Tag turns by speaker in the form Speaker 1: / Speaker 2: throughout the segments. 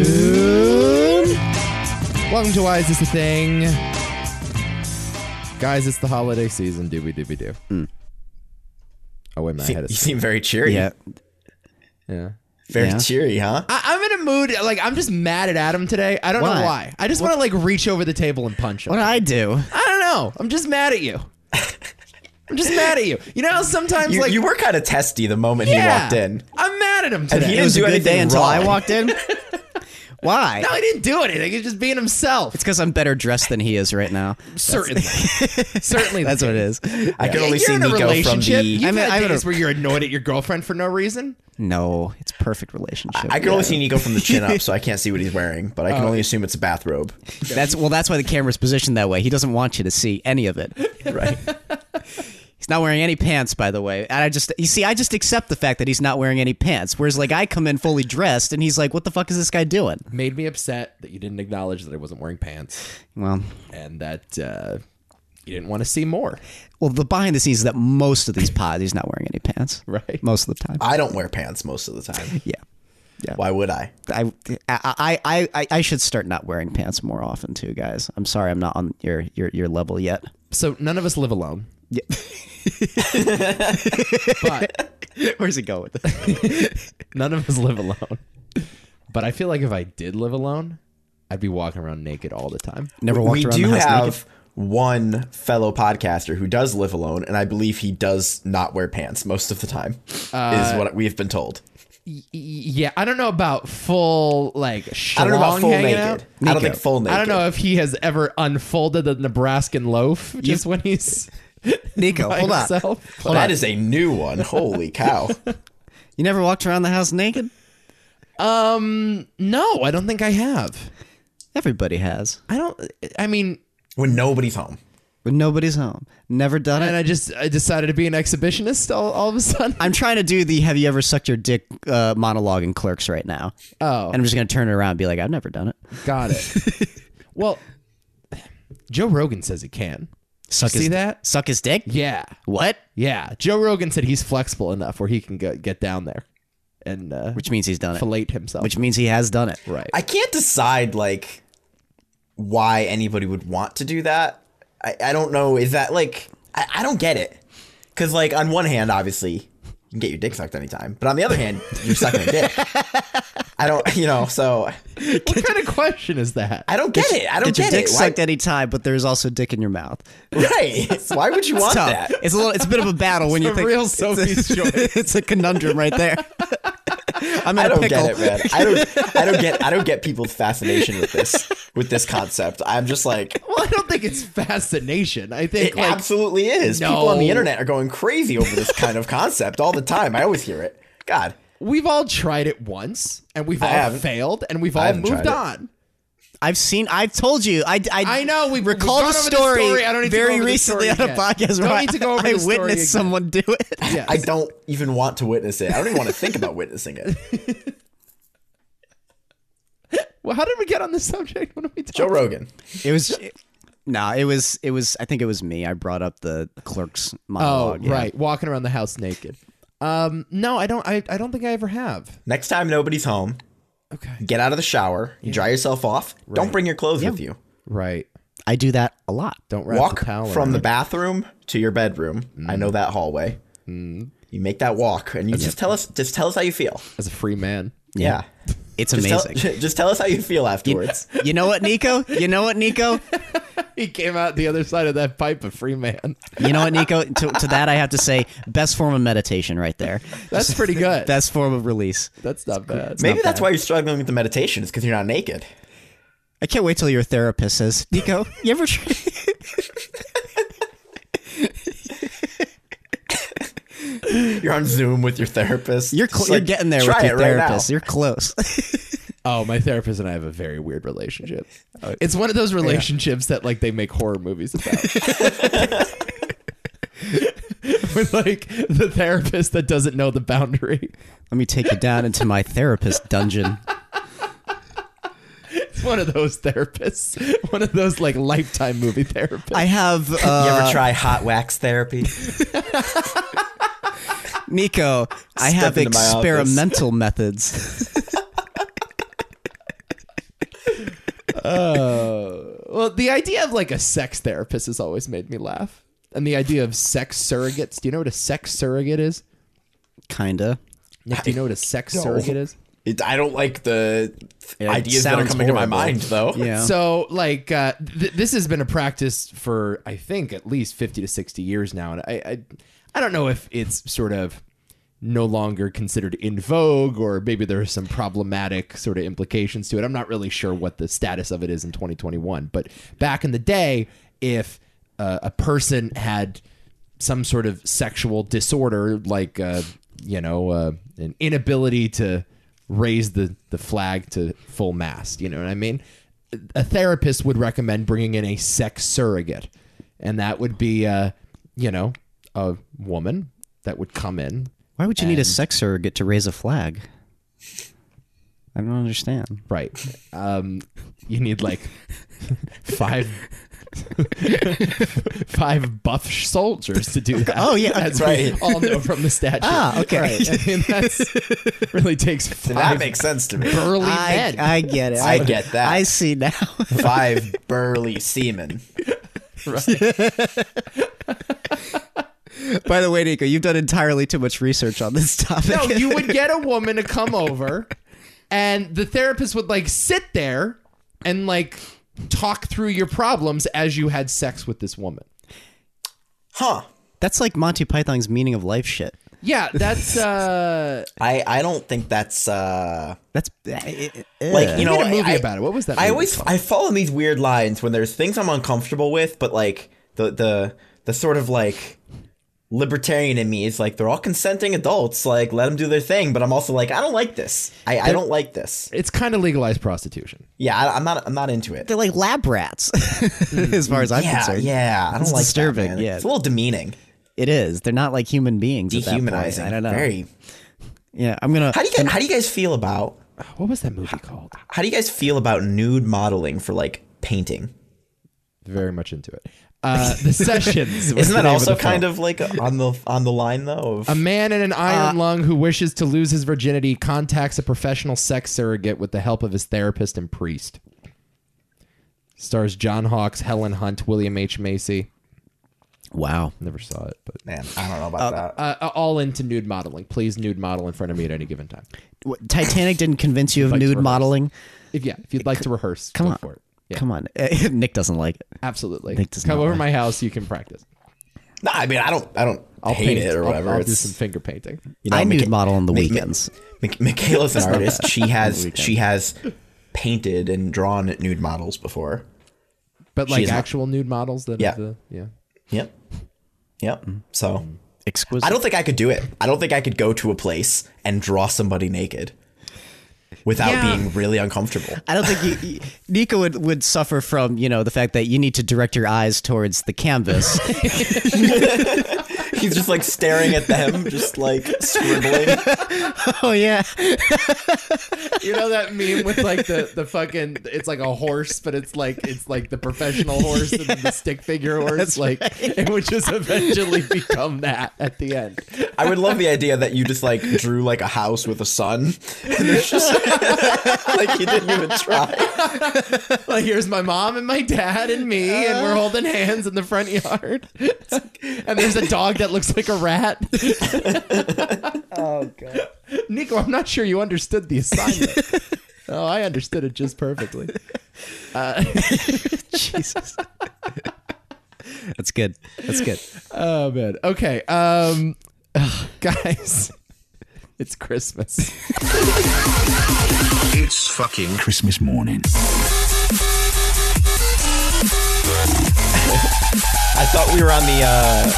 Speaker 1: afternoon. Welcome to Why Is This a Thing? Guys, it's the holiday season. Dooby dooby doo.
Speaker 2: Mm.
Speaker 1: Oh, wait, my
Speaker 3: Se-
Speaker 1: head
Speaker 3: you
Speaker 1: is.
Speaker 3: seem very cheery.
Speaker 2: Yeah.
Speaker 1: Yeah.
Speaker 3: Very
Speaker 2: Yeah.
Speaker 3: cheery, huh?
Speaker 1: I, I'm in a mood, like, I'm just mad at Adam today. I don't know
Speaker 2: Why?
Speaker 1: why. I just want to, like, reach over the table and punch him.
Speaker 2: What I do?
Speaker 1: I don't know. I'm just mad at you. I'm just mad at you. You know how sometimes,
Speaker 3: You,
Speaker 1: like,
Speaker 3: you were kind of testy the moment
Speaker 1: yeah,
Speaker 3: he walked in.
Speaker 1: I'm mad at him today.
Speaker 3: he
Speaker 2: It was a
Speaker 3: do
Speaker 2: good
Speaker 3: anything
Speaker 2: day until I
Speaker 3: wrong.
Speaker 2: walked in. Why?
Speaker 1: no, he didn't do anything. He's just being himself.
Speaker 2: It's because I'm better dressed than he is right now.
Speaker 1: Certainly. Certainly.
Speaker 2: That's what it is.
Speaker 3: I could
Speaker 1: you're
Speaker 3: only see
Speaker 1: in a
Speaker 3: Nico from
Speaker 1: relationship.
Speaker 3: the.
Speaker 1: You've
Speaker 2: I'm in-
Speaker 1: had
Speaker 2: I'm in a-
Speaker 1: days where you're annoyed at your girlfriend for no reason.
Speaker 2: No, it's a perfect relationship.
Speaker 3: I could only see Nico from the chin up, so I can't see what he's wearing, but I
Speaker 1: Oh.
Speaker 3: can only assume it's a bathrobe.
Speaker 2: That's well. That's why the camera's positioned that way. He doesn't want you to see any of it.
Speaker 3: Right.
Speaker 2: He's not wearing any pants, by the way. And I just, you see, I just accept the fact that he's not wearing any pants. Whereas, like, I come in fully dressed, and he's like, "What the fuck is this guy doing?"
Speaker 1: Made me upset that you didn't acknowledge that I wasn't wearing pants
Speaker 2: Well,
Speaker 1: and that uh, you didn't want to see more.
Speaker 2: well, the behind the scenes is that most of these pods, he's not wearing any pants.
Speaker 1: Right.
Speaker 2: Most of the time.
Speaker 3: I don't wear pants most of the time.
Speaker 2: yeah.
Speaker 3: Why would I?
Speaker 2: I, I, I, I, I should start not wearing pants more often too, guys. I'm sorry, I'm not on your your, your level yet.
Speaker 1: So none of us live alone.
Speaker 2: Yeah.
Speaker 1: but
Speaker 2: Where's it going with this?
Speaker 1: none of us live alone. But I feel like if I did live alone, I'd be walking around naked all the time.
Speaker 2: Never walked
Speaker 3: we
Speaker 2: around
Speaker 3: do
Speaker 2: the house
Speaker 3: have
Speaker 2: naked.
Speaker 3: one fellow podcaster who does live alone, and I believe he does not wear pants most of the time,
Speaker 1: Uh,
Speaker 3: is what we've been told.
Speaker 1: Y- y- yeah, I don't know about full like
Speaker 3: I don't know about
Speaker 1: schlong
Speaker 3: full
Speaker 1: hanging
Speaker 3: naked.
Speaker 1: out.
Speaker 3: I don't
Speaker 2: Nico.
Speaker 3: think full naked.
Speaker 1: I don't know if he has ever unfolded the Nebraskan loaf just when he's
Speaker 2: Nico,
Speaker 1: by
Speaker 2: hold on.
Speaker 1: himself.
Speaker 3: Well, that is a new one. Holy cow.
Speaker 2: You never walked around the house naked?
Speaker 1: No, I don't think I have.
Speaker 2: Everybody has.
Speaker 1: I don't. I mean,
Speaker 3: when nobody's home.
Speaker 2: When nobody's home. Never done
Speaker 1: and
Speaker 2: it.
Speaker 1: I just I decided to be an exhibitionist all, all of a sudden.
Speaker 2: I'm trying to do the have you ever sucked your dick uh, monologue in clerks right now.
Speaker 1: Oh.
Speaker 2: And I'm just going to turn it around and be like, I've never done it.
Speaker 1: Got it. well, Joe Rogan says he can.
Speaker 2: Suck
Speaker 1: see
Speaker 2: his,
Speaker 1: that?
Speaker 2: Suck his dick?
Speaker 1: Yeah,
Speaker 2: What?
Speaker 1: yeah. Joe Rogan said he's flexible enough where he can go, get down there and uh,
Speaker 2: Which means he's done it.
Speaker 1: fillet himself.
Speaker 2: Which means he has done it.
Speaker 1: right.
Speaker 3: I can't decide like why anybody would want to do that. I, I don't know. Is that like I, I don't get it. Cause like on one hand, obviously, you can get your dick sucked anytime. But on the other hand, you're sucking a dick. I don't you know, so
Speaker 1: what kind of question is that?
Speaker 3: I don't get it. I don't
Speaker 2: Get your
Speaker 3: get
Speaker 2: dick
Speaker 3: it. Why,
Speaker 2: sucked any time, but there's also dick in your mouth.
Speaker 3: right. Why would you want
Speaker 2: tough.
Speaker 3: that?
Speaker 2: It's a little. It's a bit of a battle when you
Speaker 1: a
Speaker 2: think
Speaker 1: real
Speaker 2: it's
Speaker 1: Sophie's
Speaker 2: a,
Speaker 1: choice.
Speaker 2: It's a conundrum right there. I'm in
Speaker 3: I
Speaker 2: a
Speaker 3: don't
Speaker 2: pickle.
Speaker 3: get it, man. I don't I don't get I don't get people's fascination with this with this concept. I'm just like
Speaker 1: well, I don't think it's fascination. I think
Speaker 3: It
Speaker 1: like
Speaker 3: absolutely is. People on the
Speaker 1: No.
Speaker 3: internet are going crazy over this kind of concept all the time. I always hear it. God,
Speaker 1: we've all tried it once and we've all
Speaker 3: haven't.
Speaker 1: failed and we've all
Speaker 3: haven't
Speaker 1: moved
Speaker 3: tried it.
Speaker 1: on.
Speaker 2: I've seen. I've told you. I. I,
Speaker 1: I know, we- we've
Speaker 2: recall
Speaker 1: gone
Speaker 2: the,
Speaker 1: over the
Speaker 2: story
Speaker 1: story. I don't need to go
Speaker 2: very
Speaker 1: over the
Speaker 2: recently
Speaker 1: story
Speaker 2: on a
Speaker 1: again.
Speaker 2: podcast.
Speaker 1: Don't
Speaker 2: where
Speaker 1: need to go over
Speaker 2: I,
Speaker 1: the story
Speaker 2: I witnessed
Speaker 1: again.
Speaker 2: someone do it.
Speaker 1: Yes.
Speaker 3: I don't even want to witness it. I don't even want to think about witnessing it.
Speaker 1: Well, how did we get on this subject? What are we
Speaker 3: Joe
Speaker 1: talking?
Speaker 3: Rogan.
Speaker 2: It was. no, it was. It was. I think it was me. I brought up the clerk's
Speaker 1: Oh,
Speaker 2: monologue. yeah.
Speaker 1: right, walking around the house naked. Um, no, I don't. I, I don't think I ever have.
Speaker 3: Next time nobody's home,
Speaker 1: Okay,
Speaker 3: get out of the shower, dry yourself off. Don't bring your clothes with you.
Speaker 1: right.
Speaker 2: I do that a lot.
Speaker 1: Don't wrap
Speaker 3: Walk
Speaker 1: the towel Mm.
Speaker 3: from the
Speaker 1: around.
Speaker 3: bathroom to your bedroom. I know that hallway.
Speaker 1: Mm.
Speaker 3: You make that walk, and you just tell us. Just tell us how you feel.
Speaker 1: as a free man.
Speaker 3: Yeah,
Speaker 2: It's
Speaker 3: Just tell-
Speaker 2: amazing.
Speaker 3: just tell us how you feel afterwards.
Speaker 2: you know what, Nico? You know what, Nico?
Speaker 1: He came out the other side of that pipe a free man.
Speaker 2: You know what, Nico? To, to that, I have to say, best form of meditation right there.
Speaker 1: That's pretty good.
Speaker 2: Best form of release.
Speaker 1: That's not bad.
Speaker 3: Maybe that's why you're struggling with the meditation. Is because you're not naked.
Speaker 2: I can't wait till your therapist says, Nico, you ever try?
Speaker 3: You're on Zoom with your therapist.
Speaker 2: You're, cl-
Speaker 3: Just,
Speaker 2: you're
Speaker 3: like,
Speaker 2: getting there
Speaker 3: try
Speaker 2: with your
Speaker 3: it right now.
Speaker 2: therapist. you're close.
Speaker 1: Oh, my therapist and I have a very weird relationship. Oh, It's one of those relationships that like they make horror movies about. With like the therapist that doesn't know the boundary.
Speaker 2: Let me take you down into my therapist dungeon.
Speaker 1: It's one of those therapists. One of those like lifetime movie therapists.
Speaker 2: I have uh,
Speaker 3: You ever try hot wax therapy?
Speaker 2: Nico. I have
Speaker 3: into my office.
Speaker 2: experimental methods.
Speaker 1: Well, the idea of like a sex therapist has always made me laugh. And the idea of sex surrogates. Do you know what a sex surrogate is?
Speaker 2: Kinda.
Speaker 1: Nick, do you know what a sex surrogate is?
Speaker 3: It, I don't like the
Speaker 2: It
Speaker 3: ideas that are
Speaker 2: sounds
Speaker 3: coming to my
Speaker 2: horrible.
Speaker 3: mind, though.
Speaker 2: Yeah.
Speaker 1: So, like, uh, th- this has been a practice for I think at least fifty to sixty years now, and I, I, I don't know if it's sort of no longer considered in vogue, or maybe there are some problematic sort of implications to it. I'm not really sure what the status of it is in 2021, but back in the day, if uh, a person had some sort of sexual disorder, like uh, you know, uh, an inability to raise the the flag to full mast. You know what I mean? A therapist would recommend bringing in a sex surrogate, and that would be, uh, you know, a woman that would come in.
Speaker 2: Why would you need a sex surrogate to raise a flag? I don't understand.
Speaker 1: Right. Um, you need like five. five buff soldiers to do that.
Speaker 2: Oh, yeah,
Speaker 1: that's
Speaker 3: right.
Speaker 1: We all know from the statue.
Speaker 2: Ah, okay.
Speaker 1: I mean, that's really takes
Speaker 3: That
Speaker 1: five
Speaker 3: makes sense to me.
Speaker 1: burly
Speaker 2: I,
Speaker 1: men.
Speaker 2: I get it.
Speaker 3: I get that.
Speaker 2: I see now.
Speaker 3: Five burly seamen.
Speaker 2: By the way, Nico, you've done entirely too much research on this topic.
Speaker 1: No, you would get a woman to come over, and the therapist would like sit there and like talk through your problems as you had sex with this woman.
Speaker 3: Huh.
Speaker 2: That's like Monty Python's meaning of life shit.
Speaker 1: Yeah, that's uh
Speaker 3: I, I don't think that's uh
Speaker 2: That's eh, like
Speaker 3: like you know
Speaker 1: made a movie
Speaker 3: I,
Speaker 1: about it. What was that?
Speaker 3: I
Speaker 1: movie
Speaker 3: always
Speaker 1: called?
Speaker 3: I fall in these weird lines when there's things I'm uncomfortable with, but like the the the sort of like libertarian in me is like they're all consenting adults, like let them do their thing, but I'm also like I don't like this. I, I don't like this.
Speaker 1: it's kind of legalized prostitution.
Speaker 3: Yeah, I, I'm not I'm not into it.
Speaker 2: they're like lab rats, as far as I'm
Speaker 3: Mm-hmm. Yeah,
Speaker 2: concerned.
Speaker 3: yeah, I don't
Speaker 2: It's
Speaker 3: like
Speaker 2: disturbing,
Speaker 3: That, man.
Speaker 2: yeah.
Speaker 3: it's a little demeaning,
Speaker 2: It is. They're not like human beings. at that point.
Speaker 3: dehumanizing.
Speaker 2: I don't know.
Speaker 3: Very.
Speaker 2: Yeah, I'm gonna.
Speaker 3: How do you guys, how do you guys feel about
Speaker 1: What was that movie called?
Speaker 3: how do you guys feel about nude modeling for like painting?
Speaker 1: Very much into it. Uh, the sessions. was
Speaker 3: Isn't
Speaker 1: the
Speaker 3: that
Speaker 1: name
Speaker 3: also
Speaker 1: the
Speaker 3: kind
Speaker 1: film.
Speaker 3: of like on the on the line though? Of,
Speaker 1: A man in an iron lung who wishes to lose his virginity contacts a professional sex surrogate with the help of his therapist and priest. Stars John Hawkes, Helen Hunt, William H. Macy.
Speaker 2: wow.
Speaker 1: Never saw it, but
Speaker 3: man, I don't know about that.
Speaker 1: uh, all into nude modeling. Please nude model in front of me at any given time.
Speaker 2: What, Titanic didn't convince you of nude
Speaker 1: rehearse.
Speaker 2: modeling?
Speaker 1: If yeah, if you'd like to rehearse,
Speaker 2: Come
Speaker 1: go
Speaker 2: on.
Speaker 1: for it. Yeah,
Speaker 2: Come on. Nick doesn't like it.
Speaker 1: absolutely.
Speaker 2: Nick does
Speaker 1: Come
Speaker 2: not
Speaker 1: over
Speaker 2: like-
Speaker 1: my house. You can practice.
Speaker 3: No, I mean I don't. I don't
Speaker 1: I'll
Speaker 3: hate
Speaker 1: paint
Speaker 3: it or
Speaker 1: I'll-
Speaker 3: whatever.
Speaker 1: I'll, do
Speaker 3: it's
Speaker 1: some finger painting.
Speaker 3: you know,
Speaker 2: I nude
Speaker 3: Micha-
Speaker 2: model on the
Speaker 3: Mi- Mi-
Speaker 2: weekends.
Speaker 3: Mi- Michaela's an artist. She has she has painted and drawn nude models before.
Speaker 1: But like
Speaker 3: is not-
Speaker 1: actual nude models that
Speaker 3: Yeah.
Speaker 1: have the yeah.
Speaker 3: Yep. Yep.
Speaker 1: Mm-hmm.
Speaker 3: So
Speaker 2: Exquisite.
Speaker 3: I don't think I could do it. I don't think I could go to a place and draw somebody naked without
Speaker 1: Yeah.
Speaker 3: being really uncomfortable.
Speaker 2: I don't think you, you, Nico would, would suffer from you know the fact that you need to direct your eyes towards the canvas.
Speaker 3: He's just like staring at them, just like scribbling.
Speaker 2: oh yeah,
Speaker 1: You know that meme with like the the fucking it's like a horse, but it's like it's like the professional horse and then the stick figure horse. like it would just eventually become that at the end.
Speaker 3: I would love the idea that you just like drew like a house with a sun, and there's just like you didn't even try.
Speaker 1: Like here's my mom and my dad and me, and we're holding hands in the front yard. and there's a dog that looks like a rat. oh god, Nico, I'm not sure you understood the assignment. oh, I understood it just perfectly.
Speaker 2: Jesus. That's good. That's good.
Speaker 1: Oh man. Okay. Um, ugh, guys, it's Christmas.
Speaker 4: It's fucking Christmas morning.
Speaker 3: I thought we were on the. Uh,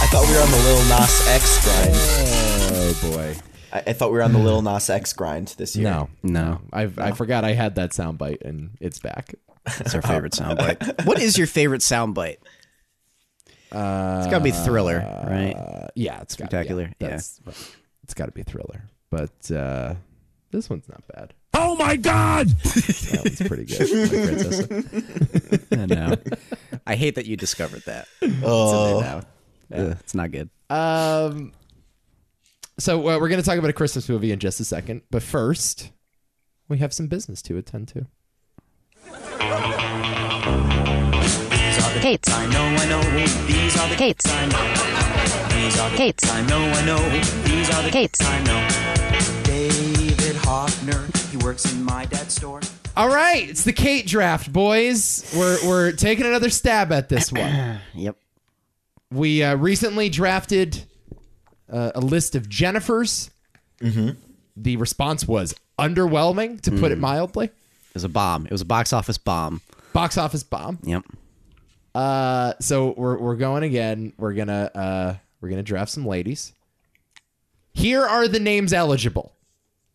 Speaker 3: I thought we were on the Lil Nas X grind.
Speaker 1: Oh boy.
Speaker 3: I, I thought we were on the Lil Nas X grind this year.
Speaker 1: No,
Speaker 2: No,
Speaker 1: I've, I forgot I had that soundbite, and it's back.
Speaker 2: that's our favorite soundbite. Oh. What is your favorite soundbite? Uh, it's gotta be Thriller, right?
Speaker 1: Uh, yeah, it's gotta,
Speaker 2: Spectacular, yeah.
Speaker 1: that's- right. it's got to be a thriller, but uh, this one's not bad.
Speaker 4: Oh my god!
Speaker 1: That one's pretty good.
Speaker 2: I know. I hate that you discovered that.
Speaker 3: Oh.
Speaker 2: Now, Ugh, it's not good.
Speaker 1: um, so uh, we're gonna talk about a Christmas movie in just a second, but first, we have some business to attend to.
Speaker 5: Kates.
Speaker 6: I know, I know, these are the
Speaker 5: Kates.
Speaker 6: I know, these are the
Speaker 5: Kates.
Speaker 6: I know, I know, these are the
Speaker 5: Kates.
Speaker 6: I know. David Hoffner, he works in my dad's store.
Speaker 1: All right, it's the Kate draft, boys. We're we're taking another stab at this one.
Speaker 2: Yep.
Speaker 1: We uh, recently drafted uh, a list of Jennifers. The response was underwhelming, to put it mildly.
Speaker 2: It was a bomb. It was a box office bomb.
Speaker 1: Box office bomb.
Speaker 2: Yep.
Speaker 1: Uh, so we're we're going again. We're gonna uh, we're gonna draft some ladies. Here are the names eligible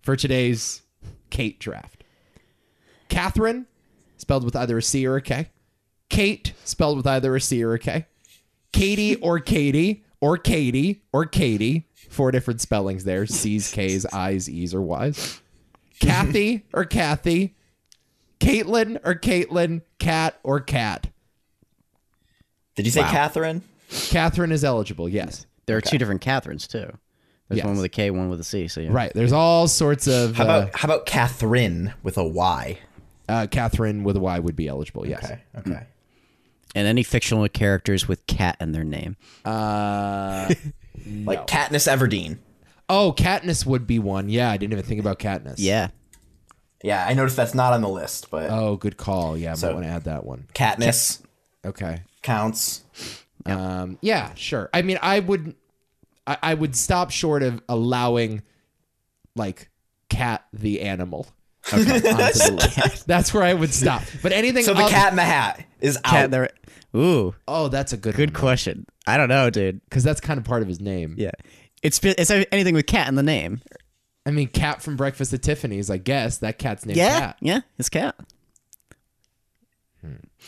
Speaker 1: for today's Kate draft. Catherine, spelled with either a C or a K. Kate, spelled with either a C or a K. Katie or Katie or Katie or Katie. Four different spellings there: C's, K's, I's, E's, or Y's. Kathy or Kathy. Caitlin or Caitlin. Cat or Cat.
Speaker 3: Did you say Catherine?
Speaker 1: Catherine is eligible. Yes.
Speaker 2: There are two different Catherines too. There's
Speaker 1: Yes.
Speaker 2: one with a K, one with a C. So yeah.
Speaker 1: Right. There's all sorts of
Speaker 3: How
Speaker 1: uh,
Speaker 3: about how about Catherine with a Y?
Speaker 1: uh, Catherine with a Y would be eligible. Yes.
Speaker 3: Okay, okay.
Speaker 2: And any fictional characters with cat in their name.
Speaker 3: Like Katniss Everdeen.
Speaker 1: Oh, Katniss would be one. Yeah, I didn't even think about Katniss.
Speaker 2: Yeah.
Speaker 3: Yeah, I noticed that's not on the list, but
Speaker 1: Oh, good call. Yeah, I
Speaker 3: So-
Speaker 1: might want to add that one.
Speaker 3: Katniss
Speaker 1: Okay.
Speaker 3: counts.
Speaker 1: Um, yeah, sure. I mean, I would, I, I would stop short of allowing, like, cat the animal. Okay, onto the list. That's where I would stop. But anything.
Speaker 3: So the
Speaker 1: oth-
Speaker 3: Cat in the Hat is out.
Speaker 2: Oh, Cat in their. Ooh,
Speaker 1: Oh, that's a good
Speaker 2: good question. I don't know, dude.
Speaker 1: because that's kind of part of his name.
Speaker 2: Yeah. It's it's anything with cat in the name.
Speaker 1: I mean, Cat from Breakfast at Tiffany's. I guess that cat's named
Speaker 2: Yeah.
Speaker 1: Cat.
Speaker 2: Yeah. It's cat.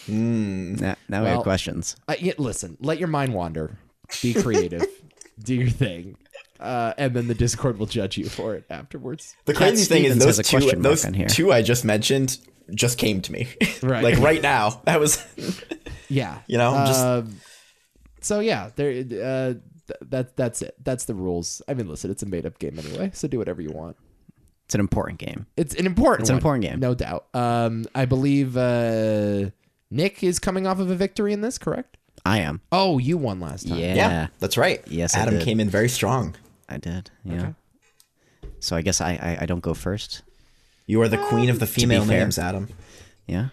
Speaker 2: Now, now we
Speaker 1: Well-
Speaker 2: have questions.
Speaker 1: I, Uh, yeah, listen, let your mind wander. Be creative. do your thing. Uh, and then the Discord will judge you for it afterwards.
Speaker 3: the crazy
Speaker 2: Cat
Speaker 3: thing is
Speaker 2: Stevens
Speaker 3: those
Speaker 2: has a
Speaker 3: two,
Speaker 2: question mark
Speaker 3: those
Speaker 2: on here.
Speaker 3: two I just mentioned just came to me.
Speaker 1: Right.
Speaker 3: like right now. That was
Speaker 1: Yeah.
Speaker 3: You know, just-
Speaker 2: Uh,
Speaker 1: Um, so, yeah, there. Uh, th- that that's it. That's the rules. I mean, listen, it's a made up game anyway, so do whatever you want.
Speaker 2: It's an important game.
Speaker 1: It's an important.
Speaker 2: It's an
Speaker 1: one,
Speaker 2: important game.
Speaker 1: no doubt. Um, I believe uh, Nick is coming off of a victory in this, correct?
Speaker 2: I am.
Speaker 1: Oh, you won last time.
Speaker 2: Yeah.
Speaker 3: yeah, that's right.
Speaker 2: Yes, I
Speaker 3: Adam
Speaker 2: did.
Speaker 3: came in very strong.
Speaker 2: I did. Yeah. So I guess I, I I don't go first.
Speaker 3: You are the queen of the female
Speaker 2: fair.
Speaker 3: names, Adam.
Speaker 2: Yeah.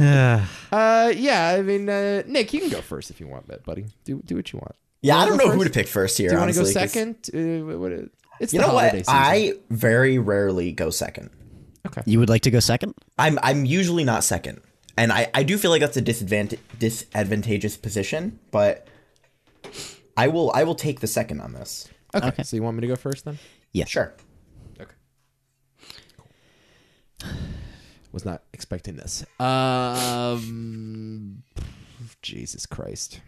Speaker 1: Uh, yeah. I mean, uh, Nick, you can go first if you want, that buddy. Do do what you want.
Speaker 3: Yeah, I
Speaker 1: wanna
Speaker 3: don't
Speaker 1: go
Speaker 3: know who
Speaker 1: first?
Speaker 3: to pick first here.
Speaker 1: Do you want to
Speaker 3: honestly,
Speaker 1: go
Speaker 3: 'cause-
Speaker 1: second? Uh, what- what- it's
Speaker 3: You
Speaker 1: the
Speaker 3: know what?
Speaker 1: holiday season.
Speaker 3: I very rarely go second.
Speaker 2: You would like to go second?
Speaker 3: I'm I'm usually not second, and I I do feel like that's a disadvantage disadvantageous position, but I will I will take the second on this.
Speaker 1: okay. So you want me to go first then?
Speaker 2: Yeah.
Speaker 3: Sure.
Speaker 1: Okay. Was not expecting this. Um, Jesus Christ.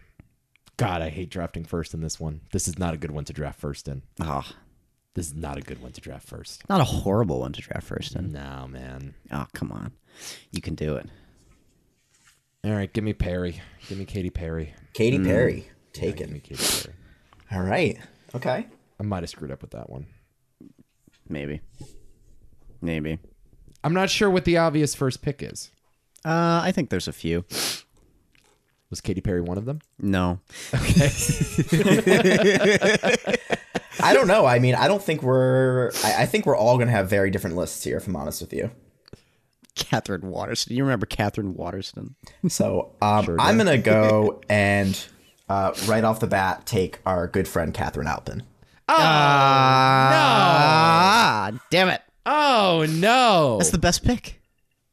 Speaker 1: God, I hate drafting first in this one. This is not a good one to draft first in.
Speaker 2: Oh,
Speaker 1: This is not a good one to draft first.
Speaker 2: not a horrible one to draft first in.
Speaker 1: No, man.
Speaker 2: Oh, come on. You can do it.
Speaker 1: All right, give me Perry. Give me Katy Perry.
Speaker 3: Katy
Speaker 1: Hmm.
Speaker 3: Perry
Speaker 1: Give me
Speaker 3: taken.
Speaker 1: Katy Perry.
Speaker 3: All right. Okay.
Speaker 1: I might have screwed up with that one.
Speaker 2: Maybe. Maybe.
Speaker 1: I'm not sure what the obvious first pick is.
Speaker 2: Uh, I think there's a few.
Speaker 1: Was Katy Perry one of them?
Speaker 2: No.
Speaker 3: I don't know. I mean, I don't think we're. I, I think we're all gonna have very different lists here. If I'm honest with you.
Speaker 2: Catherine Waterston. You remember Catherine Waterston?
Speaker 3: So um, I'm gonna go and uh, right off the bat take our good friend Catherine Alpin.
Speaker 2: Ah, damn it.
Speaker 1: Oh no!
Speaker 2: That's the best pick.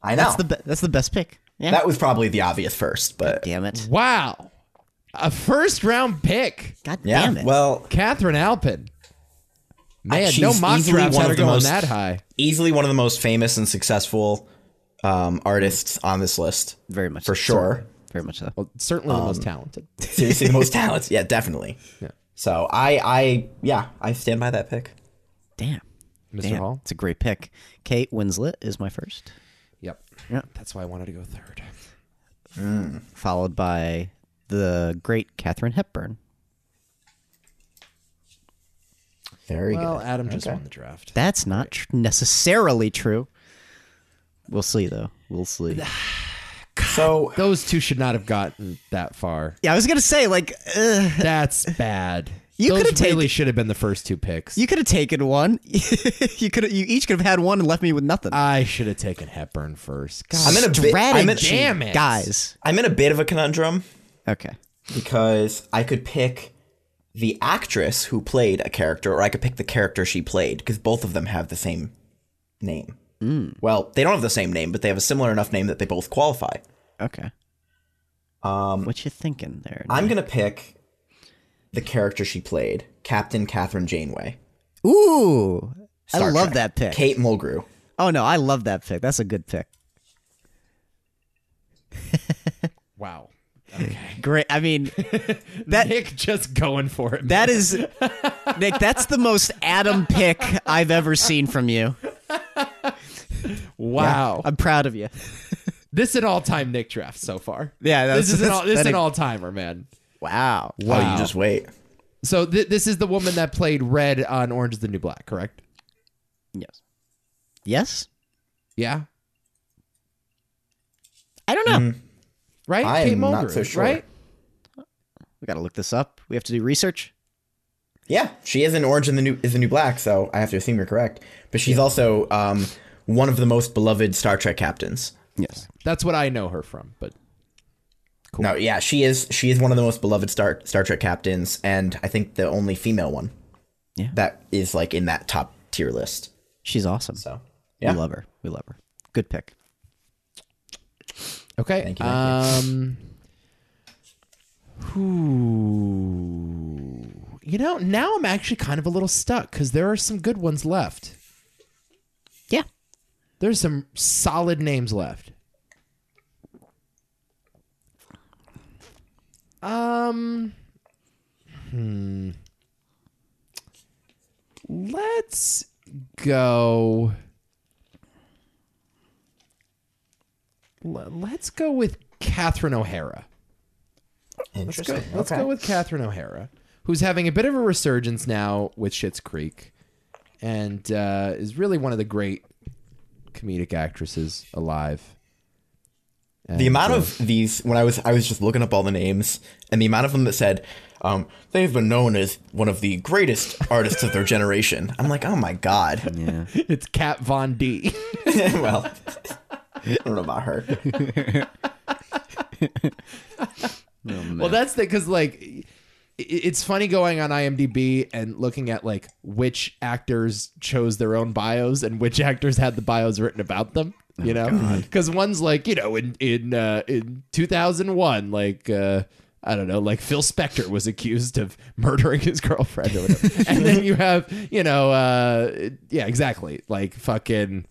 Speaker 3: I know
Speaker 2: That's the be- that's the best pick. Yeah.
Speaker 3: that was probably the obvious first, but
Speaker 2: damn it.
Speaker 1: wow, a first round pick,
Speaker 2: God
Speaker 3: yeah.
Speaker 2: damn it.
Speaker 3: Well,
Speaker 1: Catherine Alpin. Man,
Speaker 3: she's
Speaker 1: no mock
Speaker 3: easily
Speaker 1: drafts
Speaker 3: one
Speaker 1: that are
Speaker 3: of the
Speaker 1: going
Speaker 3: most-
Speaker 1: that high.
Speaker 3: easily one of the most famous and successful um, artists on this list
Speaker 2: very much
Speaker 3: for
Speaker 2: so.
Speaker 3: sure. Oh.
Speaker 2: Very much so.
Speaker 1: Well, certainly the most talented.
Speaker 3: Seriously, the most talented. Yeah, definitely. So I, I, yeah, I stand by that pick.
Speaker 2: Damn.
Speaker 1: Mr.
Speaker 2: Damn.
Speaker 1: Hall.
Speaker 2: It's a great pick. Kate Winslet is my first,
Speaker 1: Yep.
Speaker 2: Yeah.
Speaker 1: That's why I wanted to go third.
Speaker 2: followed by the great Catherine Hepburn.
Speaker 3: Very
Speaker 1: Well,
Speaker 3: good.
Speaker 1: Adam just won the draft.
Speaker 2: That's not tr- necessarily true. We'll see though. We'll see.
Speaker 3: So
Speaker 1: Those two should not have gotten that far.
Speaker 2: Yeah, I was gonna say like uh,
Speaker 1: That's bad.
Speaker 2: You
Speaker 1: Those
Speaker 2: could've
Speaker 1: really should have been the first two picks.
Speaker 2: you could have taken one. you could you each could have had one and left me with nothing.
Speaker 1: I should have taken Hepburn first. God,
Speaker 3: I'm in a bit. I'm in,
Speaker 2: Strategy,
Speaker 1: Damn it.
Speaker 2: guys.
Speaker 3: I'm in a bit of a conundrum
Speaker 2: Okay.
Speaker 3: because I could pick the actress who played a character, or I could pick the character she played because both of them have the same name.
Speaker 2: Hmm.
Speaker 3: Well, they don't have the same name, but they have a similar enough name that they both qualify.
Speaker 2: Okay.
Speaker 3: Um,
Speaker 2: What you thinking there?
Speaker 3: I'm gonna pick the character she played, Captain Catherine Janeway.
Speaker 2: Ooh, I
Speaker 3: Star
Speaker 2: love
Speaker 3: Trek.
Speaker 2: that pick.
Speaker 3: Kate Mulgrew.
Speaker 2: Oh no, I love that pick. That's a good pick.
Speaker 1: wow.
Speaker 2: Great. I mean, that
Speaker 1: Nick just going for it.
Speaker 2: that is Nick. That's the most Adam pick I've ever seen from you.
Speaker 1: wow.
Speaker 2: I'm proud of you.
Speaker 1: This is an all-time Nick draft so far.
Speaker 2: Yeah, that's-
Speaker 1: this is an all, this is
Speaker 2: that-
Speaker 1: an all-timer, man.
Speaker 2: Wow.
Speaker 3: Wow. Oh, you just wait.
Speaker 1: So th- this is the woman that played Red on Orange Is the New Black, correct?
Speaker 2: Yes. Yes.
Speaker 1: Yeah,
Speaker 2: I don't know.
Speaker 3: Mm.
Speaker 1: right.
Speaker 3: I am
Speaker 1: Kate
Speaker 3: not
Speaker 1: Mulgrew,
Speaker 3: so sure.
Speaker 1: Right?
Speaker 2: We got to look this up. We have to do research.
Speaker 3: Yeah, she is an orange in the new is the new black, so I have to assume you're correct. But she's also um, one of the most beloved Star Trek captains.
Speaker 2: Yes.
Speaker 1: That's what I know her from. But
Speaker 3: No, yeah, she is she is one of the most beloved Star Star Trek captains, and I think the only female one.
Speaker 2: Yeah.
Speaker 3: That is like in that top tier list.
Speaker 2: She's awesome.
Speaker 3: So yeah.
Speaker 2: We love her. We love her. Good pick.
Speaker 1: okay.
Speaker 3: Thank you, thank
Speaker 1: um. Who? You know, now I'm actually kind of a little stuck because there are some good ones left.
Speaker 2: Yeah.
Speaker 1: There's some solid names left. Um. hmm. Let's go. le- Let's go with Catherine O'Hara. Let's go.
Speaker 3: Interesting.
Speaker 1: Let's
Speaker 3: okay.
Speaker 1: go with Catherine O'Hara, who's having a bit of a resurgence now with Schitt's Creek, and uh, is really one of the great comedic actresses alive.
Speaker 3: the amount of these when I was I was just looking up all the names and the amount of them that said um, they've been known as one of the greatest artists of their generation. I'm like, oh my god.
Speaker 1: it's Kat Von D.
Speaker 3: well, I don't know about her.
Speaker 1: well, that's the because like i- it's funny going on IMDb and looking at like which actors chose their own bios and which actors had the bios written about them.
Speaker 2: Oh,
Speaker 1: You know, because one's like you know in in uh, in 2001 like. uh I don't know, like Phil Spector was accused of murdering his girlfriend or whatever. and then you have, you know, uh, yeah, exactly. Like fucking,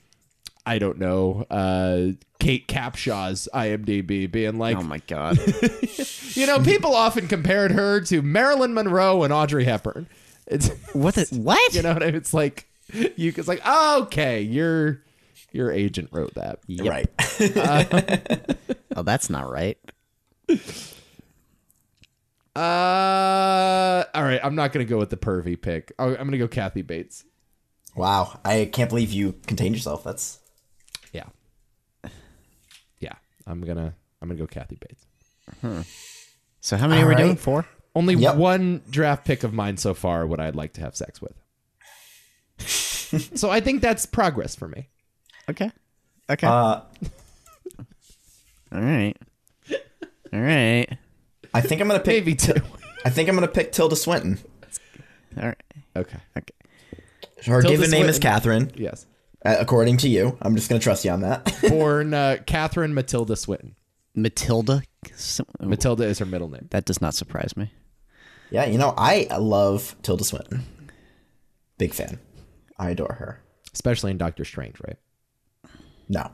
Speaker 1: I don't know, uh, Kate Capshaw's IMDb being like,
Speaker 2: Oh my god.
Speaker 1: you know, people often compared her to Marilyn Monroe and Audrey Hepburn. It's
Speaker 2: what? The, what?
Speaker 1: you know what I mean? It's like you it's like okay, your your agent wrote that.
Speaker 3: Right.
Speaker 2: Oh, that's not right.
Speaker 1: Uh, all right, I'm not gonna go with the pervy pick. I- I'm gonna go Kathy Bates.
Speaker 3: wow. I can't believe you contained yourself. That's
Speaker 1: Yeah, yeah, I'm gonna I'm gonna go Kathy Bates.
Speaker 2: So how many are we
Speaker 3: All
Speaker 2: doing?
Speaker 3: right.
Speaker 2: Four.
Speaker 1: Only
Speaker 3: Yep.
Speaker 1: one draft pick of mine so far would I'd like to have sex with. so I think that's progress for me.
Speaker 2: Okay. Okay.
Speaker 3: uh,
Speaker 2: All right. All right.
Speaker 3: I think I'm gonna pick
Speaker 1: Maybe two.
Speaker 3: I think I'm gonna pick Tilda Swinton.
Speaker 2: All right.
Speaker 1: okay.
Speaker 2: Okay.
Speaker 3: Her
Speaker 1: Tilda
Speaker 3: given name is
Speaker 1: Swinton.
Speaker 3: Catherine,
Speaker 1: Yes.
Speaker 3: uh, according to you. I'm just gonna trust you on that.
Speaker 1: born uh, Catherine Matilda Swinton.
Speaker 2: Matilda. Some-
Speaker 1: Matilda is her middle name.
Speaker 2: That does not surprise me.
Speaker 3: yeah, you know I love Tilda Swinton. Big fan. I adore her.
Speaker 1: Especially in Doctor Strange, right?
Speaker 3: No.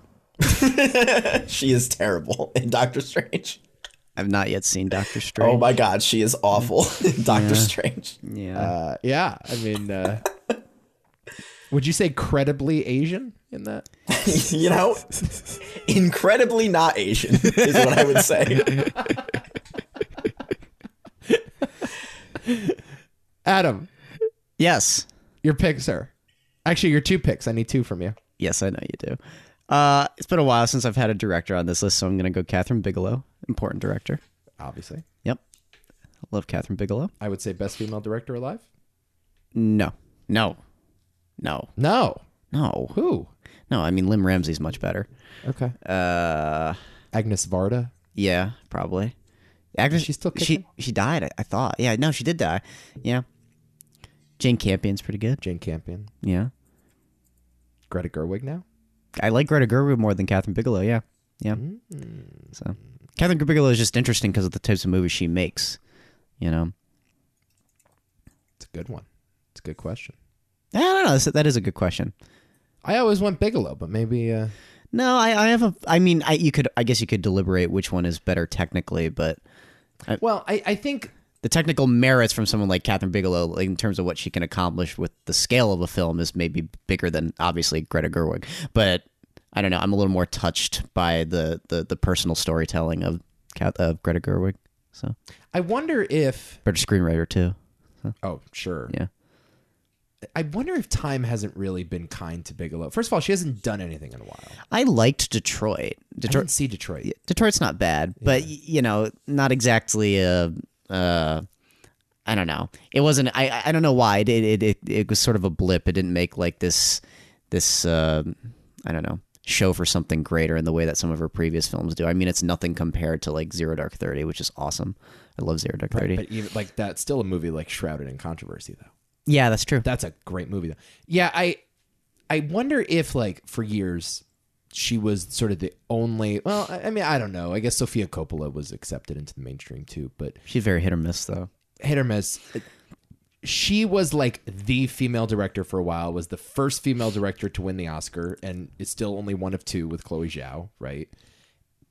Speaker 3: she is terrible in Doctor Strange.
Speaker 2: I've not yet seen Doctor Strange.
Speaker 3: Oh my god, she is awful in Doctor Strange.
Speaker 2: Yeah.
Speaker 1: Uh, yeah. I mean, uh, would you say credibly Asian in that?
Speaker 3: you know, incredibly not Asian is what I would say.
Speaker 1: Adam,
Speaker 2: yes.
Speaker 1: your pick, sir. Actually, your two picks. I need two from you.
Speaker 2: Yes, I know you do. Uh, it's been a while since I've had a director on this list, so I'm going to go Catherine Bigelow, important director.
Speaker 1: Obviously,
Speaker 2: Yep. I love Catherine Bigelow.
Speaker 1: I would say best female director alive.
Speaker 2: No. No. No.
Speaker 1: No,
Speaker 2: No.
Speaker 1: who?
Speaker 2: No, I mean, Lim Ramsey's much better.
Speaker 1: Okay. Uh, Agnes Varda.
Speaker 2: Yeah, probably. Agnes,
Speaker 1: she still
Speaker 2: she
Speaker 1: kicking?
Speaker 2: she died. I- I thought. Yeah, no, she did die. Yeah. Jane Campion's pretty good.
Speaker 1: Jane Campion,
Speaker 2: Yeah,
Speaker 1: Greta Gerwig now.
Speaker 2: I like Greta Gerwig more than Catherine Bigelow. Yeah, yeah. So Catherine Bigelow is just interesting because of the types of movies she makes. You know,
Speaker 1: It's a good one. It's a good question.
Speaker 2: I don't know. That's, that is a good question.
Speaker 1: I always went Bigelow, but maybe uh,
Speaker 2: No, I, I have a. I mean, I you could. I guess you could deliberate which one is better technically, but
Speaker 1: well, I, I think
Speaker 2: the technical merits from someone like Catherine Bigelow, like, in terms of what she can accomplish with the scale of a film, is maybe bigger than obviously Greta Gerwig. But I don't know. I'm a little more touched by the the, the personal storytelling of Cat, of Greta Gerwig. So
Speaker 1: I wonder if
Speaker 2: better screenwriter too.
Speaker 1: oh sure
Speaker 2: Yeah.
Speaker 1: I wonder if time hasn't really been kind to Bigelow. First of all, she hasn't done anything in a while.
Speaker 2: I liked Detroit.
Speaker 1: I
Speaker 2: Detroit.
Speaker 1: didn't see Detroit.
Speaker 2: Detroit's not bad, but y you know, not exactly a. Uh, I don't know. It wasn't. I- I. I don't know why. It. It. It. It was sort of a blip. It didn't make like this. This. Uh, I don't know. Show for something greater in the way that some of her previous films do. I mean, it's nothing compared to like Zero Dark Thirty, which is awesome. I love Zero Dark Thirty.
Speaker 1: But even like that's still a movie like shrouded in controversy though.
Speaker 2: yeah, that's true.
Speaker 1: That's a great movie though. Yeah, I I wonder if like for years she was sort of the only well, I I mean, I don't know. I guess Sofia Coppola was accepted into the mainstream too, but
Speaker 2: She's very hit or miss though.
Speaker 1: hit or miss. She was like the female director for a while, was the first female director to win the Oscar, and is still only one of two with Chloe Zhao, right?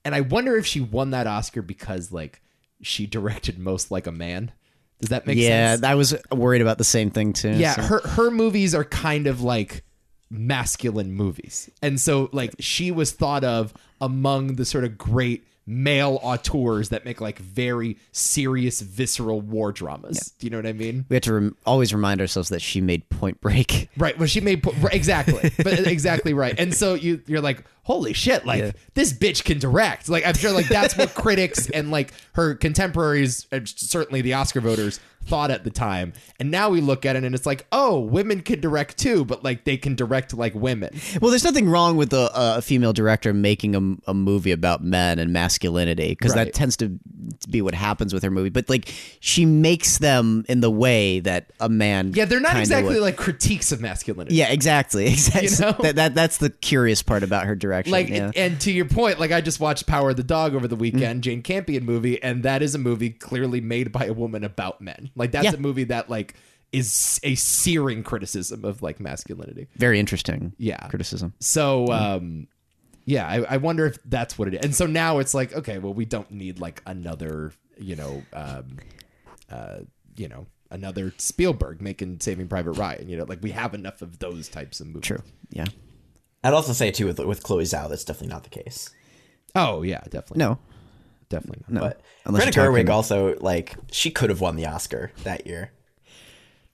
Speaker 1: And I wonder if she won that Oscar because like she directed most like a man. Does that make
Speaker 2: yeah,
Speaker 1: sense?
Speaker 2: I was worried about the same thing too.
Speaker 1: yeah,
Speaker 2: so-
Speaker 1: her her movies are kind of like masculine movies. And so like she was thought of among the sort of great male auteurs that make like very serious visceral war dramas. Do you know what I mean?
Speaker 2: we have to rem- always remind ourselves that she made Point Break.
Speaker 1: Right. Well, she made po- right, exactly, but uh, exactly right. And so you you're like, holy shit! Like this bitch can direct. Like I'm sure, like that's what critics and like her contemporaries, and certainly the Oscar voters, thought at the time. And now we look at it and it's like, oh, women can direct too, but like they can direct like women.
Speaker 2: Well, there's nothing wrong with a, a female director making a, a movie about men and masculinity because
Speaker 1: Right.
Speaker 2: that tends to be what happens with her movie. But like, she makes them in the way that a man.
Speaker 1: Yeah, they're not
Speaker 2: kinda
Speaker 1: exactly
Speaker 2: would.
Speaker 1: like critiques of masculinity.
Speaker 2: Yeah, exactly. Exactly.
Speaker 1: know?
Speaker 2: That, that that's the curious part about her direction.
Speaker 1: Like
Speaker 2: yeah. Mm.
Speaker 1: and to your point, like I just watched Power of the Dog over the weekend, Jane Campion movie, and that is a movie clearly made by a woman about men. Like that's
Speaker 2: Yeah.
Speaker 1: a movie that like is a searing criticism of like masculinity.
Speaker 2: very interesting.
Speaker 1: Yeah.
Speaker 2: criticism.
Speaker 1: So
Speaker 2: Mm.
Speaker 1: um yeah, I, I wonder if that's what it is. And so now it's like, okay, well, we don't need like another, you know, um uh, you know, another Spielberg making Saving Private Ryan. You know, like we have enough of those types of movies.
Speaker 2: True. Yeah.
Speaker 3: I'd also say too with with Chloe Zhao, that's definitely not the case.
Speaker 1: Oh yeah, definitely.
Speaker 2: No.
Speaker 1: definitely. Not.
Speaker 3: But
Speaker 2: Unless
Speaker 3: Greta
Speaker 2: you're talking-
Speaker 3: Gerwig also like she could have won the Oscar that year.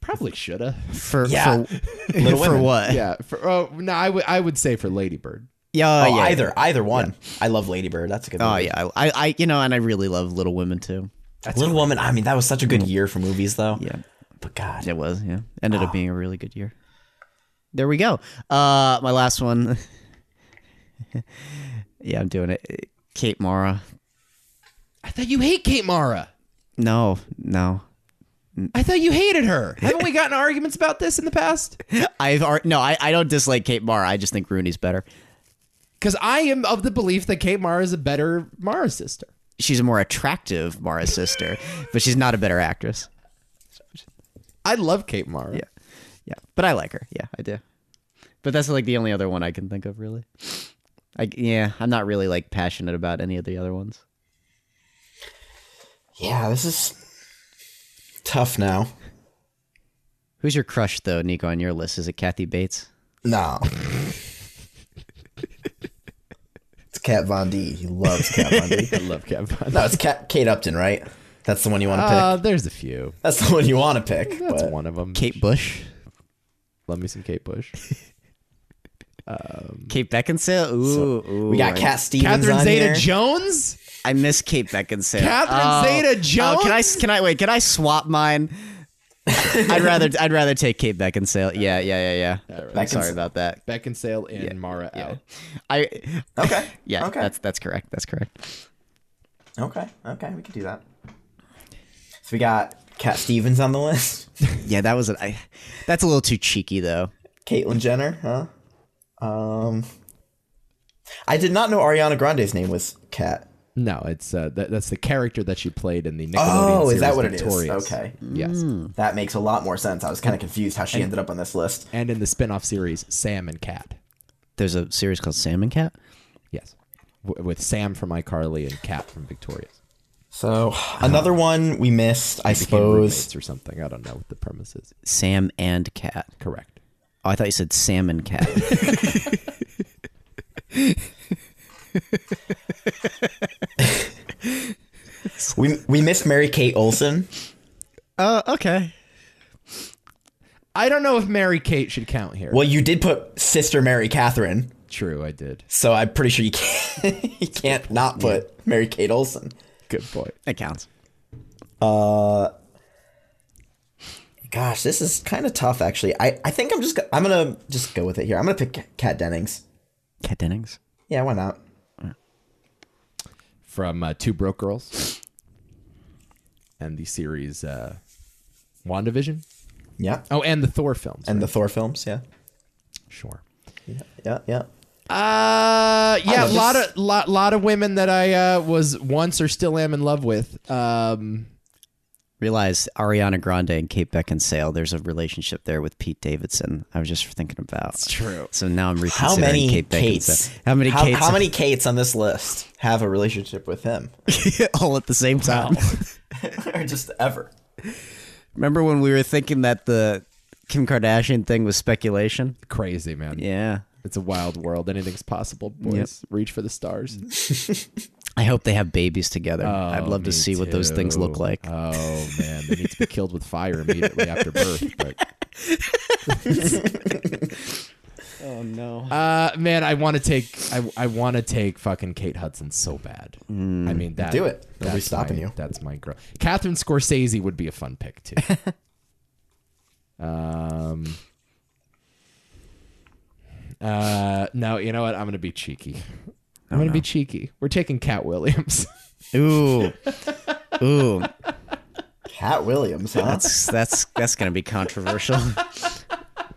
Speaker 1: Probably should have.
Speaker 2: For
Speaker 3: Yeah.
Speaker 2: for,
Speaker 3: Little
Speaker 2: for
Speaker 3: Women.
Speaker 2: what?
Speaker 1: yeah. For, oh, no, I would I would say for Ladybird.
Speaker 2: Yeah.
Speaker 3: Oh,
Speaker 2: yeah.
Speaker 3: either either one. I love Lady Bird. That's a good.
Speaker 2: Oh
Speaker 3: movie.
Speaker 2: yeah. I I you know, and I really love Little Women too.
Speaker 3: Little Woman. I mean, that was such a good year for movies, though.
Speaker 2: Yeah.
Speaker 3: But God,
Speaker 2: It was, yeah. Ended up being a really good year. There we go. Uh my last one. yeah, I'm doing it. Kate Mara.
Speaker 1: I thought you hate Kate Mara.
Speaker 2: No, no.
Speaker 1: I thought you hated her. Haven't we gotten arguments about this in the past?
Speaker 2: I've ar- no, I, I don't dislike Kate Mara. I just think Rooney's better.
Speaker 1: Because I am of the belief that Kate Mara is a better Mara sister.
Speaker 2: She's a more attractive Mara sister, but she's not a better actress.
Speaker 1: I love Kate Mara.
Speaker 2: Yeah. Yeah. But I like her. Yeah, I do. But that's like the only other one I can think of really. I yeah, I'm not really like passionate about any of the other ones.
Speaker 3: yeah, this is tough now.
Speaker 2: Who's your crush though, Nico, on your list? Is it Kathy Bates?
Speaker 3: No. it's Kat Von D. He loves Kat Von D.
Speaker 1: I love Kat Von.
Speaker 3: No, it's Kat, Kate Upton, right? That's the one you want to
Speaker 1: Uh,
Speaker 3: pick.
Speaker 1: there's a few.
Speaker 3: That's the one you want
Speaker 1: Uh,
Speaker 3: to pick.
Speaker 1: That's
Speaker 3: but-
Speaker 1: one of them.
Speaker 2: Kate Bush?
Speaker 1: Love me some Kate Bush.
Speaker 2: Kate Beckinsale. Ooh, ooh
Speaker 3: We got
Speaker 2: I-
Speaker 3: Cat Stevens
Speaker 1: Catherine
Speaker 3: on
Speaker 1: Zeta
Speaker 3: here.
Speaker 1: Jones?
Speaker 2: I miss Kate Beckinsale.
Speaker 1: Catherine Zeta-Jones?
Speaker 2: Oh, can I? Can I wait? Can I swap mine? I'd rather. I'd rather take Kate Beckinsale. Yeah, yeah, yeah, yeah. I'm sorry
Speaker 3: Beckinsale.
Speaker 2: about that.
Speaker 1: Beckinsale and Mara L.
Speaker 2: I.
Speaker 3: Okay.
Speaker 2: Yeah.
Speaker 3: Oh, Okay.
Speaker 2: That's that's correct. That's correct.
Speaker 3: Okay. Okay. We can do that. So we got Cat Stevens on the list.
Speaker 2: Yeah, that was. A, I, that's a little too cheeky though.
Speaker 3: Caitlyn Jenner, huh? Um, I did not know Ariana Grande's name was Cat.
Speaker 1: No, it's uh, that, that's the character that she played in the Nickelodeon
Speaker 3: Oh,
Speaker 1: series
Speaker 3: is that what it is?
Speaker 1: Victorious.
Speaker 3: Okay,
Speaker 1: Yes.
Speaker 3: that makes a lot more sense. I was kind of confused how she ended up on this list.
Speaker 1: And in the spin-off series Sam and Cat.
Speaker 2: There's a series called Salmon Cat.
Speaker 1: Yes. W- with Sam from iCarly and Cat from Victorious.
Speaker 3: So another one we missed, I
Speaker 1: Became
Speaker 3: suppose.
Speaker 1: roommates or something. I don't know what the premise is.
Speaker 2: Sam and Cat.
Speaker 1: Correct.
Speaker 2: Oh, I thought you said Salmon Cat.
Speaker 3: We we missed Mary Kate Olsen.
Speaker 2: Oh, okay.
Speaker 1: I don't know if Mary Kate should count here.
Speaker 3: Well, you did put Sister Mary Catherine,
Speaker 1: True, I did.
Speaker 3: so I'm pretty sure you can't you can't not put Mary Kate Olsen.
Speaker 1: Good point.
Speaker 2: That counts.
Speaker 3: Gosh, this is kind of tough, actually. I, I think I'm just go- I'm gonna just go with it here. I'm gonna pick Kat Dennings.
Speaker 2: Cat Dennings.
Speaker 3: Yeah, why not?
Speaker 1: From uh, Two Broke Girls and the series uh, WandaVision.
Speaker 3: Yeah,
Speaker 1: Oh, and the Thor films.
Speaker 3: and the Thor films. Yeah,
Speaker 1: sure.
Speaker 3: yeah, yeah.
Speaker 1: Uh, yeah, a
Speaker 3: know, this-
Speaker 1: lot of lot, lot of women that I uh, was once or still am in love with. Um,
Speaker 2: Realized Ariana Grande and Kate Beckinsale. There's a relationship there with Pete Davidson. I was just thinking about. It's
Speaker 1: true.
Speaker 2: So now I'm
Speaker 3: How
Speaker 2: reconsidering
Speaker 3: many
Speaker 2: Kate
Speaker 3: Kates?
Speaker 2: Beckinsale. How many Kates?
Speaker 3: How many Kates on this list have a relationship with him,
Speaker 2: all at the same time?
Speaker 3: or just ever?
Speaker 2: Remember when we were thinking that the Kim Kardashian thing was speculation?
Speaker 1: crazy man.
Speaker 2: Yeah.
Speaker 1: It's a wild world. Anything's possible, boys. Reach for the stars.
Speaker 2: I hope they have babies together. I'd
Speaker 1: Oh,
Speaker 2: love to
Speaker 1: me
Speaker 2: see what those things look
Speaker 1: too.
Speaker 2: like.
Speaker 1: Oh man, they need to be killed with fire immediately after birth. But
Speaker 2: oh no.
Speaker 1: uh, man, I want to take I, I want to take fucking Kate Hudson so bad.
Speaker 2: Mm,
Speaker 1: I mean that
Speaker 3: Do it.
Speaker 1: that's
Speaker 3: Nobody's stopping
Speaker 1: my-
Speaker 3: you.
Speaker 1: That's my girl. Catherine Scorsese would be a fun pick too. um. Uh, no, you know what? I'm gonna be cheeky.
Speaker 2: Oh,
Speaker 1: I'm gonna be cheeky. We're taking Cat Williams.
Speaker 2: Ooh. Ooh.
Speaker 3: Cat Williams, huh?
Speaker 2: That's that's that's gonna be controversial.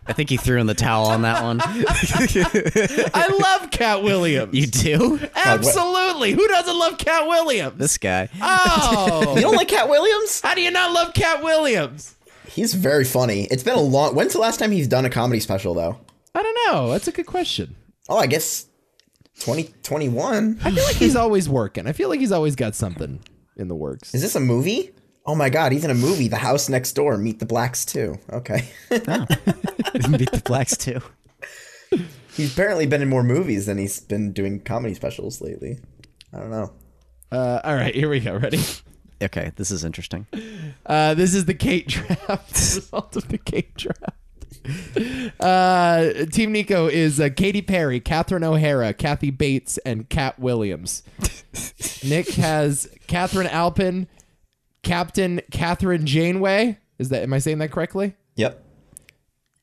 Speaker 2: I think you threw in the towel on that one.
Speaker 1: I love Cat Williams.
Speaker 2: You do?
Speaker 1: Absolutely. Who doesn't love Cat Williams?
Speaker 2: This guy.
Speaker 3: you
Speaker 1: Oh,
Speaker 3: don't like Cat Williams?
Speaker 1: how do you not love Cat Williams?
Speaker 3: He's very funny. It's been a long. When's the last time he's done a comedy special, though?
Speaker 1: I don't know. That's a good question.
Speaker 3: Oh, I guess twenty twenty one.
Speaker 1: I feel like he's always working. I feel like he's always got something in the works.
Speaker 3: Is this a movie? Oh my God, he's in a movie. The House Next Door, Meet the Blacks too. Okay,
Speaker 2: Beat the blacks too.
Speaker 3: he's apparently been in more movies than he's been doing comedy specials lately. I don't know.
Speaker 1: Uh, all right, here we go. Ready?
Speaker 2: Okay, this is interesting.
Speaker 1: Uh, this is the Kate draft. the result of the Kate draft. Uh, Team Nico is uh, Katy Perry, Catherine O'Hara, Kathy Bates, and Cat Williams. Nick has Catherine Alpin, Captain Catherine Janeway. Is that? Am I saying that correctly?
Speaker 3: Yep.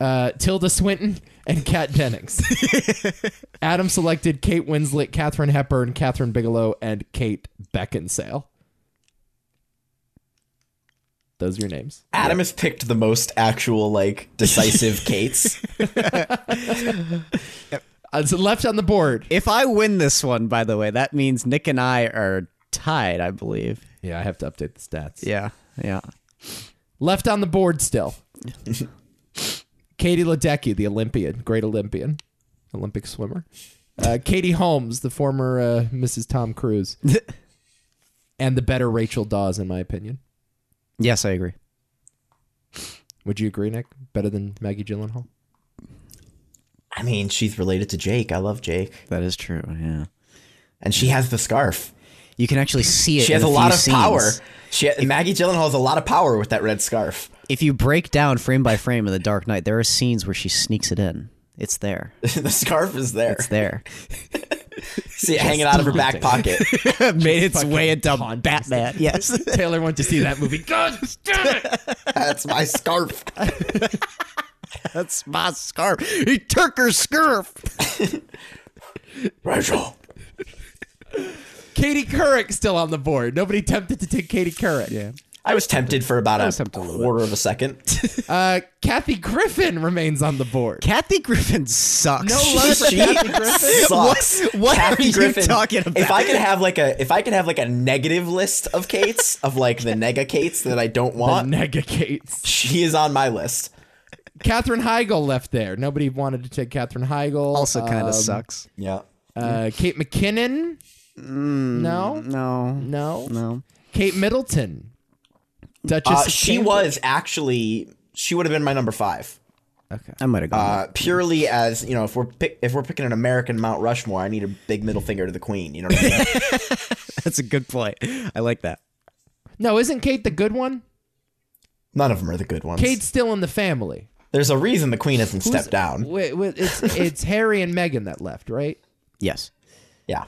Speaker 1: uh, Tilda Swinton and Kat Dennings. Adam selected Kate Winslet, Katherine Hepburn, Katherine Bigelow, and Kate Beckinsale. Those are your names.
Speaker 3: Adam has picked the most actual, like, decisive Kates.
Speaker 1: Uh, so left on the board.
Speaker 2: If I win this one, by the way, that means Nick and I are tied, I believe.
Speaker 1: Yeah, I have to update the stats.
Speaker 2: Yeah. Yeah.
Speaker 1: Left on the board still. Katie Ledecky, the Olympian, great Olympian, Olympic swimmer. Uh, Katie Holmes, the former uh, Mrs. Tom Cruise, and the better Rachel Dawes, in my opinion.
Speaker 2: Yes, I agree.
Speaker 1: Would you agree, Nick? Better than Maggie Gyllenhaal?
Speaker 3: I mean, she's related to Jake. I love Jake.
Speaker 2: That is true. Yeah.
Speaker 3: And she has the scarf.
Speaker 2: You can actually see it.
Speaker 3: She has
Speaker 2: in
Speaker 3: a
Speaker 2: a,
Speaker 3: lot
Speaker 2: few
Speaker 3: of power.
Speaker 2: scenes.
Speaker 3: She Maggie Gyllenhaal has a lot of power with that red scarf.
Speaker 2: If you break down frame by frame in The Dark Knight, there are scenes where she sneaks it in. It's there.
Speaker 3: the scarf is there.
Speaker 2: It's there.
Speaker 3: See it hanging out of her back pocket.
Speaker 2: Made its way into
Speaker 1: haunting.
Speaker 2: Batman. Yes.
Speaker 1: Taylor went to see that movie. God damn it!
Speaker 3: That's my scarf.
Speaker 2: That's my scarf. He took her scarf.
Speaker 3: Rachel.
Speaker 1: Katie Couric still on the board. Nobody tempted to take Katie Couric. Yeah.
Speaker 3: I was tempted for about a
Speaker 2: tempted a little
Speaker 3: quarter of a second.
Speaker 1: Uh, Kathy Griffin remains on the board.
Speaker 2: Kathy Griffin sucks.
Speaker 1: No love for Kathy Griffin.
Speaker 3: Sucks.
Speaker 2: What- what
Speaker 3: Kathy
Speaker 2: are you
Speaker 3: Griffin,
Speaker 2: talking about?
Speaker 3: If I could have like a if I could have like a negative list of Kates of like the nega Kates that I don't want,
Speaker 1: Negates.
Speaker 3: she is on my list.
Speaker 1: Katherine Heigl left there. Nobody wanted to take Katherine Heigl.
Speaker 2: Also kind
Speaker 1: Um,
Speaker 2: of sucks.
Speaker 3: Yeah.
Speaker 1: Uh, Kate McKinnon. no.
Speaker 2: No.
Speaker 1: No.
Speaker 2: No.
Speaker 1: Kate Middleton. Duchess.
Speaker 3: Uh,
Speaker 1: of
Speaker 3: she
Speaker 1: Cambridge.
Speaker 3: was actually she would have been my number five.
Speaker 2: I might have gone.
Speaker 3: Uh, purely as you know, if we're pick, if we're picking an American Mount Rushmore, I need a big middle finger to the Queen. You know what I mean?
Speaker 2: That's a good point. I like that.
Speaker 1: No, isn't Kate the good one?
Speaker 3: None of them are the good ones.
Speaker 1: Kate's still in the family.
Speaker 3: There's a reason the Queen hasn't stepped down.
Speaker 1: Wait, wait, it's it's Harry and Meghan that left, right?
Speaker 2: Yes.
Speaker 3: Yeah.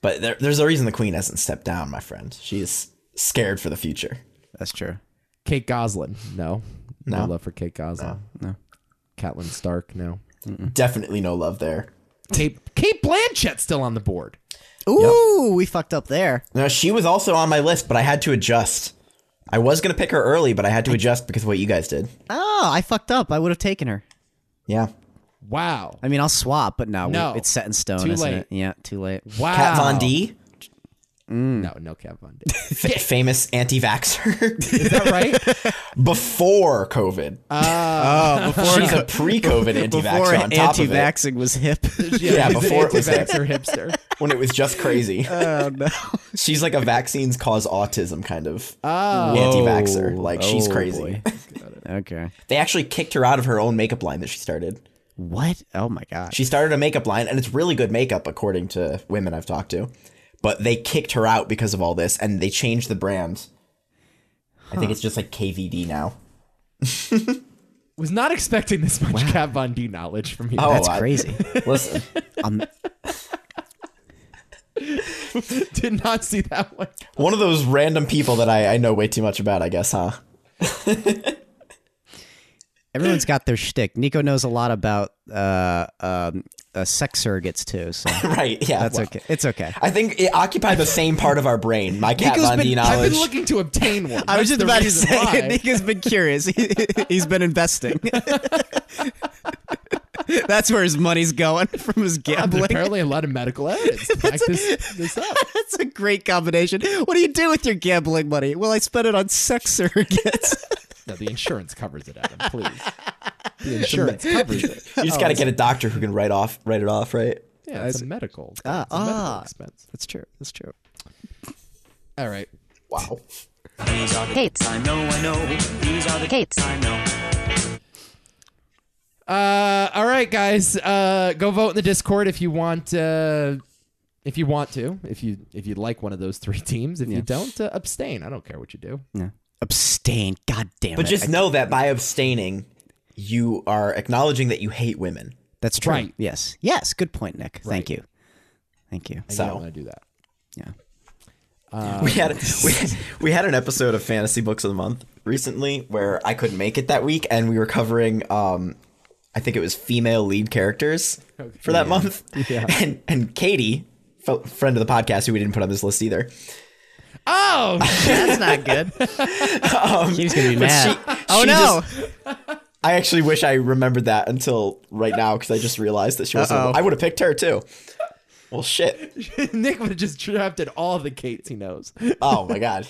Speaker 3: But there, there's a reason the Queen hasn't stepped down, my friend. She's scared for the future.
Speaker 2: That's true.
Speaker 1: Kate Goslin. No. No,
Speaker 3: No.
Speaker 1: love for Kate Goslin. No. Catelyn Stark. No.
Speaker 3: Definitely no love there.
Speaker 1: Kate Kate Blanchett's still on the board.
Speaker 2: Ooh, we fucked up there.
Speaker 3: Now she was also on my list, but I had to adjust. I was gonna pick her early, but I had to adjust because of what you guys did.
Speaker 2: Oh, I fucked up. I would have taken her.
Speaker 3: Yeah.
Speaker 1: Wow.
Speaker 2: I mean, I'll swap, but no, we-
Speaker 1: No.
Speaker 2: it's set in stone,
Speaker 1: Too
Speaker 2: isn't
Speaker 1: late.
Speaker 2: it? Yeah, too late.
Speaker 1: Wow.
Speaker 3: Kat Von D,
Speaker 1: No, no Kat Von D.
Speaker 3: fa- famous anti-vaxxer,
Speaker 1: Is that right?
Speaker 3: before COVID. She's a pre-COVID
Speaker 2: Oh, Before
Speaker 3: anti-vaxxer on top of it,
Speaker 2: anti-vaxxing was hip.
Speaker 3: Yeah,
Speaker 1: he's an
Speaker 3: before it was
Speaker 1: anti-vaxxer hipster.
Speaker 3: when it was just crazy.
Speaker 2: oh no.
Speaker 3: she's like a vaccines cause autism kind of
Speaker 1: Oh.
Speaker 3: anti-vaxxer. Like she's
Speaker 2: Oh,
Speaker 3: crazy.
Speaker 2: boy. Okay.
Speaker 3: They actually kicked her out of her own makeup line that she started.
Speaker 2: What? Oh my god.
Speaker 3: She started a makeup line, and it's really good makeup, according to women I've talked to. But they kicked her out because of all this, and they changed the brand. I think it's just like KVD now.
Speaker 1: Was not expecting this much Kat Von D knowledge from you.
Speaker 3: Oh,
Speaker 2: That's
Speaker 3: I-
Speaker 2: crazy.
Speaker 3: Listen,
Speaker 2: um,
Speaker 1: Did not see that one.
Speaker 2: E
Speaker 3: one of those random people that I, I know way too much about, I guess, huh?
Speaker 2: everyone's got their shtick. Nico knows a lot about uh, um, uh, sex surrogates too, so
Speaker 3: right? Yeah,
Speaker 2: that's
Speaker 3: well,
Speaker 2: okay. It's okay.
Speaker 3: I think it occupied the same part of our brain. My Kat
Speaker 2: Nico's
Speaker 3: Von D
Speaker 2: been-
Speaker 1: I've
Speaker 3: knowledge.
Speaker 1: been looking to obtain one.
Speaker 2: I was
Speaker 1: That's
Speaker 2: just
Speaker 1: the
Speaker 2: about to
Speaker 1: reason
Speaker 2: say,
Speaker 1: why.
Speaker 2: Nika's been curious. He, he's been investing. That's where his money's going from his
Speaker 1: There's
Speaker 2: gambling.
Speaker 1: apparently a lot of medical evidence to back this, this up.
Speaker 2: That's a great combination. What do you do with your gambling money? Well, I spend it on sex surrogates.
Speaker 1: No, the insurance covers it, Adam. Please. The insurance covers it.
Speaker 3: you just got
Speaker 2: Oh.
Speaker 3: to get a doctor who can write off, write it off, right?
Speaker 1: Yeah, it's a medical.
Speaker 2: Ah,
Speaker 1: it's a medical
Speaker 2: ah.
Speaker 1: expense.
Speaker 2: That's true. That's true.
Speaker 1: All right.
Speaker 3: Wow.
Speaker 6: These are the
Speaker 5: Kates.
Speaker 6: I know, I know. These are the
Speaker 5: Kates.
Speaker 6: I know.
Speaker 1: Uh, all right, guys. Uh, go vote in the Discord if you want. Uh, if you want to, if you if you like one of those three teams, if you don't, uh, abstain. I don't care what you do.
Speaker 2: Abstain. God damn
Speaker 3: But
Speaker 2: it.
Speaker 3: just
Speaker 2: I-
Speaker 3: know that by abstaining, you are acknowledging that you hate women.
Speaker 2: that's true.
Speaker 1: Right.
Speaker 2: Yes. Yes. Good point, Nick. Thank you. Thank you.
Speaker 1: I don't
Speaker 3: So
Speaker 1: want to do that.
Speaker 2: Yeah.
Speaker 3: we had we, we had an episode of Fantasy Books of the Month recently where I couldn't make it that week, and we were covering um, I think it was female lead characters for that month, and and Katie, f- friend of the podcast who we didn't put on this list either,
Speaker 1: Oh,
Speaker 2: That's not good. He's gonna be mad.
Speaker 3: she-
Speaker 2: oh
Speaker 3: she
Speaker 2: no.
Speaker 3: I actually wish I remembered that until right now because I just realized that she wasn't.
Speaker 2: Uh-oh.
Speaker 3: I would have picked her too. Well, shit.
Speaker 1: Nick would have just drafted all the Kates he knows.
Speaker 3: Oh my god.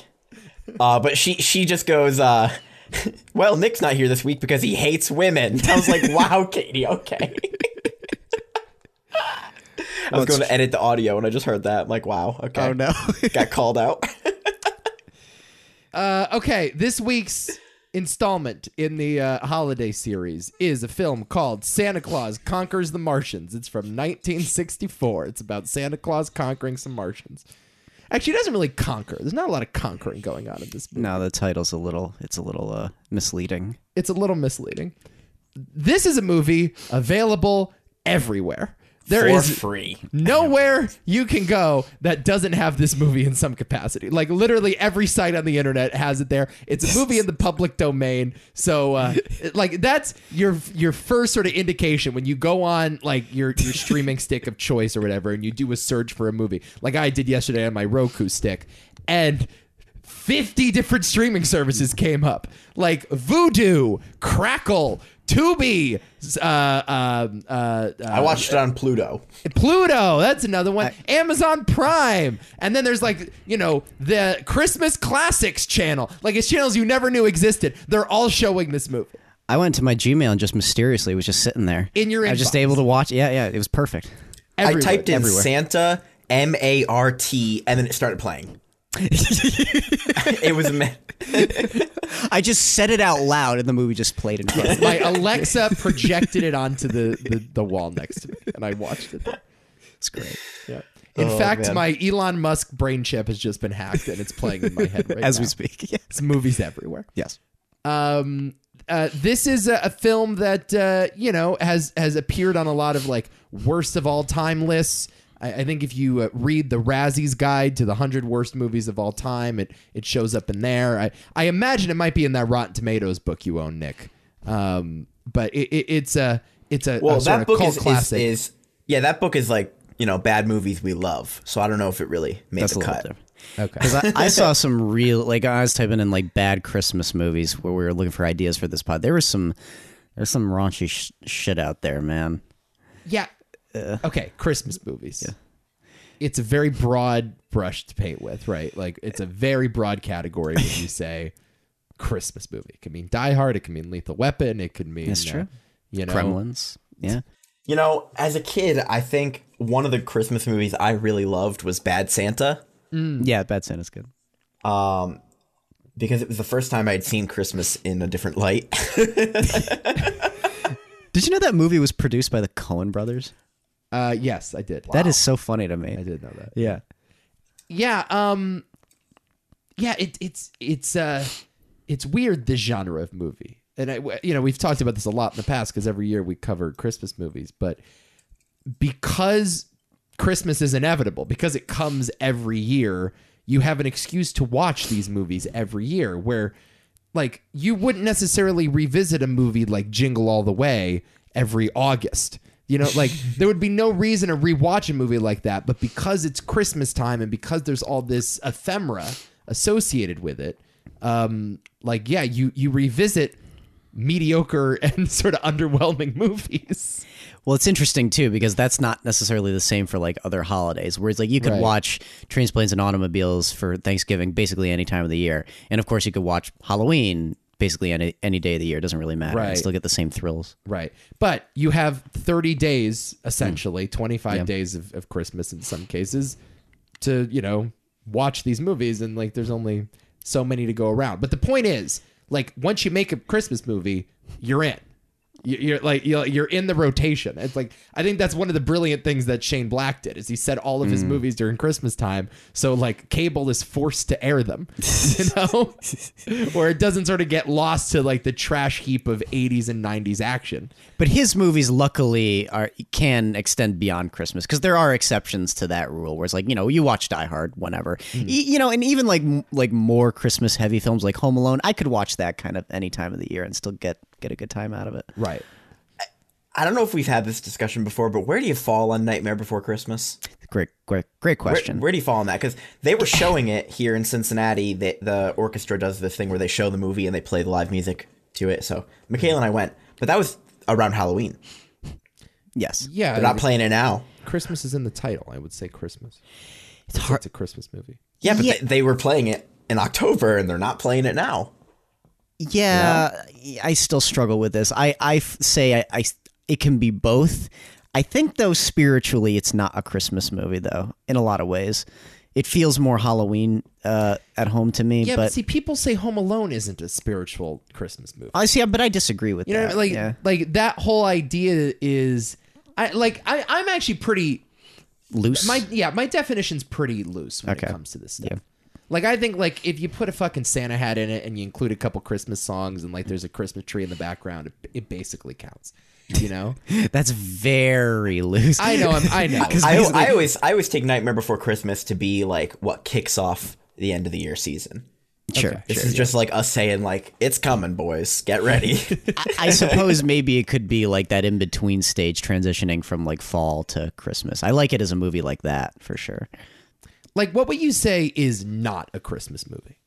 Speaker 3: Uh, but she she just goes. Uh, well, Nick's not here this week because he hates women. I was like, wow, Katie, okay. I was going to edit the audio and I just heard that. I'm like, wow, okay.
Speaker 2: oh no.
Speaker 3: Got called out.
Speaker 1: Uh, okay, this week's installment in the uh, holiday series is a film called Santa Claus Conquers the Martians. It's from 1964. It's about Santa Claus conquering some Martians. Actually, he doesn't really conquer. There's not a lot of conquering going on in this movie.
Speaker 2: no, the title's a little. It's a little uh, misleading.
Speaker 1: It's a little misleading. this is a movie available everywhere. There
Speaker 3: for
Speaker 1: is
Speaker 3: free.
Speaker 1: nowhere you can go that doesn't have this movie in some capacity. Like literally every site on the internet has it there. It's a movie in the public domain. So uh, it- like that's your your first sort of indication when you go on like your your streaming stick of choice or whatever and you do a search for a movie. Like I did yesterday on my Roku stick and 50 different streaming services came up like Voodoo, Crackle, Tubi, uh, um, uh, uh,
Speaker 3: I watched it on Pluto.
Speaker 1: Pluto, that's another one. Amazon Prime. And then there's like, you know, the Christmas Classics channel. Like it's channels you never knew existed. They're all showing this movie.
Speaker 2: I went to my Gmail and just mysteriously was just sitting there.
Speaker 1: In your
Speaker 2: I was just
Speaker 1: inbox.
Speaker 2: able to watch. Yeah, yeah, it was perfect.
Speaker 1: Everywhere.
Speaker 3: I typed in
Speaker 2: everywhere.
Speaker 3: Santa M A R T and then it started playing. it was ama-
Speaker 2: I just said it out loud, and the movie just played in front. of me.
Speaker 1: My Alexa projected it onto the, the, the wall next to me, and I watched it. There.
Speaker 2: It's great.
Speaker 1: Yeah. In
Speaker 3: Oh,
Speaker 1: fact, my Elon Musk brain chip has just been hacked, and it's playing in my head right
Speaker 2: As
Speaker 1: now.
Speaker 2: we speak. Yes.
Speaker 1: It's movies everywhere.
Speaker 2: Yes.
Speaker 1: um, uh, this is a, a film that uh, you know has has appeared on a lot of like worst of all time lists. I, I think if you uh, read the Razzie's Guide to the hundred worst movies of all time, it it shows up in there. I I imagine it might be in that Rotten Tomatoes book you own, Nick. Um, but it, it, it's a it's a, a
Speaker 3: well,
Speaker 1: sort
Speaker 3: that
Speaker 1: of
Speaker 3: book
Speaker 1: cult
Speaker 3: is, is,
Speaker 1: classic.
Speaker 3: is yeah, that book is like you know bad movies we love. So I don't know if it really made
Speaker 2: That's a
Speaker 3: the
Speaker 2: little
Speaker 3: cut.
Speaker 2: different.
Speaker 1: okay.
Speaker 2: Because I, I saw some real like I was typing in like bad Christmas movies where we were looking for ideas for this pod. There was some there's some raunchy sh- shit out there, man.
Speaker 1: Yeah. okay, Christmas movies. It's a very broad brush to paint with, right? Like it's a very broad category when you say Christmas movie. It can mean Die Hard. It can mean Lethal Weapon. It could mean
Speaker 2: That's
Speaker 1: uh,
Speaker 2: true.
Speaker 1: you know,
Speaker 2: Gremlins. Yeah.
Speaker 3: You know, as a kid, I think one of the Christmas movies I really loved was Bad Santa
Speaker 1: Hmm.
Speaker 2: Yeah, Bad Santa's good.
Speaker 3: because it was the first time I'd seen Christmas in a different light.
Speaker 2: Did you know that movie was produced by the Cohen brothers?
Speaker 1: Uh, yes, I did.
Speaker 2: That is so funny to me.
Speaker 1: I did know that.
Speaker 2: Yeah.
Speaker 1: Yeah. Um. Yeah. It, it's it's uh, it's weird the genre of movie, and I you know we've talked about this a lot in the past because every year we cover Christmas movies, but because Christmas is inevitable, because it comes every year, you have an excuse to watch these movies every year where like you wouldn't necessarily revisit a movie like Jingle All the Way every August. You know, like there would be no reason to rewatch a movie like that, but because it's Christmas time and because there's all this ephemera associated with it, um like yeah, you you revisit mediocre and sort of underwhelming movies.
Speaker 2: Well, it's interesting too because that's not necessarily the same for like other holidays. Whereas like you could
Speaker 1: Right.
Speaker 2: watch Trains, Planes, and Automobiles for Thanksgiving basically any time of the year, and of course you could watch Halloween basically any any day of the year. It doesn't really matter. You
Speaker 1: Right.
Speaker 2: still get the same thrills.
Speaker 1: Right. But you have 30 days, essentially, 25 days of, of Christmas in some cases to, you know, watch these movies. And like, there's only so many to go around. But the point is, like, once you make a Christmas movie, you're in. You- You're like you're you're in the rotation. It's like I think that's one of the brilliant things that Shane Black did is he said all of his movies during Christmas time, so like cable is forced to air them, you know, or it doesn't sort of get lost to like the trash heap of '80s and '90s action.
Speaker 2: But his movies, luckily, are can extend beyond Christmas because there are exceptions to that rule. Where it's like you know you watch Die Hard whenever,
Speaker 1: Hmm.
Speaker 2: E- you know, and even like m- like more Christmas heavy films like Home Alone, I could watch that kind of any time of the year and still get get a good time out of it.
Speaker 1: Right.
Speaker 3: I don't know if we've had this discussion before, but where do you fall on Nightmare Before Christmas?
Speaker 2: Great, great, great
Speaker 3: Where,
Speaker 2: question.
Speaker 3: where do you fall on that? Because they were showing it here in Cincinnati. The, the orchestra does this thing where they show the movie and they play the live music to it. So Michaela and I went, but that was around Halloween.
Speaker 2: yes.
Speaker 1: Yeah.
Speaker 3: They're not playing it now.
Speaker 1: Christmas is in the title. I would say Christmas.
Speaker 2: It's hard.
Speaker 1: It's a Christmas movie.
Speaker 3: Yeah, but
Speaker 2: Yeah.
Speaker 3: They, they were playing it in October and they're not playing it now.
Speaker 2: Yeah, I still struggle with this. I, I f- say I, I s- it can be both. I think though spiritually, it's not a Christmas movie though. In a lot of ways, it feels more Halloween uh, at home to me.
Speaker 1: Yeah, but,
Speaker 2: but
Speaker 1: see, people say Home Alone isn't a spiritual Christmas movie.
Speaker 2: I see, but I disagree with
Speaker 1: You know,
Speaker 2: that.
Speaker 1: what I mean? like
Speaker 2: yeah.
Speaker 1: like that whole idea is, I like I I'm actually pretty
Speaker 2: loose.
Speaker 1: my yeah my definition's pretty loose when
Speaker 2: Okay.
Speaker 1: it comes to this stuff. Like I think like if you put a fucking Santa hat in it and you include a couple Christmas songs and like there's a Christmas tree in the background, it, it basically counts. You know?
Speaker 2: That's very loose.
Speaker 1: I know. I'm, I know.
Speaker 2: 'Cause
Speaker 3: I,
Speaker 2: basically-
Speaker 3: I always I always take Nightmare Before Christmas to be like what kicks off the end of the year season.
Speaker 2: sure.
Speaker 3: This is just like us saying like it's coming, boys. Get ready.
Speaker 2: I- I suppose maybe it could be like that in between stage transitioning from like fall to Christmas. I like it as a movie like that for sure.
Speaker 1: Like what would you say is not a Christmas movie?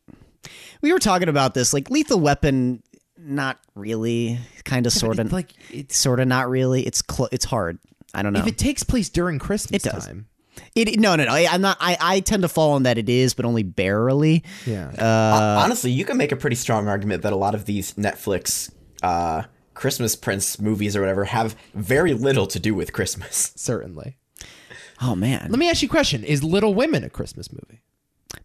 Speaker 2: We were talking about this like Lethal Weapon not really kind of sort of
Speaker 1: It's like it's
Speaker 2: sort of not really. It's cl- it's hard. I don't know.
Speaker 1: if it takes place during Christmas
Speaker 2: It does.
Speaker 1: time.
Speaker 2: It, no, no, no. I, I'm not. I, I tend to fall on that it is, but only barely.
Speaker 1: Yeah.
Speaker 2: Uh,
Speaker 3: Honestly, you can make a pretty strong argument that a lot of these Netflix uh, Christmas Prince movies or whatever have very little to do with Christmas.
Speaker 1: certainly.
Speaker 2: Oh man,
Speaker 1: Let me ask you a question. Is Little Women a Christmas movie?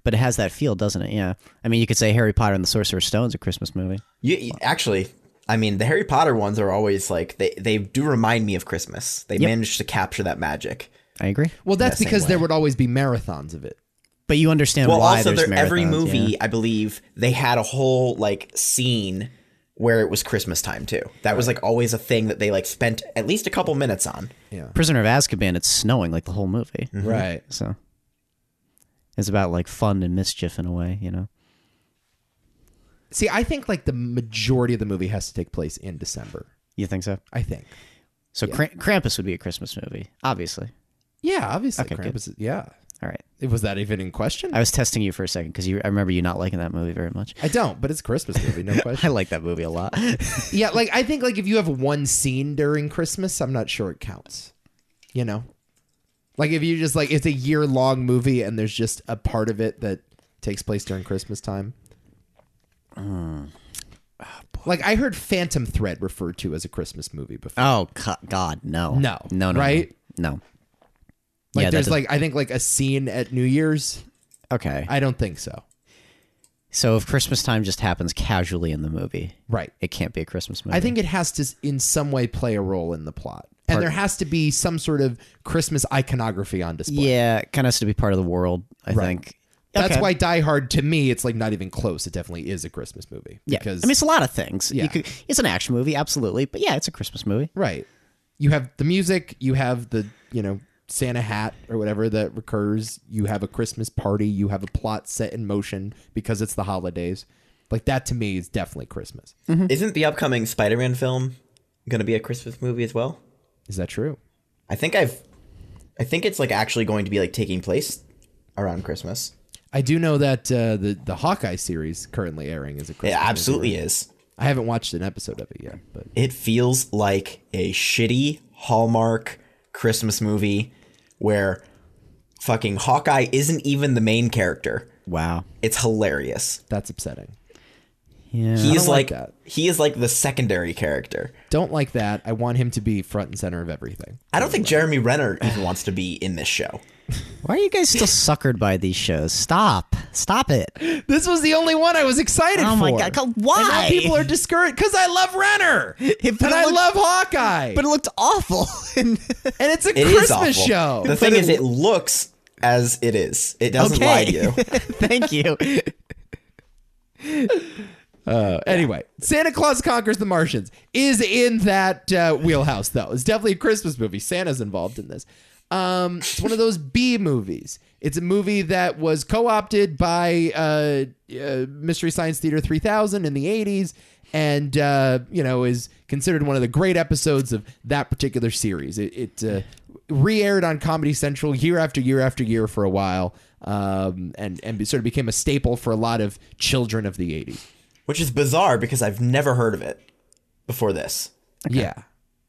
Speaker 2: but it has that feel, doesn't it? Yeah. I mean, you could say Harry Potter and the Sorcerer's Stone's a Christmas movie.
Speaker 3: You, you- actually, I mean, the Harry Potter ones are always like they they do remind me of Christmas. They manage to capture that magic.
Speaker 2: I agree.
Speaker 1: Well, that's
Speaker 3: same
Speaker 1: because there
Speaker 3: way.
Speaker 1: would always be marathons of it.
Speaker 2: But you understand
Speaker 3: well,
Speaker 2: why
Speaker 3: also
Speaker 2: there's
Speaker 3: there, every
Speaker 2: marathons,
Speaker 3: movie,
Speaker 2: yeah.
Speaker 3: I believe, they had a whole like scene where it was Christmas time too. That was like always a thing that they like spent at least a couple minutes on.
Speaker 2: Prisoner of Azkaban, it's snowing like the whole movie.
Speaker 3: Mm-hmm.
Speaker 1: Right.
Speaker 2: So it's about like fun and mischief in a way, you know.
Speaker 1: See, I think like the majority of the movie has to take place in December.
Speaker 2: You think so?
Speaker 1: I think.
Speaker 2: So Kra- Krampus would be a Christmas movie, obviously.
Speaker 1: Yeah, obviously.
Speaker 2: Okay, good.
Speaker 1: Krampus is- yeah.
Speaker 2: All right.
Speaker 1: Was that even in question?
Speaker 2: I was testing you for a second because I remember you not liking that movie very much.
Speaker 1: I don't, but it's a Christmas movie, no
Speaker 2: I
Speaker 1: question.
Speaker 2: like that movie a lot.
Speaker 1: yeah, like I think like if you have one scene during Christmas, I'm not sure it counts. You know? Like if you just like it's a year long movie and there's just a part of it that takes place during Christmas time.
Speaker 2: Uh,
Speaker 1: like I heard Phantom Thread referred to as a Christmas movie before.
Speaker 2: oh co- God, no,
Speaker 1: No,
Speaker 2: no, no,
Speaker 1: right?
Speaker 2: No. no.
Speaker 1: Like
Speaker 2: that
Speaker 1: there's
Speaker 2: does-
Speaker 1: like I think like a scene at New Year's.
Speaker 2: Okay.
Speaker 1: I don't think so.
Speaker 2: so if Christmas time just happens casually in the movie,
Speaker 1: Right.
Speaker 2: it can't be a Christmas movie.
Speaker 1: I think it has to, in some way, play a role in the plot, and there has to be some sort of Christmas iconography on display.
Speaker 2: Yeah, it kind of has to be part of the world. I think
Speaker 1: That's
Speaker 2: Okay.
Speaker 1: why Die Hard to me, it's like not even close. It definitely is a Christmas movie
Speaker 2: Yeah,
Speaker 1: because
Speaker 2: I mean it's a lot of things.
Speaker 1: Yeah.
Speaker 2: You could, it's an action movie, absolutely, but yeah, it's a Christmas movie.
Speaker 1: right, you have the music, you have the you know Santa hat or whatever that recurs, you have a Christmas party, you have a plot set in motion because it's the holidays. Like that to me is definitely Christmas.
Speaker 2: Mm-hmm.
Speaker 3: Isn't the upcoming Spider-Man film going to be a Christmas movie as well?
Speaker 1: Is that true?
Speaker 3: I think I've I think it's like actually going to be like taking place around Christmas.
Speaker 1: I do know that uh, the the Hawkeye series currently airing is a
Speaker 3: It
Speaker 1: Christmas. movie,
Speaker 3: absolutely is.
Speaker 1: I haven't watched an episode of it yet, but
Speaker 3: It feels like a shitty Hallmark Christmas movie where fucking Hawkeye isn't even the main character.
Speaker 2: Wow.
Speaker 3: It's hilarious.
Speaker 1: that's upsetting.
Speaker 2: Yeah.
Speaker 3: He is
Speaker 1: like
Speaker 3: like,
Speaker 1: that.
Speaker 3: he is like the secondary character.
Speaker 1: Don't like that. I want him to be front and center of everything.
Speaker 3: I don't think Jeremy Renner even wants to be in this show.
Speaker 2: Why are you guys still suckered by these shows? Stop. Stop it.
Speaker 1: This was the only one I was excited
Speaker 2: Oh
Speaker 1: for.
Speaker 2: my God, God, why?
Speaker 1: And now people are discouraged because I love Renner
Speaker 2: It-
Speaker 1: and
Speaker 2: but it
Speaker 1: I
Speaker 2: looked-
Speaker 1: love Hawkeye,
Speaker 2: But it looked awful. and
Speaker 1: and it's a
Speaker 3: It is
Speaker 1: Christmas
Speaker 3: awful.
Speaker 1: show.
Speaker 3: The thing is, it looks as it is. It doesn't
Speaker 2: okay.
Speaker 3: lie to you.
Speaker 2: Thank you.
Speaker 1: Anyway, Santa Claus Conquers the Martians is in that uh, wheelhouse, though. It's definitely a Christmas movie. Santa's involved in this. Um, it's one of those B movies. It's a movie that was co opted by uh, uh, Mystery Science Theater 3000 in the 80s and, uh, you know, is considered one of the great episodes of that particular series. It, it uh, re aired on Comedy Central year after year after year for a while um, and, and sort of became a staple for a lot of children of the 80s.
Speaker 3: Which is bizarre because I've never heard of it before this.
Speaker 1: Yeah.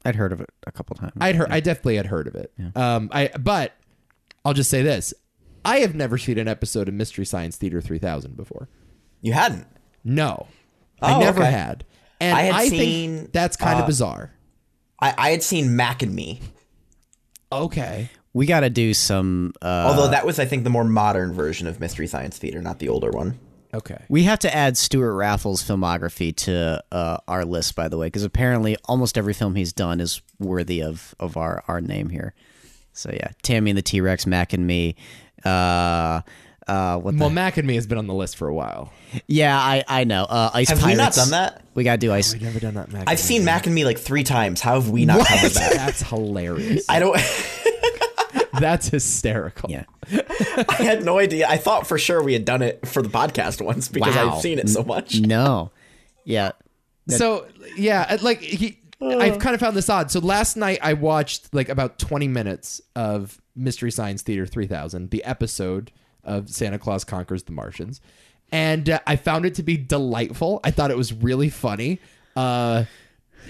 Speaker 2: I'd heard of it a couple times.
Speaker 1: I'd heard, I definitely had heard of it. Um, I but I'll just say this: I have never seen an episode of Mystery Science Theater 3000 before.
Speaker 3: You hadn't.
Speaker 1: No, I
Speaker 3: Oh,
Speaker 1: never
Speaker 3: okay.
Speaker 1: had, and I,
Speaker 3: I had
Speaker 1: think
Speaker 3: seen, uh,
Speaker 1: that's kind of bizarre.
Speaker 3: I, I had seen Mac and Me,
Speaker 1: Okay,
Speaker 2: we got to do some. Uh,
Speaker 3: although that was, I think, the more modern version of Mystery Science Theater, not the older one.
Speaker 1: okay,
Speaker 2: we have to add Stuart Raffles' filmography to uh, our list, by the way, because apparently almost every film he's done is worthy of, of our, our name here. So yeah, Tammy and the T Rex, Mac and Me, uh, Uh, what the-
Speaker 1: Well, Mac and me has been on the list for a while.
Speaker 2: yeah, I I know. Uh, ice
Speaker 3: Have we not
Speaker 2: Pirates.
Speaker 3: done that?
Speaker 2: Oh, We gotta do ice.
Speaker 1: We've never done that. Mac
Speaker 3: I've seen Mac and Me like three times. How have we not covered that?
Speaker 1: That's hilarious.
Speaker 3: I don't.
Speaker 1: That's hysterical.
Speaker 2: Yeah.
Speaker 3: I had no idea. I thought for sure we had done it for the podcast once because
Speaker 2: Wow.
Speaker 3: I've seen it so much.
Speaker 2: No. Yeah.
Speaker 1: So yeah, I- like he, I've kind of found this odd. So last night I watched like about twenty minutes of Mystery Science Theater three thousand, the episode of Santa Claus Conquers the Martians, and uh, I found it to be delightful. I thought it was really funny. Uh,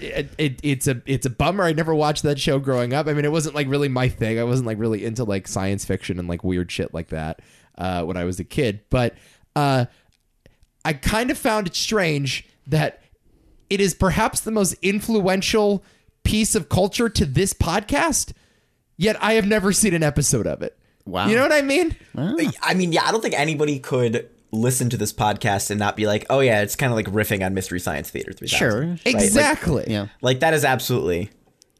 Speaker 1: it, it, it's a it's a bummer. I never watched that show growing up. I mean, it wasn't like really my thing. I wasn't like really into like science fiction and like weird shit like that uh, when I was a kid. But uh, I kind of found it strange that it is perhaps the most influential piece of culture to this podcast, yet I have never seen an episode of it.
Speaker 2: Wow.
Speaker 1: You know what I mean?
Speaker 3: I mean, yeah, I don't think anybody could listen to this podcast and not be like, oh yeah, it's kind of like riffing on Mystery Science Theater 3000.
Speaker 2: Sure.
Speaker 3: Like-
Speaker 1: Exactly.
Speaker 2: Yeah.
Speaker 3: Like that is absolutely.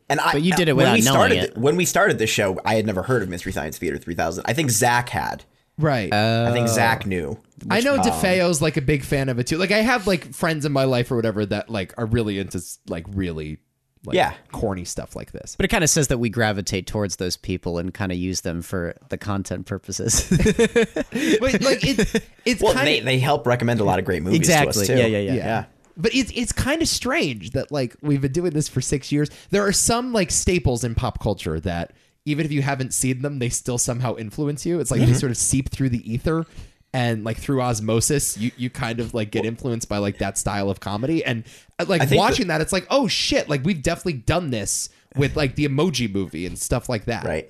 Speaker 3: And I,
Speaker 2: But you did it
Speaker 3: when
Speaker 2: without
Speaker 3: we
Speaker 2: knowing
Speaker 3: started
Speaker 2: it.
Speaker 3: th- when we started this show, I had never heard of Mystery Science Theater 3000. I think Zach had.
Speaker 1: Right.
Speaker 3: I think
Speaker 2: Oh.
Speaker 3: Zach knew.
Speaker 1: I know DeFeo's like a big fan of it too. Like I have like friends in my life or whatever that like are really into like really like
Speaker 3: Yeah.
Speaker 1: corny stuff like this.
Speaker 2: But it kind of says that we gravitate towards those people and kind of use them for the content purposes.
Speaker 1: But like it, it's
Speaker 3: Well,
Speaker 1: kind
Speaker 3: they,
Speaker 1: of
Speaker 3: they help recommend a lot of great movies
Speaker 2: exactly.
Speaker 3: to us too.
Speaker 2: Yeah, yeah, yeah.
Speaker 1: Yeah. But it's it's kind of strange that like we've been doing this for six years. There are some like staples in pop culture that even if you haven't seen them, they still somehow influence you. It's like
Speaker 3: Mm-hmm.
Speaker 1: they sort of seep through the ether and like through osmosis, you you kind of like get influenced by like that style of comedy. And uh, like
Speaker 3: think
Speaker 1: watching that, it's like oh shit, like we've definitely done this with like the Emoji Movie and stuff like that
Speaker 3: Right.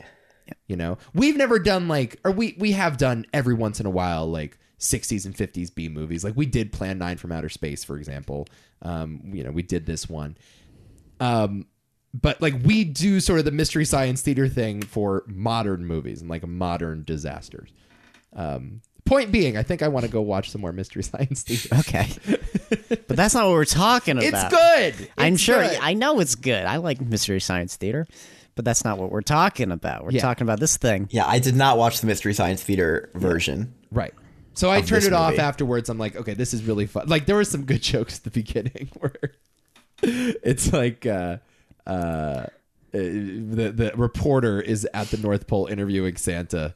Speaker 1: you know we've never done like or we we have done every once in a while like 60s and 50s b movies like we did plan 9 from outer space for example um you know we did this one um but like we do sort of the mystery science theater thing for modern movies and like modern disasters um point being i think i want to go watch some more mystery science theater
Speaker 2: Okay. but that's not what we're talking about.
Speaker 1: it's good
Speaker 2: I'm
Speaker 1: It's
Speaker 2: sure.
Speaker 1: good.
Speaker 2: I know it's good. I like Mystery Science Theater, but that's not what we're talking about. We're
Speaker 1: Yeah.
Speaker 2: talking about this thing.
Speaker 3: Yeah, I did not watch the Mystery Science Theater version.
Speaker 1: Right. So I turned
Speaker 3: this
Speaker 1: it off
Speaker 3: movie.
Speaker 1: afterwards. I'm like, okay, this is really fun. Like there were some good jokes at the beginning where it's like uh uh uh, the the reporter is at the North Pole interviewing Santa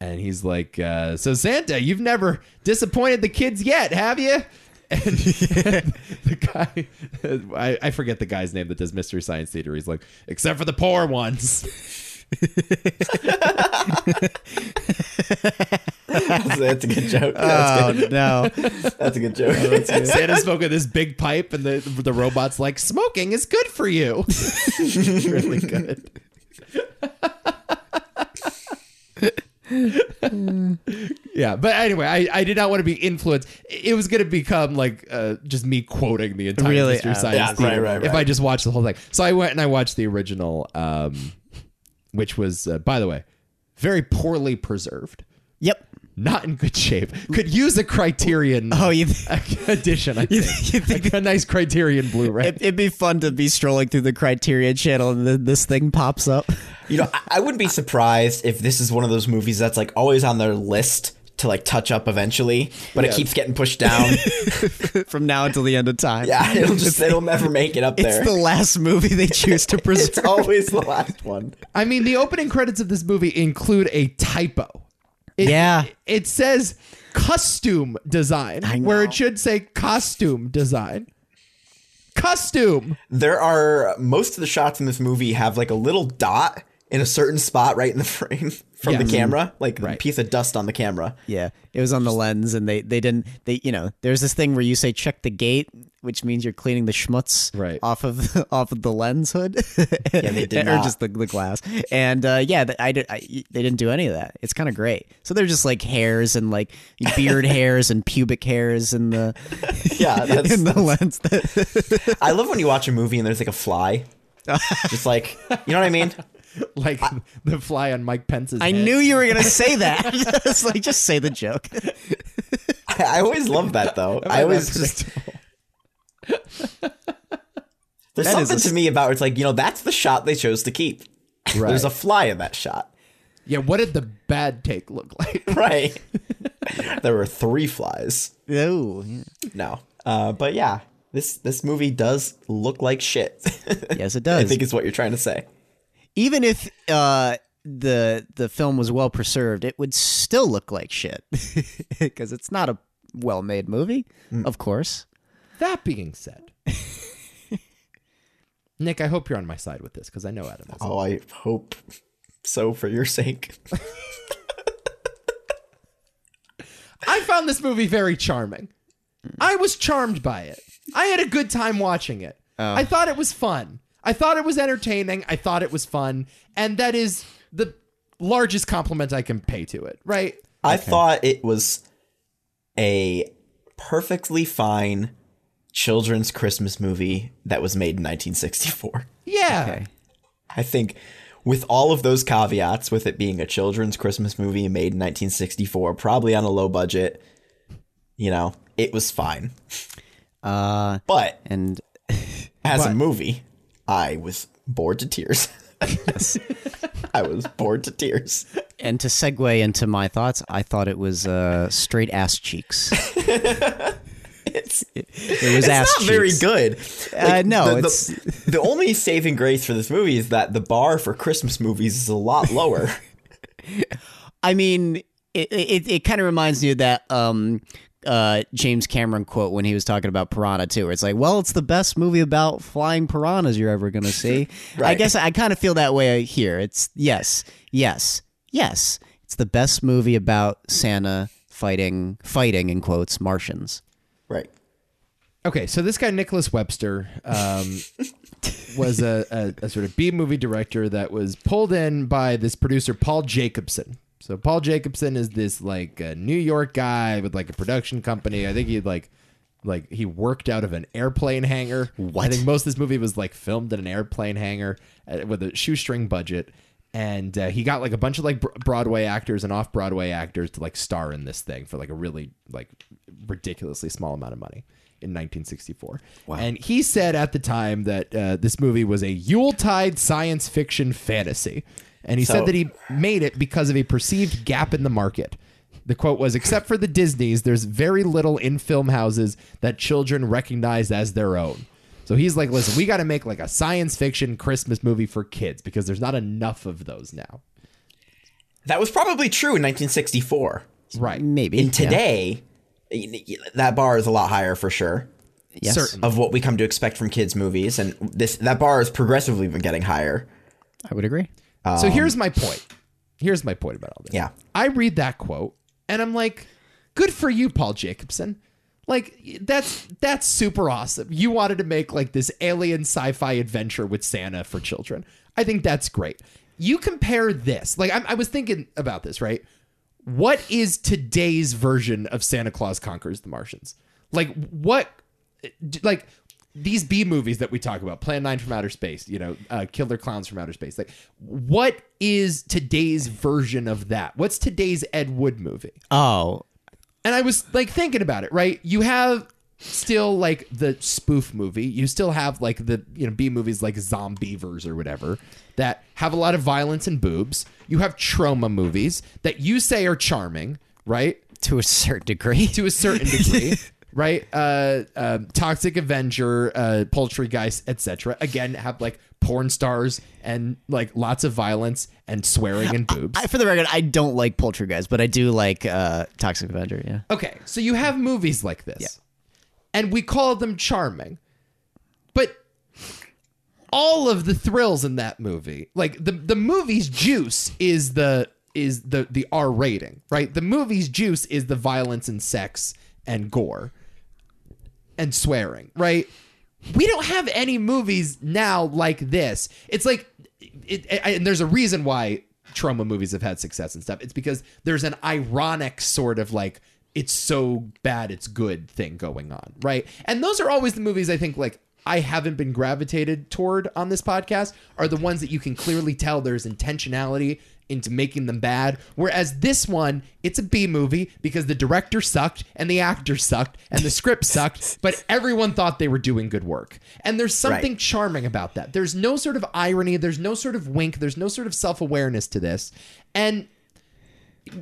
Speaker 1: and he's like, uh, so Santa, you've never disappointed the kids yet, have you? And the guy, I, I forget the guy's name that does Mystery Science Theater. He's like, except for the poor ones.
Speaker 3: That's, that's a good joke.
Speaker 2: Oh
Speaker 3: That's,
Speaker 2: no!
Speaker 3: good. that's a good joke.
Speaker 1: Santa's smoking this big pipe, and the the robot's like, "Smoking is good for you." it's really good. yeah, but anyway, I, I did not want to be influenced. It was going to become like uh, just me quoting the entire
Speaker 2: Really?
Speaker 1: Mystery
Speaker 2: Uh,
Speaker 1: Science
Speaker 3: yeah, right,
Speaker 1: Theater
Speaker 3: right,
Speaker 1: if
Speaker 3: right.
Speaker 1: I just watched the whole thing. So I went and I watched the original, um, which was, uh, by the way, very poorly preserved.
Speaker 2: Yep.
Speaker 1: Not in good shape. Could use a Criterion
Speaker 2: Oh, you.
Speaker 1: edition. I think,
Speaker 2: you think-
Speaker 1: Like a nice Criterion Blu-ray.
Speaker 2: It, it'd be fun to be strolling through the Criterion Channel and then this thing pops up.
Speaker 3: You know, I, I wouldn't be surprised if this is one of those movies that's like always on their list to like touch up eventually, but it keeps getting pushed down.
Speaker 2: from now until the end of time.
Speaker 3: yeah, it'll just it'll never make it up
Speaker 2: It's
Speaker 3: there.
Speaker 2: the last movie they choose to
Speaker 3: It's
Speaker 2: preserve.
Speaker 3: always the last one.
Speaker 1: I mean, the opening credits of this movie include a typo. It,
Speaker 2: Yeah.
Speaker 1: it says costume design,
Speaker 2: I know.
Speaker 1: where it should say costume design. Costume.
Speaker 3: There are most of the shots in this movie have like a little dot in a certain spot right in the frame from
Speaker 1: Yeah.
Speaker 3: the camera, like a
Speaker 1: Right.
Speaker 3: piece of dust on the camera.
Speaker 2: Yeah, it was on the lens, and they they didn't they you know there's this thing where you say check the gate, which means you're cleaning the schmutz
Speaker 1: Right.
Speaker 2: off of off of the lens hood, yeah,
Speaker 3: they did
Speaker 2: or
Speaker 3: not.
Speaker 2: just the, the glass. And uh, yeah, th- I, did, I they didn't do any of that. It's kind of great. So they're just like hairs and like beard hairs and pubic hairs in the
Speaker 3: Yeah, that's,
Speaker 2: in the lens.
Speaker 3: I love when you watch a movie and there's like a fly, just like you know what I mean.
Speaker 1: Like the fly on Mike Pence's
Speaker 2: I
Speaker 1: head.
Speaker 2: knew you were gonna say that. it's like just say the joke.
Speaker 3: I always love that though. I always
Speaker 1: that's
Speaker 3: just. There's
Speaker 2: That is
Speaker 3: something
Speaker 2: a-
Speaker 3: to me about it's like you know that's the shot they chose to keep.
Speaker 1: Right.
Speaker 3: There's a fly in that shot,
Speaker 1: yeah, what did the bad take look like?
Speaker 3: right? there were three flies.
Speaker 2: Oh, yeah.
Speaker 3: No, uh, but yeah, this this movie does look like shit.
Speaker 2: yes, it
Speaker 3: I
Speaker 2: does.
Speaker 3: think it's what you're trying to say.
Speaker 2: Even if uh, the the film was well preserved, it would still look like shit because it's not a well made movie,
Speaker 3: Mm.
Speaker 2: of course.
Speaker 1: That being said, Nick, I hope you're on my side with this because I know Adam is.
Speaker 3: Oh, I hope so for your sake.
Speaker 1: I found this movie very charming. I was charmed by it. I had a good time watching it. I thought it was fun. I thought it was entertaining. I thought it was fun. And that is the largest compliment I can pay to it, right?
Speaker 3: I thought it was a perfectly fine children's Christmas movie that was made in 1964.
Speaker 1: Yeah.
Speaker 3: I think with all of those caveats, with it being a children's Christmas movie made in 1964, probably on a low budget, you know, it was fine.
Speaker 2: Uh,
Speaker 3: But
Speaker 2: and
Speaker 3: as a movie, I was bored to tears. I was bored to tears.
Speaker 2: and to segue into my thoughts, I thought it was uh, straight ass cheeks.
Speaker 3: It's
Speaker 2: It was ass
Speaker 3: it's not very
Speaker 2: cheeks.
Speaker 3: good.
Speaker 2: Uh, no,
Speaker 3: the, the-
Speaker 2: it's-
Speaker 3: the only saving grace for this movie is that the bar for Christmas movies is a lot lower.
Speaker 2: I mean, it it, it kind of reminds me of that um, uh, James Cameron quote when he was talking about Piranha too. Where it's like, well, it's the best movie about flying piranhas you're ever gonna see. I
Speaker 3: Right.
Speaker 2: guess I kind of feel that way here. It's yes, yes, yes. It's the best movie about Santa fighting fighting in quotes Martians.
Speaker 3: right.
Speaker 1: Okay, so this guy Nicholas Webster um, was a, a, a sort of B movie director that was pulled in by this producer Paul Jacobson. So Paul Jacobson is this like uh, New York guy with like a production company. I think he like like he worked out of an airplane hangar. I think most of this movie was like filmed in an airplane hangar uh, with a shoestring budget. And uh, he got like a bunch of like Bro- Broadway actors and off Broadway actors to like star in this thing for like a really like ridiculously small amount of money in 1964. And he said at the time that uh, this movie was a Yuletide science fiction fantasy. And he said
Speaker 3: So-
Speaker 1: that he made it because of a perceived gap in the market. The quote was Except for the Disneys, there's very little in film houses that children recognize as their own. So he's like, listen, we got to make like a science fiction Christmas movie for kids because there's not enough of those now.
Speaker 3: That was probably true in 1964.
Speaker 1: Right.
Speaker 2: Maybe
Speaker 3: In today, y- y- that bar is a lot higher for sure
Speaker 2: yeah. yes,
Speaker 1: Certainly.
Speaker 3: of what we come to expect from kids movies and this that bar is progressively been getting higher.
Speaker 2: I would agree.
Speaker 1: so here's my point. Here's my point about all this.
Speaker 3: Yeah.
Speaker 1: I read that quote and I'm like, good for you, Paul Jacobson. Like that's that's super awesome. You wanted to make like this alien sci-fi adventure with Santa for children. I think that's great. You compare this. Like I, I was thinking about this, right? What is today's version of Santa Claus Conquers the Martians? Like what? Like these B movies that we talk about, Plan Nine from Outer Space, you know, uh, Killer Clowns from Outer Space. Like what is today's version of that? What's today's Ed Wood movie?
Speaker 2: Oh,
Speaker 1: and I was like thinking about it, right? You have still like the spoof movie. You still have like the you know B movies like Zombievers or whatever that have a lot of violence and boobs. You have trauma movies that you say are charming, right?
Speaker 2: to a certain degree.
Speaker 1: To a certain degree. Right, uh, um, Toxic Avenger, uh, Poultry Geist, etc. Again, have like porn stars and like lots of violence and swearing and boobs.
Speaker 2: I, for the record, I don't like Poltergeist, but I do like uh, Toxic Avenger. Yeah.
Speaker 1: Okay, so you have movies like this, and we call them charming, but all of the thrills in that movie, like the the movie's juice is the is the the R rating, right? The movie's juice is the violence and sex and gore and swearing, right? We don't have any movies now like this. It's like, it, it- and there's a reason why trauma movies have had success and stuff. It's because there's an ironic sort of like, it's so bad, it's good thing going on, right? And those are always the movies I think like I haven't been gravitated toward on this podcast are the ones that you can clearly tell there's intentionality into making them bad. Whereas this one, it's a B movie because the director sucked and the actor sucked and the script sucked, but everyone thought they were doing good work. And there's something
Speaker 3: Right.
Speaker 1: charming about that. There's no sort of irony, there's no sort of wink, there's no sort of self awareness to this. And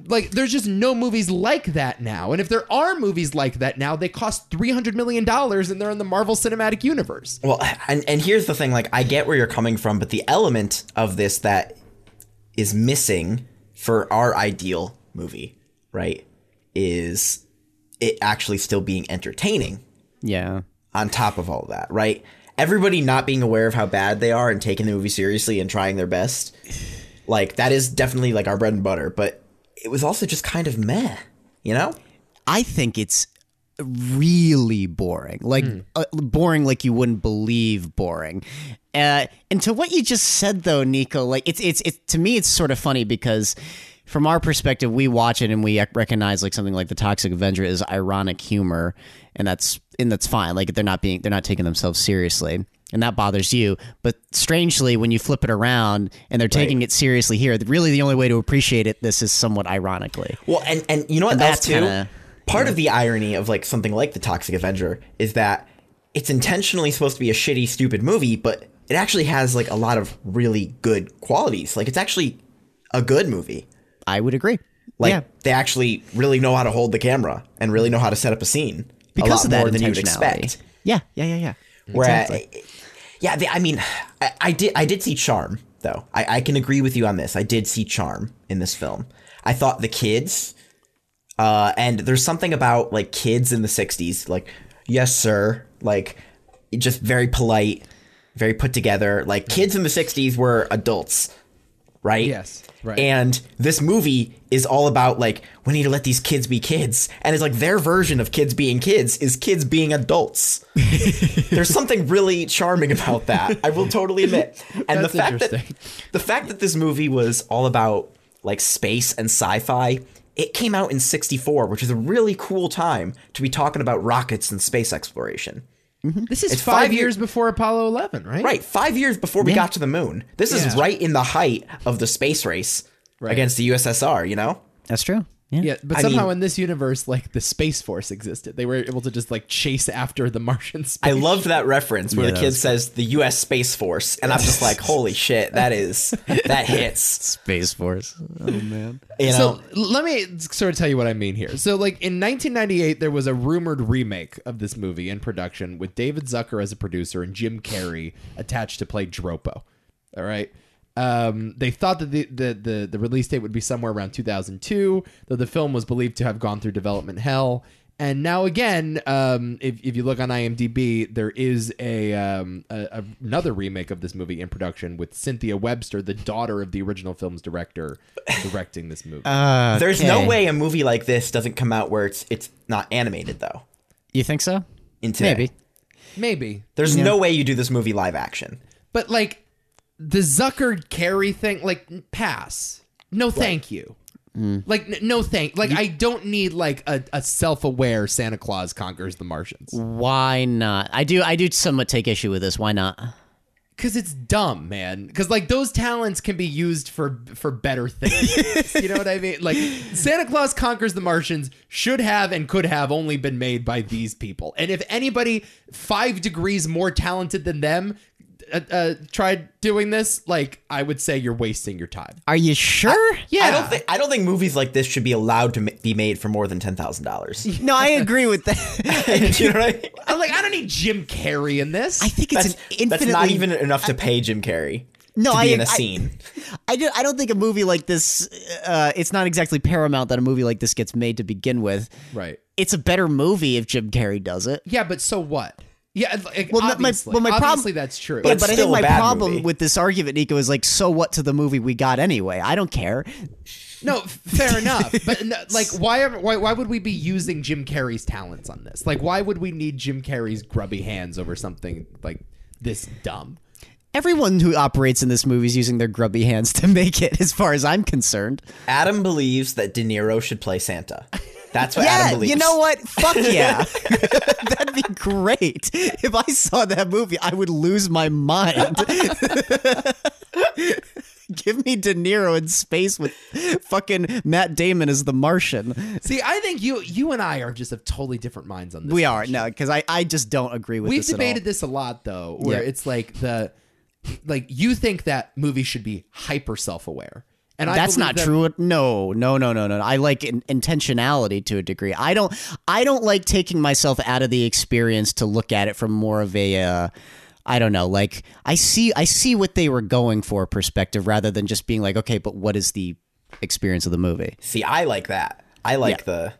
Speaker 1: like there's just no movies like that now. And if there are movies like that now, they cost 300 million dollars and they're in the Marvel Cinematic Universe.
Speaker 3: Well, and, and here's the thing like, I get where you're coming from, but the element of this that is missing for our ideal movie, right, is it actually still being entertaining
Speaker 2: Yeah.
Speaker 3: on top of all that, right? Everybody not being aware of how bad they are and taking the movie seriously and trying their best. Like, that is definitely like our bread and butter, but it was also just kind of meh, you know?
Speaker 2: I think it's really boring. Like uh, boring like you wouldn't believe boring. Uh, and to what you just said though, Nico, like it's it's it's to me it's sort of funny because from our perspective we watch it and we ac- recognize like something like the Toxic Avenger is ironic humor and that's and that's fine. Like they're not being they're not taking themselves seriously. And that bothers you, but strangely, when you flip it around and they're taking it seriously here, really the only way to appreciate it this is somewhat ironically.
Speaker 3: Well, and and you know what
Speaker 2: And
Speaker 3: else
Speaker 2: that's
Speaker 3: too?
Speaker 2: kinda-
Speaker 3: Part of the irony of like something like the Toxic Avenger is that it's intentionally supposed to be a shitty, stupid movie, but it actually has like a lot of really good qualities. Like it's actually a good movie.
Speaker 2: I would agree.
Speaker 3: Like
Speaker 2: yeah.
Speaker 3: they actually really know how to hold the camera and really know how to set up a scene
Speaker 2: because
Speaker 3: a lot
Speaker 2: of that
Speaker 3: more than you would
Speaker 2: intentionality.
Speaker 3: expect.
Speaker 2: Yeah, yeah, yeah, yeah.
Speaker 3: Whereas, yeah, they, I mean, I, I did I did see charm though. I, I can agree with you on this. I did see charm in this film. I thought the kids, uh, and there's something about like kids in the '60s, like yes sir, like just very polite, very put together. Like kids in the '60s were adults, right?
Speaker 1: Yes, right.
Speaker 3: And this movie is all about like we need to let these kids be kids, and it's like their version of kids being kids is kids being adults. There's something really charming about that. I will totally admit. And the
Speaker 1: That's
Speaker 3: fact that
Speaker 1: interesting.
Speaker 3: the fact that this movie was all about like space and sci-fi, it came out in 64, which is a really cool time to be talking about rockets and space exploration.
Speaker 1: This is
Speaker 3: It's
Speaker 1: five,
Speaker 3: five
Speaker 1: years
Speaker 3: year-
Speaker 1: before Apollo 11, right?
Speaker 3: Right, 5 years before we got to the moon. This is
Speaker 1: Yeah.
Speaker 3: right in the height of the space race against the USSR, you know?
Speaker 2: That's true.
Speaker 1: Yeah, but
Speaker 3: I
Speaker 1: somehow
Speaker 3: mean-
Speaker 1: in this universe, like the space force existed. They were able to just like chase after the Martian space.
Speaker 3: I love that reference where
Speaker 2: Yeah,
Speaker 3: the
Speaker 2: that
Speaker 3: kid
Speaker 2: was
Speaker 3: says the U.S. Space Force, and I'm just like, holy shit, that is that hits.
Speaker 2: Space Force. Oh man.
Speaker 3: You know,
Speaker 1: So l- let me sort of tell you what I mean here. So, like in 1998, there was a rumored remake of this movie in production with David Zucker as a producer and Jim Carrey attached to play Dropo. All right. Um, they thought that the, the, the, the release date would be somewhere around 2002, though the film was believed to have gone through development hell. And now again, um, if, if you look on IMDb, there is a, um, a, a- another remake of this movie in production with Cynthia Webster, the daughter of the original film's director, directing this movie.
Speaker 3: there's no
Speaker 2: okay.
Speaker 3: way a movie like this doesn't come out where it's it's not animated though.
Speaker 2: You think so?
Speaker 3: In today.
Speaker 2: Maybe.
Speaker 1: Maybe,
Speaker 3: There's no way you do this movie live action.
Speaker 1: but like the Zucker Carey thing, like pass. No, thank you. Like n- no thank. Like I don't need like a, a self aware Santa Claus conquers the Martians
Speaker 2: Why not? I do. I do somewhat take issue with this. Why not?
Speaker 1: because it's dumb, man. Because like those talents can be used for for better things. you know what I mean? Like Santa Claus conquers the Martians should have and could have only been made by these people. And if anybody five degrees more talented than them. Uh, uh, tried doing this, like I would say, you're wasting your time.
Speaker 2: Are you sure?
Speaker 1: Yeah,
Speaker 3: I don't think I don't think movies like this should be allowed to ma- be made for more than ten thousand dollars. you
Speaker 2: No, I agree with that.
Speaker 3: know what I mean?
Speaker 1: I'm like, I don't need Jim Carrey in this.
Speaker 2: I think it's
Speaker 3: That's,
Speaker 2: an
Speaker 3: that's
Speaker 2: infinitely.
Speaker 3: not even enough to pay Jim Carrey
Speaker 2: No,
Speaker 3: to be
Speaker 2: I-
Speaker 3: in a
Speaker 2: I-
Speaker 3: scene.
Speaker 2: I, do, I don't think a movie like this. Uh, it's not exactly paramount that a movie like this gets made to begin with.
Speaker 1: right.
Speaker 2: It's a better movie if Jim Carrey does it.
Speaker 1: Yeah, but so what? Yeah, like,
Speaker 2: Well, my-
Speaker 1: obviously,
Speaker 2: well, my problem-
Speaker 1: obviously that's true.
Speaker 2: yeah,
Speaker 3: it's
Speaker 2: but I
Speaker 3: still
Speaker 2: think
Speaker 3: a
Speaker 2: my
Speaker 3: bad
Speaker 2: problem
Speaker 3: movie.
Speaker 2: with this argument, Nico, is like, so what to the movie we got anyway? I don't care.
Speaker 1: no, f- fair enough. But no, like, why, ever, why? Why would we be using Jim Carrey's talents on this? Like, why would we need Jim Carrey's grubby hands over something like this dumb?
Speaker 2: Everyone who operates in this movie is using their grubby hands to make it, as far as I'm concerned.
Speaker 3: Adam believes that De Niro should play Santa. That's what
Speaker 2: Yeah,
Speaker 3: Adam believes.
Speaker 2: you know what? Fuck yeah. That'd be great. If I saw that movie, I would lose my mind. Give me De Niro in space with fucking Matt Damon as the Martian.
Speaker 1: See, I think you, you and I are just of totally different minds on this.
Speaker 2: We are, no, because I, I just don't agree with
Speaker 1: We've
Speaker 2: this at all.
Speaker 1: debated this a lot though, where
Speaker 2: Yeah.
Speaker 1: it's like the like you think that movie should be hyper self aware. And I
Speaker 2: that's
Speaker 1: believe
Speaker 2: not
Speaker 1: that-
Speaker 2: true. No, no, no, no, no. I like in- intentionality to a degree. I don't. I don't like taking myself out of the experience to look at it from more of a. Uh, I don't know. Like I see, I see what they were going for perspective, rather than just being like, okay, but what is the experience of the movie?
Speaker 3: See, I like that. I like the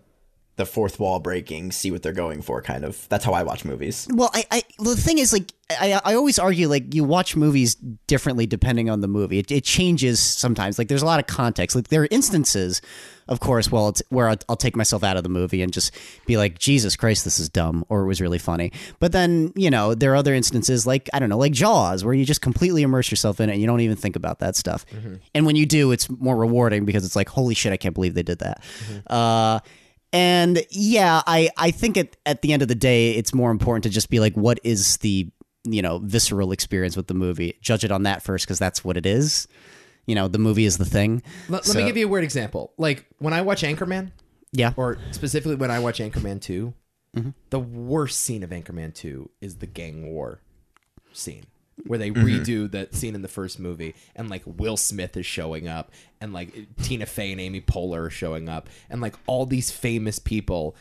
Speaker 3: the fourth wall breaking, see what they're going for kind of. That's how I watch movies.
Speaker 2: Well, I, I well, the thing is, like, I, I always argue, like, you watch movies differently depending on the movie. It, it changes sometimes. Like, there's a lot of context. Like, there are instances, of course, well, it's where I'll, I'll take myself out of the movie and just be like, Jesus Christ, this is dumb, or it was really funny. But then, you know, there are other instances, like I don't know, like Jaws, where you just completely immerse yourself in it and you don't even think about that stuff. And when you do, it's more rewarding because it's like, holy shit, I can't believe they did that. Uh, and yeah, I, I think at, at the end of the day, it's more important to just be like, what is the, you know, visceral experience with the movie? Judge it on that first, because that's what it is. You know, the movie is the thing.
Speaker 1: Let, let me give you a weird example. Like when I watch Anchorman,
Speaker 2: Yeah.
Speaker 1: or specifically when I watch Anchorman 2, the worst scene of Anchorman 2 is the gang war scene where they redo that scene in the first movie and like Will Smith is showing up and like Tina Fey and Amy Poehler are showing up and like all these famous people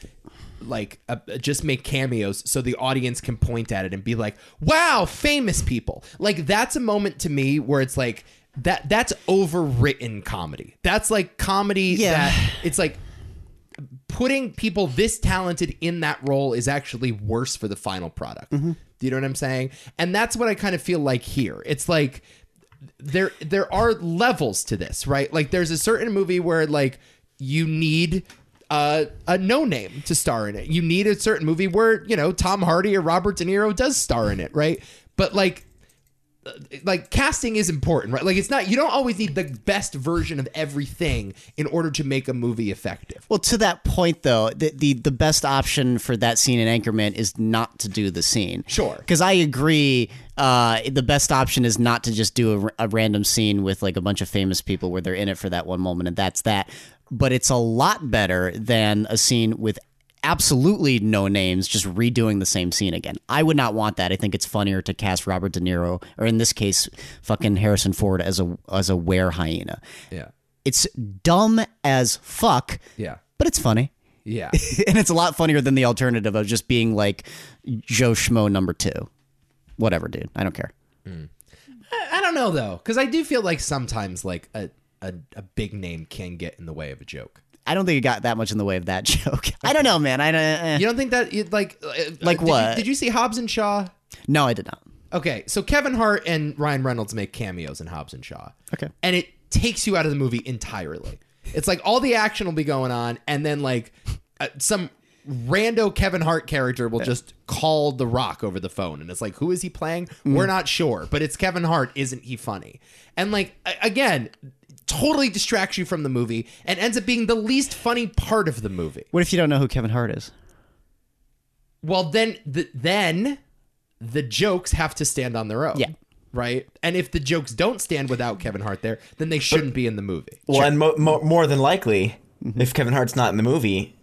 Speaker 1: like uh, uh, just make cameos so the audience can point at it and be like wow famous people like that's a moment to me where it's like that that's overwritten comedy that's like comedy
Speaker 2: Yeah.
Speaker 1: that it's like putting people this talented in that role is actually worse for the final product. Do you know what I'm saying? And that's what I kind of feel like here. It's like there there are levels to this, right? Like there's a certain movie where like you need uh, a no name to star in it. You need a certain movie where you know Tom Hardy or Robert De Niro does star in it, right? But like like casting is important, right? Like it's not you don't always need the best version of everything in order to make a movie effective.
Speaker 2: Well, to that point, though, the, the the best option for that scene in Anchorman is not to do the scene.
Speaker 1: Sure.
Speaker 2: Because I agree, uh, the best option is not to just do a, r- a random scene with like a bunch of famous people where they're in it for that one moment and that's that. But it's a lot better than a scene with absolutely no names, just redoing the same scene again. I would not want that. I think it's funnier to cast Robert De Niro, or in this case, fucking Harrison Ford as a as a were hyena.
Speaker 1: Yeah.
Speaker 2: It's dumb as fuck.
Speaker 1: Yeah.
Speaker 2: But it's funny.
Speaker 1: Yeah.
Speaker 2: and it's a lot funnier than the alternative of just being like Joe Schmo number two. Whatever, dude. I don't care.
Speaker 1: I don't know though, because I do feel like sometimes like a, a a big name can get in the way of a joke.
Speaker 2: I don't think it got that much in the way of that joke. I don't know, man. I don't, eh.
Speaker 1: You don't think that it, like uh,
Speaker 2: Like
Speaker 1: did you-
Speaker 2: what?
Speaker 1: did you see Hobbs and Shaw?
Speaker 2: No, I did not.
Speaker 1: Okay, so Kevin Hart and Ryan Reynolds make cameos in Hobbs and Shaw.
Speaker 2: Okay.
Speaker 1: And it takes you out of the movie entirely. It's like all the action will be going on, and then like uh, some rando Kevin Hart character will just call The Rock over the phone, and it's like, who is he playing? We're not sure, but it's Kevin Hart. Isn't he funny? And like a- again, totally distracts you from the movie and ends up being the least funny part of the movie.
Speaker 2: What if you don't know who Kevin Hart is?
Speaker 1: Well, then the, then the jokes have to stand on their own.
Speaker 2: Yeah.
Speaker 1: Right? And if the jokes don't stand without Kevin Hart there, then they shouldn't be in the movie.
Speaker 3: Well, and mo- mo- more than likely, if Kevin Hart's not in the movie,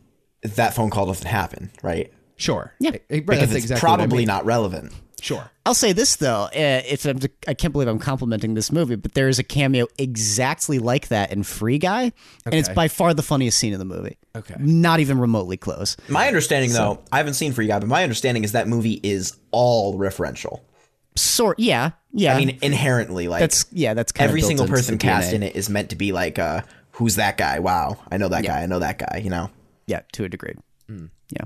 Speaker 3: that phone call doesn't happen, right?
Speaker 1: Sure.
Speaker 2: Yeah.
Speaker 1: Right, that's
Speaker 3: Because it's
Speaker 1: exactly what I
Speaker 3: probably
Speaker 1: mean.
Speaker 3: not relevant.
Speaker 1: Sure.
Speaker 2: I'll say this though, uh, if I'm, I can't believe I'm complimenting this movie, but there is a cameo exactly like that in Free Guy, and it's
Speaker 1: Okay.
Speaker 2: by far the funniest scene in the movie.
Speaker 1: Okay.
Speaker 2: not even remotely close.
Speaker 3: My understanding, though, I haven't seen Free Guy, but my understanding is that movie is all referential.
Speaker 2: Sort, yeah, yeah.
Speaker 3: I mean, inherently, like
Speaker 2: that's yeah, that's kind
Speaker 3: every
Speaker 2: of
Speaker 3: single person cast in it is meant to be like, uh, "Who's that guy? Wow, I know that guy. I know that guy." You know,
Speaker 2: Yeah, to a degree.
Speaker 3: Hmm.
Speaker 2: Yeah.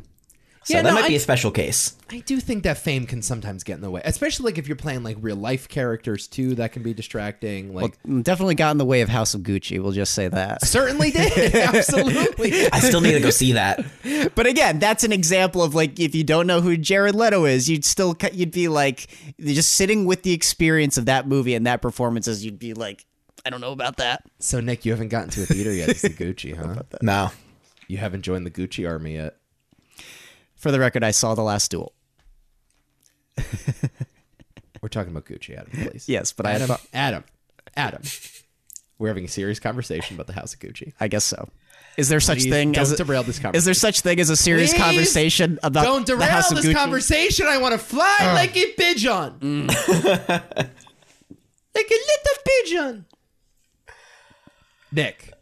Speaker 3: so
Speaker 1: Yeah,
Speaker 3: that
Speaker 1: no,
Speaker 3: might
Speaker 1: I-
Speaker 3: be a special case.
Speaker 1: I do think that fame can sometimes get in the way, especially like if you're playing like real life characters too. That can be distracting. Like
Speaker 2: Definitely got in the way of House of Gucci. We'll just say that.
Speaker 1: certainly did. Absolutely.
Speaker 3: I still need to go see that.
Speaker 2: But again, that's an example of like if you don't know who Jared Leto is, you'd still ca- you'd be like just sitting with the experience of that movie and that performances. You'd be like, I don't know about that.
Speaker 1: So Nick, you haven't gotten to a theater yet. It's the Gucci, huh?
Speaker 3: No,
Speaker 1: You haven't joined the Gucci army yet.
Speaker 2: For the record, I saw the Last Duel.
Speaker 1: We're talking about Gucci, Adam, please.
Speaker 2: Yes, but I
Speaker 1: Adam, Adam, Adam. We're having a serious conversation about the House of Gucci.
Speaker 2: I guess so. Is there such
Speaker 1: Please
Speaker 2: thing
Speaker 1: don't
Speaker 2: as a-
Speaker 1: derail this
Speaker 2: Is there such thing as a serious
Speaker 1: Please
Speaker 2: conversation about
Speaker 1: Don't
Speaker 2: the
Speaker 1: derail
Speaker 2: House of
Speaker 1: this
Speaker 2: Gucci? Uh. Mm.
Speaker 1: conversation. I want to fly like a pigeon. like a little pigeon. Nick.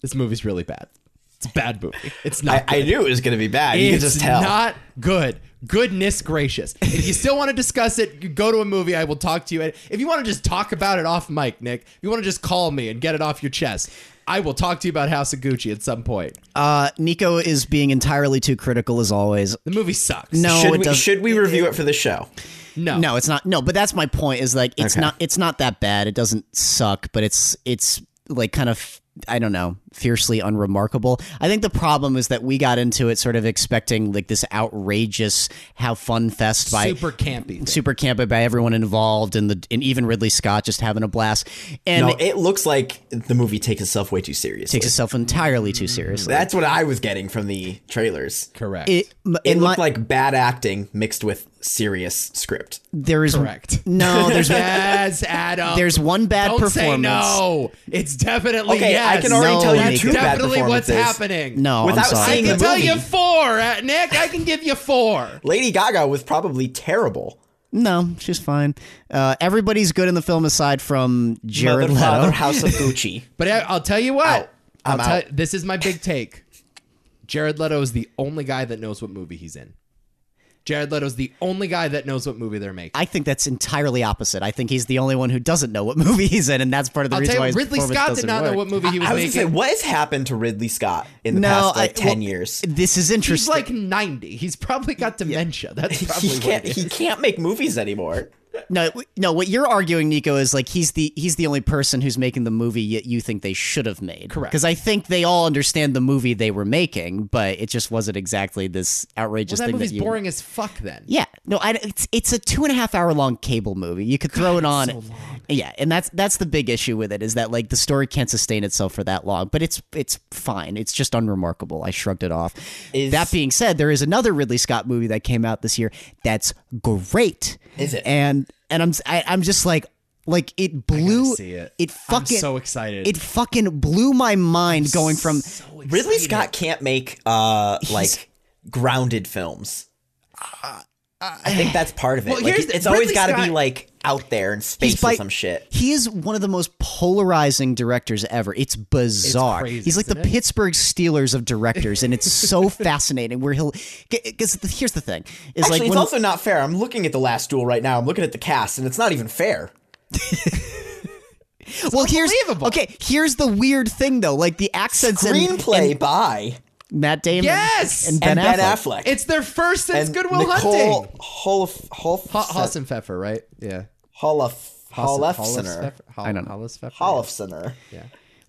Speaker 1: this movie's really bad. It's a bad movie. It's
Speaker 3: I,
Speaker 1: not.
Speaker 3: I
Speaker 1: good.
Speaker 3: knew it was gonna be bad. You could
Speaker 1: it's
Speaker 3: just tell.
Speaker 1: not good. Goodness gracious. If you still want to discuss it, you go to a movie. I will talk to you. If you want to just talk about it off mic, Nick, if you want to just call me and get it off your chest, I will talk to you about House of Gucci at some point.
Speaker 2: Uh, Nico is being entirely too critical as always.
Speaker 1: The movie sucks.
Speaker 2: No,
Speaker 3: should, we,
Speaker 2: it doesn't.
Speaker 3: should we review it for the show?
Speaker 1: no.
Speaker 2: No, it's not. No, but that's my point. Is like it's
Speaker 3: Okay.
Speaker 2: not. It's not that bad. It doesn't suck, but it's it's like kind of I don't know, fiercely unremarkable. I think the problem is that we got into it sort of expecting like this outrageous have fun fest by
Speaker 1: Super campy. thing.
Speaker 2: super campy by everyone involved and the and even Ridley Scott just having a blast and
Speaker 3: No,
Speaker 2: it
Speaker 3: it looks like the movie takes itself way too seriously.
Speaker 2: takes itself entirely too seriously.
Speaker 3: That's what I was getting from the trailers.
Speaker 1: Correct.
Speaker 2: It,
Speaker 3: It
Speaker 2: in my-
Speaker 3: looked like bad acting mixed with serious script.
Speaker 2: there is
Speaker 1: Correct.
Speaker 2: no there's
Speaker 1: yes, Adam.
Speaker 2: there's one bad
Speaker 1: Don't
Speaker 2: performance.
Speaker 1: say no. It's definitely
Speaker 3: Okay,
Speaker 1: yes.
Speaker 3: I can already
Speaker 2: No,
Speaker 3: tell you
Speaker 2: Nick.
Speaker 1: That's
Speaker 3: two bad
Speaker 1: definitely what's
Speaker 3: performances.
Speaker 1: happening.
Speaker 2: No,
Speaker 3: Without
Speaker 2: I'm sorry.
Speaker 1: I
Speaker 3: seeing
Speaker 1: can
Speaker 3: the
Speaker 1: tell
Speaker 3: movie.
Speaker 1: you four, uh, Nick. I can give you four.
Speaker 3: Lady Gaga was probably terrible.
Speaker 2: No, she's fine. Uh, everybody's good in the film aside from Jared
Speaker 3: Mother, Father,
Speaker 2: Leto.
Speaker 3: House of Gucci.
Speaker 1: But I, I'll tell you what.
Speaker 3: I'm
Speaker 1: will
Speaker 3: out.
Speaker 1: Tell, this is my big take. Jared Leto is the only guy that knows what movie he's in. Jared Leto's the only guy that knows what movie they're making.
Speaker 2: I think that's entirely opposite. I think he's the only one who doesn't know what movie he's in, and that's part of the
Speaker 1: I'll
Speaker 2: reason
Speaker 1: tell
Speaker 2: why
Speaker 1: you,
Speaker 2: his
Speaker 1: Ridley
Speaker 2: performance
Speaker 1: Scott did
Speaker 2: doesn't
Speaker 1: not know
Speaker 2: work.
Speaker 1: what movie he was
Speaker 3: I was gonna
Speaker 1: making.
Speaker 3: say, what has happened to Ridley Scott in the
Speaker 2: no,
Speaker 3: past like
Speaker 2: I-
Speaker 3: ten
Speaker 2: well,
Speaker 3: years?
Speaker 2: This is
Speaker 1: he's
Speaker 2: interesting.
Speaker 1: like 90. He's probably got dementia. That's probably
Speaker 3: He
Speaker 1: what
Speaker 3: can't.
Speaker 1: it is.
Speaker 3: He can't make movies anymore.
Speaker 2: no, w- no. What you're arguing, Nico, is like he's the he's the only person who's making the movie yet you think they should have made.
Speaker 1: Correct.
Speaker 2: Because I think they all understand the movie they were making, but it just wasn't exactly this outrageous
Speaker 1: Well, that
Speaker 2: thing
Speaker 1: movie's
Speaker 2: that you.
Speaker 1: boring as fuck then.
Speaker 2: Yeah, no, I, it's it's a two and a half hour long cable movie. You could throw it on, yeah, and that's that's the big issue with it is that like the story can't sustain itself for that long. But it's it's fine. It's just unremarkable. I shrugged it off.
Speaker 3: Is-
Speaker 2: that being said, there is another Ridley Scott movie that came out this year that's great.
Speaker 3: Is it?
Speaker 2: And and I'm s- I, am i am just like like it blew
Speaker 1: see it.
Speaker 2: it fucking
Speaker 1: so excited.
Speaker 2: It fucking blew my mind going from
Speaker 3: Ridley Scott can't make uh like grounded films. I think that's part of it.
Speaker 1: Well,
Speaker 3: Like,
Speaker 1: here's
Speaker 3: it's
Speaker 1: the-
Speaker 3: it's always
Speaker 1: Ridley
Speaker 3: got to be
Speaker 1: Scott-
Speaker 3: like out there in
Speaker 2: He's
Speaker 3: space
Speaker 2: by-
Speaker 3: or some shit.
Speaker 2: He is one of the most polarizing directors ever. It's bizarre.
Speaker 1: It's crazy,
Speaker 2: He's like the
Speaker 1: isn't it?
Speaker 2: Pittsburgh Steelers of directors, and it's so fascinating. Where he'll because here's the thing is
Speaker 3: Actually,
Speaker 2: like
Speaker 3: it's
Speaker 2: when,
Speaker 3: also not fair. I'm looking at the last duel right now. I'm looking at the cast, and it's not even fair.
Speaker 2: well here's
Speaker 1: unbelievable.
Speaker 2: okay here's the weird thing though like the accents and-
Speaker 3: Screenplay by
Speaker 2: and Matt Damon
Speaker 1: Yes!
Speaker 2: and Ben,
Speaker 3: and Ben
Speaker 2: Affleck.
Speaker 3: Affleck.
Speaker 1: It's their first since
Speaker 3: and
Speaker 1: Goodwill
Speaker 3: Nicole
Speaker 1: Hunting.
Speaker 3: Holof Holof
Speaker 1: Ho- Hoss and Pfeffer, right? Yeah.
Speaker 3: Holof
Speaker 1: Hoss-
Speaker 3: Holofcener.
Speaker 1: Pfeffer- Hol- I don't know. Hollis Pfeffer.
Speaker 3: Holofcener.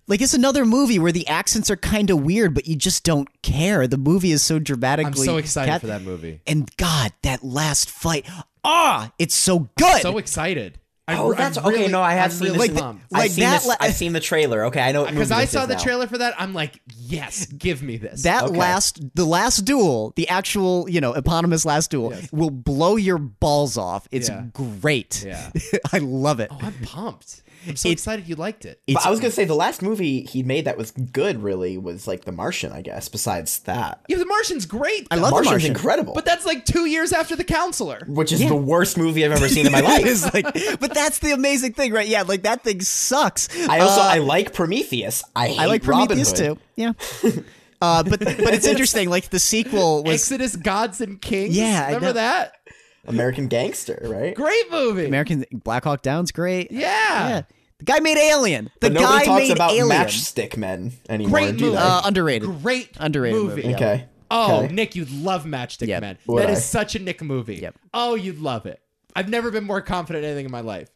Speaker 2: Like it's another movie where the accents are kind of weird, but you just don't care. The movie is so dramatically.
Speaker 1: I'm so excited
Speaker 2: cat-
Speaker 1: for that movie.
Speaker 2: And God, that last fight. Ah, it's so good.
Speaker 1: So excited. I,
Speaker 3: Oh,
Speaker 1: I
Speaker 3: that's okay.
Speaker 1: really-
Speaker 3: No, I
Speaker 1: I'm
Speaker 3: have seen
Speaker 1: really
Speaker 3: this.
Speaker 1: pumped.
Speaker 2: like
Speaker 3: I've seen
Speaker 2: that
Speaker 3: this-
Speaker 2: la-
Speaker 3: I've seen the trailer. Okay, I know
Speaker 1: because
Speaker 3: because
Speaker 1: I saw the trailer for that. I'm like, yes, give me this.
Speaker 2: That
Speaker 3: Okay.
Speaker 2: last, the last duel, the actual, you know, eponymous last duel will blow your balls off. It's
Speaker 1: Yeah.
Speaker 2: great.
Speaker 1: Yeah.
Speaker 2: I love
Speaker 3: Oh,
Speaker 2: it.
Speaker 1: I'm pumped. I'm so excited you liked it.
Speaker 3: But I was gonna say the last movie he made that was good really was like The Martian, I guess. Besians that,
Speaker 1: yeah, The Martian's great.
Speaker 2: I love
Speaker 3: Martian's
Speaker 2: The Martian.
Speaker 3: incredible,
Speaker 1: but that's like two years after The Counselor.
Speaker 3: which is the worst movie I've ever seen in my
Speaker 2: It
Speaker 3: life.
Speaker 2: is like, but that's the amazing thing, right? Yeah, like that thing sucks.
Speaker 3: I also
Speaker 2: Uh,
Speaker 3: I like Prometheus. I hate
Speaker 2: I like Prometheus
Speaker 3: Robin Hood.
Speaker 2: too. Yeah. Uh, but but it's interesting. Like the sequel was
Speaker 1: Exodus, Gods and Kings.
Speaker 2: Yeah, I
Speaker 1: remember
Speaker 2: know.
Speaker 1: that?
Speaker 3: American Gangster, right?
Speaker 1: Great movie.
Speaker 2: American Black Hawk Down's great.
Speaker 1: yeah.
Speaker 2: yeah. The guy made Alien. The
Speaker 3: But
Speaker 2: guy
Speaker 3: nobody talks
Speaker 2: made
Speaker 3: about
Speaker 2: Alien.
Speaker 3: Matchstick Men anymore,
Speaker 1: Great
Speaker 3: do
Speaker 1: movie.
Speaker 3: they?
Speaker 2: uh, underrated.
Speaker 1: Great
Speaker 2: Underrated
Speaker 1: movie.
Speaker 2: movie, yeah.
Speaker 3: okay.
Speaker 1: Oh,
Speaker 3: Okay.
Speaker 1: Nick, you'd love Matchstick
Speaker 2: Yep.
Speaker 1: Men.
Speaker 3: Would
Speaker 1: That
Speaker 3: I?
Speaker 1: is such a Nick movie.
Speaker 2: Yep.
Speaker 1: Oh, you'd love it. I've never been more confident in anything in my life.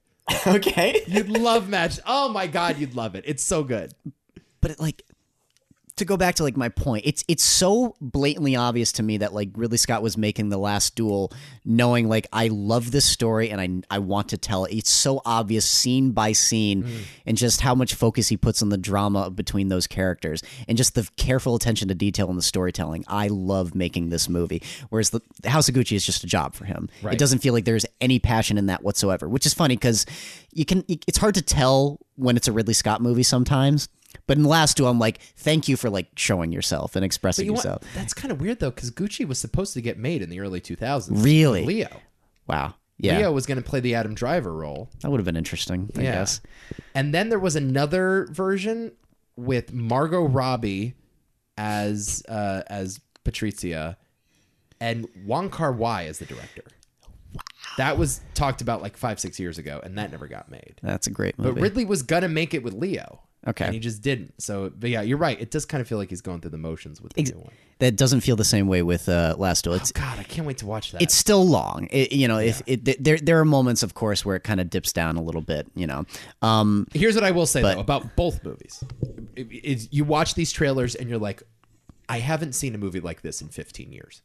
Speaker 3: okay.
Speaker 1: You'd love Match. Oh my God, you'd love it. It's so good.
Speaker 2: but it, like to go back to like my point it's it's so blatantly obvious to me that like ridley scott was making the last duel knowing like i love this story and i i want to tell it it's so obvious scene by scene and just how much focus he puts on the drama between those characters and just the careful attention to detail in the storytelling i love making this movie whereas the the house of gucci is just a job for him it doesn't feel like there's any passion in that whatsoever which is funny because you can it's hard to tell when it's a ridley scott movie sometimes but in the last two, I'm like, thank you for like showing yourself and expressing
Speaker 1: You know what?
Speaker 2: yourself.
Speaker 1: That's kind of weird though, because Gucci was supposed to get made in the early 2000s.
Speaker 2: Really?
Speaker 1: Leo.
Speaker 2: Wow. Yeah.
Speaker 1: Leo was going to play the Adam Driver role.
Speaker 2: That would have been interesting, I
Speaker 1: Yeah.
Speaker 2: guess.
Speaker 1: And then there was another version with Margot Robbie as uh, as Patrizia and Wong Kar Wai as the director. That was talked about like five six years ago, and that never got made.
Speaker 2: That's a great
Speaker 1: But
Speaker 2: movie.
Speaker 1: Ridley was gonna make it with Leo.
Speaker 2: Okay.
Speaker 1: And he just didn't. So, but yeah, you're right. It does kind of feel like he's going through the motions with the new one.
Speaker 2: that doesn't feel the same way with uh, Last Duel. It's,
Speaker 1: Oh, God, I can't wait to watch that.
Speaker 2: it's still long. It, you know, if it, th- there there are moments, of course, where it kind of dips down a little bit. You know, um,
Speaker 1: Here's what I will say though about both movies: It- it's- you watch these trailers and you're like, I haven't seen a movie like this in 15 years.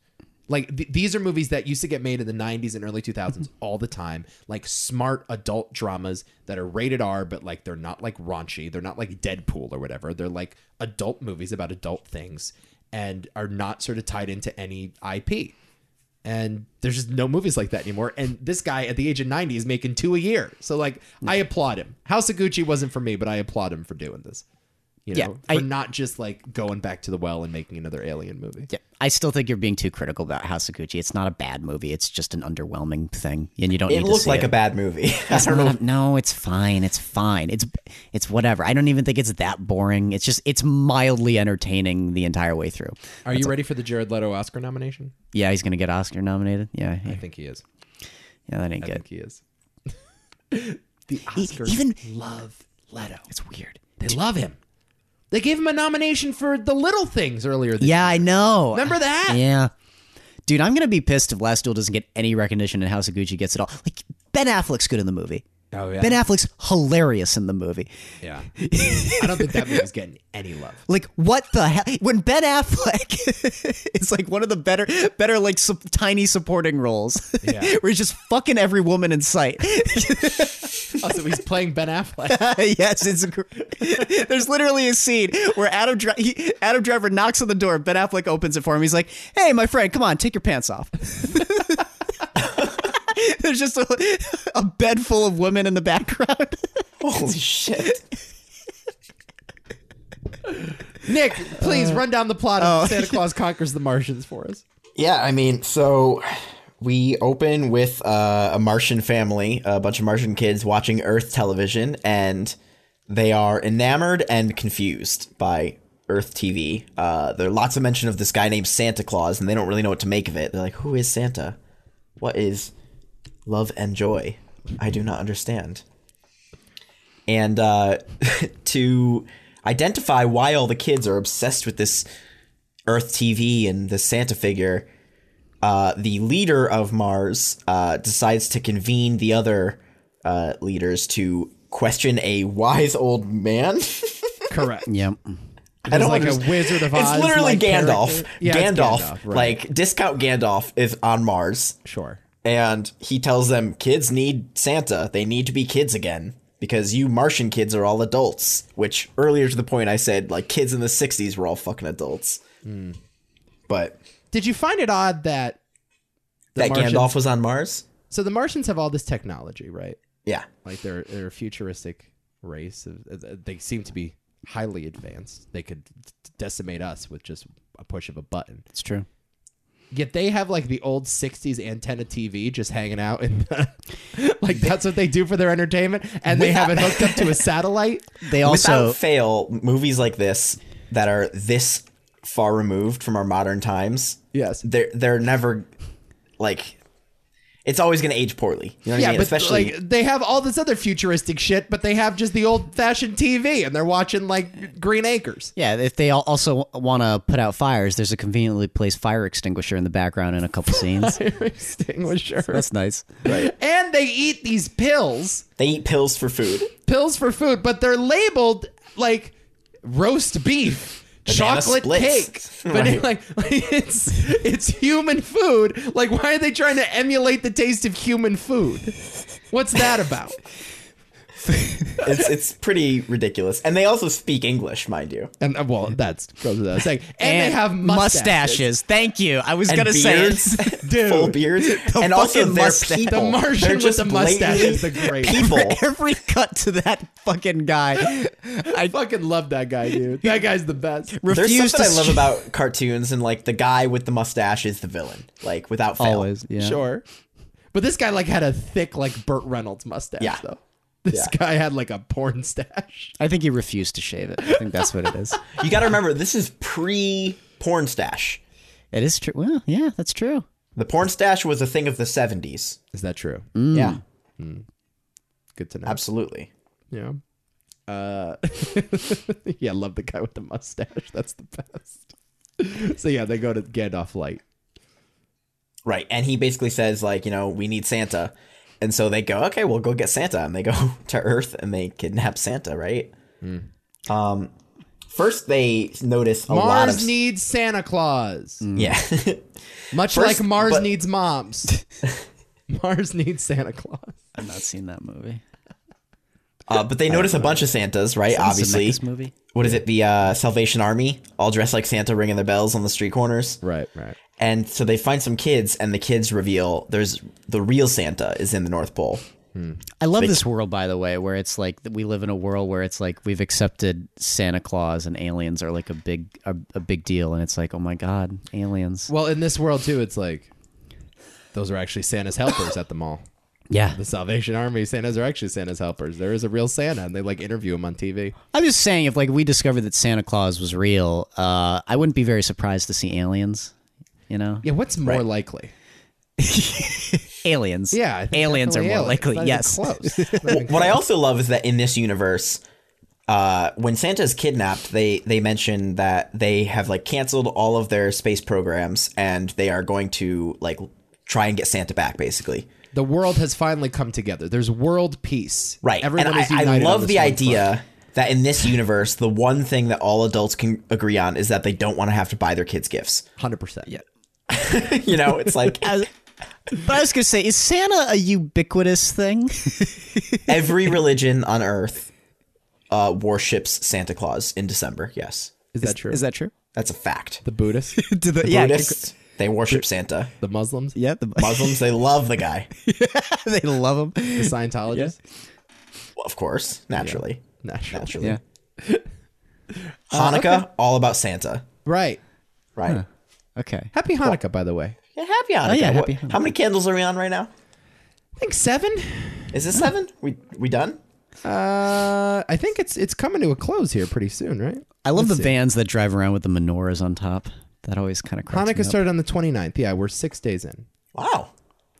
Speaker 1: Like th- these are movies that used to get made in the 90s and early 2000s all the time, like smart adult dramas that are rated R, but like they're not like raunchy, they're not like Deadpool or whatever. They're like adult movies about adult things and are not sort of tied into any IP. And there's just no movies like that anymore. And this guy at the age of 90 is making two a year. So, like, I applaud him. House of Gucci wasn't for me, but I applaud him for doing this. You know,
Speaker 2: Yeah,
Speaker 1: for
Speaker 2: I-
Speaker 1: not just like going back to the well and making another alien movie.
Speaker 2: yeah, I still think you're being too critical about House of Gucci. It's not a bad movie. It's just an underwhelming thing, and you don't
Speaker 3: It
Speaker 2: need to
Speaker 3: looked
Speaker 2: see
Speaker 3: like
Speaker 2: it.
Speaker 3: a bad movie. I
Speaker 2: It's
Speaker 3: don't know.
Speaker 2: not a- no, it's fine. It's fine. It's it's whatever. I don't even think it's that boring. It's just it's mildly entertaining the entire way through.
Speaker 1: Are you ready for the Jared Leto Oscar nomination?
Speaker 2: Yeah, he's gonna get Oscar nominated. Yeah,
Speaker 1: I
Speaker 2: yeah,
Speaker 1: think he is.
Speaker 2: yeah that ain't
Speaker 1: I
Speaker 2: good.
Speaker 1: think he is. the
Speaker 2: E-
Speaker 1: Oscars
Speaker 2: even
Speaker 1: love Leto.
Speaker 2: it's weird.
Speaker 1: They love him. They gave him a nomination for The Little Things earlier this
Speaker 2: Yeah, I know.
Speaker 1: Remember that?
Speaker 2: Yeah. Dude, I'm gonna be pissed if Last Duel doesn't get any recognition and House of Gucci gets it all. Like Ben Affleck's good in the movie.
Speaker 1: Oh, yeah.
Speaker 2: Ben Affleck's hilarious in the movie.
Speaker 1: Yeah. I don't think that movie's getting any love.
Speaker 2: Like what the hell? When Ben Affleck is like one of the better, better like su- tiny supporting roles,
Speaker 1: Yeah.
Speaker 2: where he's just fucking every woman in sight.
Speaker 1: Also, Oh, he's playing Ben Affleck.
Speaker 2: yes, it's gr- there's literally a scene where Adam Dri- he, Adam Driver knocks on the door. Ben Affleck opens it for him. He's like, "Hey, my friend, come on, take your pants off." there's just a, a bed full of women in the background.
Speaker 3: Holy shit.
Speaker 1: Nick, please run down the plot of Santa Claus Conquers the Martians for us.
Speaker 3: Yeah, I mean, so we open with uh, a Martian family, a bunch of Martian kids watching Earth television, and they are enamored and confused by Earth TV. Uh, there are lots of mention of this guy named Santa Claus, and they don't really know what to make of it. They're like, "Who is Santa? What is love and joy? I do not understand." And uh, to identify why all the kids are obsessed with this Earth TV and the Santa figure, uh, the leader of Mars uh, decides to convene the other uh, leaders to question a wise old man.
Speaker 1: Correct.
Speaker 2: Yep.
Speaker 3: I don't
Speaker 1: like a
Speaker 3: understand-
Speaker 1: Wizard of
Speaker 3: It's
Speaker 1: Oz,
Speaker 3: literally
Speaker 1: like,
Speaker 3: Gandalf.
Speaker 1: character. Yeah, it's
Speaker 3: Gandalf,
Speaker 1: Gandalf, right.
Speaker 3: like discount Gandalf, is on Mars,
Speaker 1: Sure.
Speaker 3: and he tells them kids need Santa. They need to be kids again because you Martian kids are all adults. Which earlier to the point I said like kids in the '60s were all fucking adults, but.
Speaker 1: Did you find it odd that the
Speaker 3: that
Speaker 1: Martians,
Speaker 3: Gandalf was on Mars?
Speaker 1: So the Martians have all this technology, right?
Speaker 3: Yeah.
Speaker 1: Like they're they're a futuristic race. of- uh, They seem to be highly advanced. They could decimate us with just a push of a button.
Speaker 2: It's true.
Speaker 1: Yet they have like the old '60s antenna TV just hanging out, and like that's what they do for their entertainment. And they have it hooked up to a satellite.
Speaker 2: They also
Speaker 3: Without fail, movies like this that are this far removed from our modern times,
Speaker 1: Yes.
Speaker 3: they're they're never like it's always gonna age poorly. You know what I
Speaker 1: Yeah,
Speaker 3: mean?
Speaker 1: but
Speaker 3: Especially
Speaker 1: like they have all this other futuristic shit, but they have just the old fashioned TV, and they're watching like Green Acres.
Speaker 2: Yeah, if they al- also want to put out fires, there's a conveniently placed fire extinguisher in the background in a couple scenes.
Speaker 1: Extinguisher.
Speaker 2: That's nice.
Speaker 1: And they eat these pills,
Speaker 3: they eat pills for food.
Speaker 1: pills for food, but they're labeled like roast beef,
Speaker 3: Banana
Speaker 1: chocolate cake.
Speaker 3: splits.
Speaker 1: But it- like, it's it's human food. Like why are they trying to emulate the taste of human food? What's that about?
Speaker 3: It's it's pretty ridiculous. And they also speak English, mind you.
Speaker 1: And uh, well, that's goes without saying. And, they have mustaches.
Speaker 2: Thank you. I was
Speaker 3: And
Speaker 2: gonna
Speaker 3: beards,
Speaker 2: say it.
Speaker 3: full beards, and also
Speaker 2: fucking
Speaker 3: their
Speaker 2: mustache.
Speaker 3: people.
Speaker 1: The Martian
Speaker 3: They're
Speaker 1: with
Speaker 3: just
Speaker 1: the mustache is
Speaker 3: blatantly
Speaker 1: the greatest.
Speaker 3: people.
Speaker 2: every cut to that fucking guy.
Speaker 1: I fucking love that guy, dude. That guy's the best.
Speaker 3: There's
Speaker 2: Refuse
Speaker 3: something
Speaker 2: to
Speaker 3: I love about cartoons, and like the guy with the mustache is the villain, like without fail.
Speaker 2: always. Yeah.
Speaker 1: Sure. But this guy like had a thick like Burt Reynolds mustache
Speaker 3: Yeah.
Speaker 1: though. This
Speaker 3: Yeah.
Speaker 1: guy had like a porn stash.
Speaker 2: I think he refused to shave it. I think that's what it is.
Speaker 3: You got to remember, this is pre porn stash.
Speaker 2: It is true. Well, yeah, that's true.
Speaker 3: The porn stash was a thing of the 70s.
Speaker 1: Is that true?
Speaker 3: Yeah,
Speaker 1: Mm. Good to know.
Speaker 3: absolutely.
Speaker 1: Yeah. Uh, yeah, love the guy with the mustache. That's the best. So yeah, they go to Gandalf Light.
Speaker 3: Right. And he basically says, like, you know, we need Santa. And so they go, okay, we'll go get Santa. And they go to Earth and they kidnap Santa, right? Um, first, they notice a lot of.
Speaker 1: Mars needs Santa Claus,
Speaker 3: yeah.
Speaker 1: much
Speaker 3: First-
Speaker 1: like Mars
Speaker 3: but-
Speaker 1: needs moms. Mars needs Santa Claus.
Speaker 2: I've not seen that movie.
Speaker 3: uh, but they notice a bunch of Santas, right? Obviously.
Speaker 2: this movie.
Speaker 3: What is it? The uh, Salvation Army, all dressed like Santa, ringing their bells on the street corners.
Speaker 1: Right, right.
Speaker 3: And so they find some kids, and the kids reveal there's the real Santa is in the North Pole.
Speaker 2: I love this world, by the way, where it's like that we live in a world where it's like we've accepted Santa Claus and aliens are like a big a, a big deal, and it's like, oh my god, aliens.
Speaker 1: Well, in this world too, it's like those are actually Santa's helpers at the mall.
Speaker 2: Yeah,
Speaker 1: The Salvation Army Santas are actually Santa's helpers. There is a real Santa, and they like interview him on TV.
Speaker 2: I'm just saying, if like we discovered that Santa Claus was real, uh, I wouldn't be very surprised to see aliens. You know,
Speaker 1: Yeah, what's more likely?
Speaker 2: aliens.
Speaker 1: Yeah, I think
Speaker 2: aliens are more
Speaker 1: definitely
Speaker 2: likely.
Speaker 1: It's
Speaker 2: Yes,
Speaker 1: not even Close. It's not even
Speaker 3: What I also love is that in this universe, uh, when Santa is kidnapped, they they mention that they have like canceled all of their space programs and they are going to like try and get Santa back, basically.
Speaker 1: the world has finally come together. There's world peace.
Speaker 3: Right.
Speaker 1: Everyone
Speaker 3: and
Speaker 1: is
Speaker 3: I,
Speaker 1: united.
Speaker 3: I
Speaker 1: on
Speaker 3: love
Speaker 1: this
Speaker 3: the
Speaker 1: one
Speaker 3: idea
Speaker 1: front.
Speaker 3: that in this universe, the one thing that all adults can agree on is that they don't want to have to buy their kids gifts.
Speaker 1: 100%. Yeah.
Speaker 3: you know, it's like
Speaker 2: As- Uh, but I was gonna say, is Santa a ubiquitous thing?
Speaker 3: every religion on Earth uh, worships Santa Claus in December. Yes,
Speaker 1: Is that true?
Speaker 2: Is that true?
Speaker 3: that's a fact.
Speaker 1: the Buddhists,
Speaker 2: To the,
Speaker 3: Buddhists they worship Santa.
Speaker 1: the Muslims,
Speaker 2: yeah, the
Speaker 3: Muslims they love the guy.
Speaker 2: they love them.
Speaker 1: the Scientologists?
Speaker 3: Well, of course, naturally,
Speaker 1: Natural.
Speaker 3: naturally.
Speaker 2: Uh,
Speaker 3: Hanukkah all about Santa,
Speaker 1: Right.
Speaker 3: right?
Speaker 2: Okay.
Speaker 1: Happy Hanukkah, by the way.
Speaker 3: Yeah, happy Hanukkah.
Speaker 2: Oh, yeah,
Speaker 3: What-
Speaker 2: happy Hanukkah.
Speaker 3: How many candles are we on right now?
Speaker 1: I think seven.
Speaker 3: Is it seven? We we done?
Speaker 1: Uh, I think it's it's coming to a close here pretty soon, right?
Speaker 2: I love the vans that drive around with the menorahs on top. That always kind of cracks me
Speaker 1: Hanukkah
Speaker 2: up.
Speaker 1: started on the 29th. Yeah, we're six days in.
Speaker 3: Wow.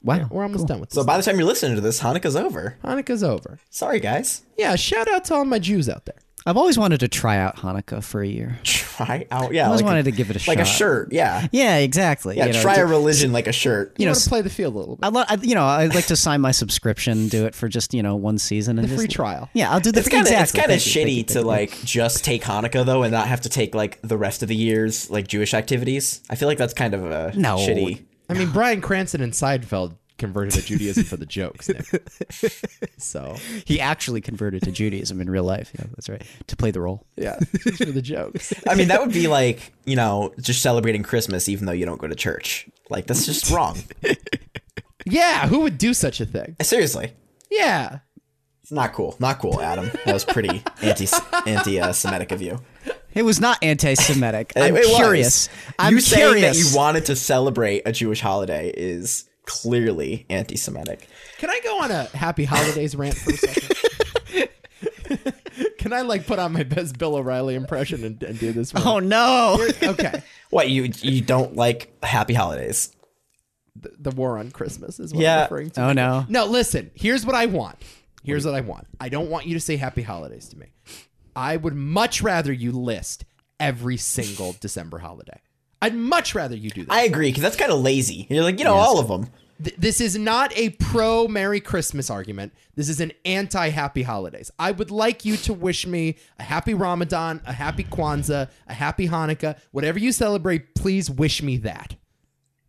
Speaker 2: Wow.
Speaker 1: We're almost done with this.
Speaker 3: So by the time you're listening to this, Hanukkah's over.
Speaker 1: Hanukkah's over.
Speaker 3: Sorry, guys.
Speaker 1: Yeah, shout out to all my Jews out there.
Speaker 2: I've always wanted to try out Hanukkah for a year.
Speaker 3: Try out. Yeah,
Speaker 2: I always
Speaker 3: like
Speaker 2: wanted
Speaker 3: a,
Speaker 2: to give it a
Speaker 3: like a
Speaker 2: shot.
Speaker 3: shirt. Yeah,
Speaker 2: Yeah, exactly.
Speaker 3: yeah.
Speaker 2: you know,
Speaker 3: try
Speaker 2: do-
Speaker 3: a religion like a shirt.
Speaker 1: You
Speaker 2: know,
Speaker 1: want to play the field a little bit.
Speaker 2: I lo- I, you know, I'd like to sign my subscription, do it for just you know one season and
Speaker 1: The
Speaker 2: just,
Speaker 1: free trial.
Speaker 2: Yeah, I'll do the
Speaker 3: It's
Speaker 2: free
Speaker 3: kind of
Speaker 2: exactly.
Speaker 3: it's kind of
Speaker 2: Thank you,
Speaker 3: shitty
Speaker 2: thank you,
Speaker 3: to
Speaker 2: thank you.
Speaker 3: like just take Hanukkah though and not have to take like the rest of the year's like Jewish activities. I feel like that's kind of a
Speaker 2: No.
Speaker 3: shitty.
Speaker 1: I mean, Brian Cranston and Seinfeld converted to Judaism for the jokes. Nick. so
Speaker 2: He actually converted to Judaism in real life. Yeah, that's right. To play the role.
Speaker 1: yeah, just for the jokes.
Speaker 3: I mean, that would be like you know just celebrating Christmas even though you don't go to church. Like that's just wrong. Eh,
Speaker 1: Yeah, who would do such a thing?
Speaker 3: Seriously,
Speaker 1: Yeah,
Speaker 3: it's not cool. Not cool, Adam. That was pretty anti anti uh, Semitic of you.
Speaker 2: It was not anti-Semitic. I'm
Speaker 3: It was.
Speaker 2: curious. I'm
Speaker 3: you saying that
Speaker 2: curious.
Speaker 3: you wanted to celebrate a Jewish holiday is clearly anti-Semitic.
Speaker 1: can I go on a happy holidays rant for a second? can I like put on my best Bill O'Reilly impression and, and do this? One?
Speaker 2: oh no!
Speaker 1: okay.
Speaker 3: What you you don't like Happy Holidays?
Speaker 1: The, the war on Christmas is what
Speaker 3: Yeah.
Speaker 1: I'm referring to.
Speaker 2: Oh no!
Speaker 1: No, listen. Here's what I want. Here's what I want. I don't want you to say happy holidays to me. I would much rather you list every single December holiday. I'd much rather you do that.
Speaker 3: I agree because that's kind of lazy. You're like, you know, all of them.
Speaker 1: Th- this is not a pro Merry Christmas argument. This is an anti Happy Holidays. I would like you to wish me a happy Ramadan, a happy Kwanzaa, a happy Hanukkah, whatever you celebrate. Please wish me that.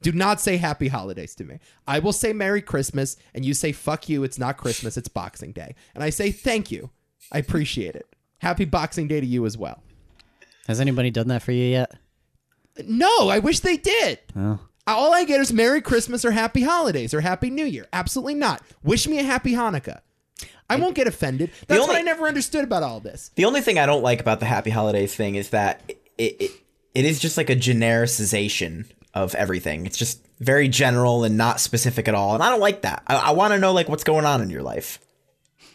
Speaker 1: Do not say Happy Holidays to me. I will say Merry Christmas, and you say fuck you. It's not Christmas. It's Boxing Day, and I say thank you. I appreciate it. Happy Boxing Day to you as well.
Speaker 2: Has anybody done that for you yet?
Speaker 1: No, I wish they did.
Speaker 2: Oh.
Speaker 1: All I get is Merry Christmas or Happy Holidays or Happy New Year. Absolutely not. Wish me a Happy Hanukkah. I won't get offended. That's
Speaker 3: only-
Speaker 1: what I never understood about all this.
Speaker 3: The only thing I don't like about the Happy Holidays thing is that it it, it is just like a genericization of everything. It's just very general and not specific at all. And I don't like that. I, I want to know like what's going on in your life.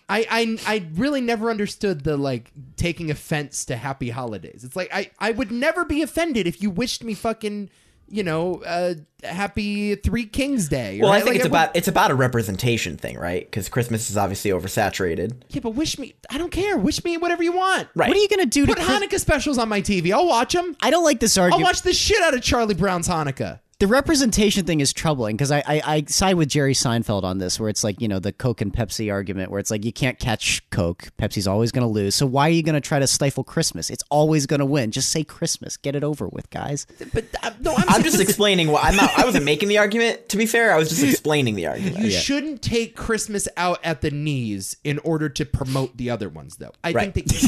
Speaker 1: I, I I really never understood the like taking offense to happy holidays. It's like I I would never be offended if you wished me fucking you know uh happy Three Kings Day.
Speaker 3: Well, I
Speaker 1: right?
Speaker 3: think
Speaker 1: Like,
Speaker 3: it's
Speaker 1: would-
Speaker 3: about it's about a representation thing, right? Because Christmas is obviously oversaturated.
Speaker 1: yeah, but wish me I don't care. Wish me whatever you want.
Speaker 3: Right.
Speaker 2: What are you gonna do to?
Speaker 1: Put
Speaker 2: Chris-
Speaker 1: Hanukkah specials on my TV. I'll watch them.
Speaker 2: I don't like this
Speaker 1: I'll
Speaker 2: argument.
Speaker 1: watch the shit out of Charlie Brown's Hanukkah.
Speaker 2: the representation thing is troubling because I, I I side with Jerry Seinfeld on this, where it's like you know the Coke and Pepsi argument, where it's like you can't catch Coke, Pepsi's always going to lose. So why are you going to try to stifle Christmas? It's always going to win. Just say Christmas, get it over with, guys.
Speaker 1: But uh, no, I'm,
Speaker 3: I'm just explaining what I'm not. I wasn't making the argument. To be fair, I was just explaining the argument.
Speaker 1: You shouldn't take Christmas out at the knees in order to promote the other ones, though. I
Speaker 3: Right.
Speaker 1: think that you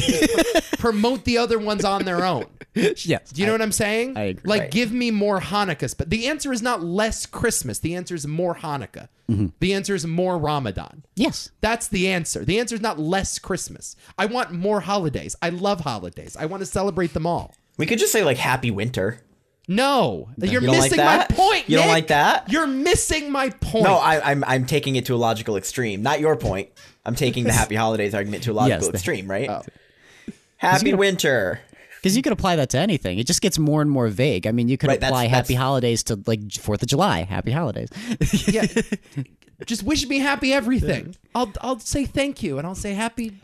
Speaker 1: should pr- promote the other ones on their own. Do
Speaker 2: Yes,
Speaker 1: you know what I'm saying? I
Speaker 2: agree.
Speaker 1: Like,
Speaker 3: Right.
Speaker 1: give me more Hanukkah. But the answer is not less Christmas. The answer is more Hanukkah.
Speaker 3: Mm-hmm.
Speaker 1: The answer is more Ramadan.
Speaker 2: yes.
Speaker 1: That's the answer. The answer is not less Christmas. I want more holidays. I love holidays. I want to celebrate them all.
Speaker 3: We could just say like Happy Winter.
Speaker 1: No, you're
Speaker 3: You don't like
Speaker 1: missing
Speaker 3: that?
Speaker 1: my point.
Speaker 3: You don't
Speaker 1: Nick.
Speaker 3: like that?
Speaker 1: You're missing my point.
Speaker 3: No, I, I'm I'm taking it to a logical extreme. Not your point. I'm taking the Happy Holidays argument to a logical
Speaker 2: Yes, Oh. the-
Speaker 3: extreme, right? Happy Winter.
Speaker 2: Because you could apply that to anything. It just gets more and more vague. I mean, you could
Speaker 3: Right, that's-
Speaker 2: apply Happy
Speaker 3: that's-
Speaker 2: Holidays to like Fourth of July. Happy Holidays.
Speaker 1: yeah. Just wish me happy everything. I'll I'll say thank you and I'll say happy.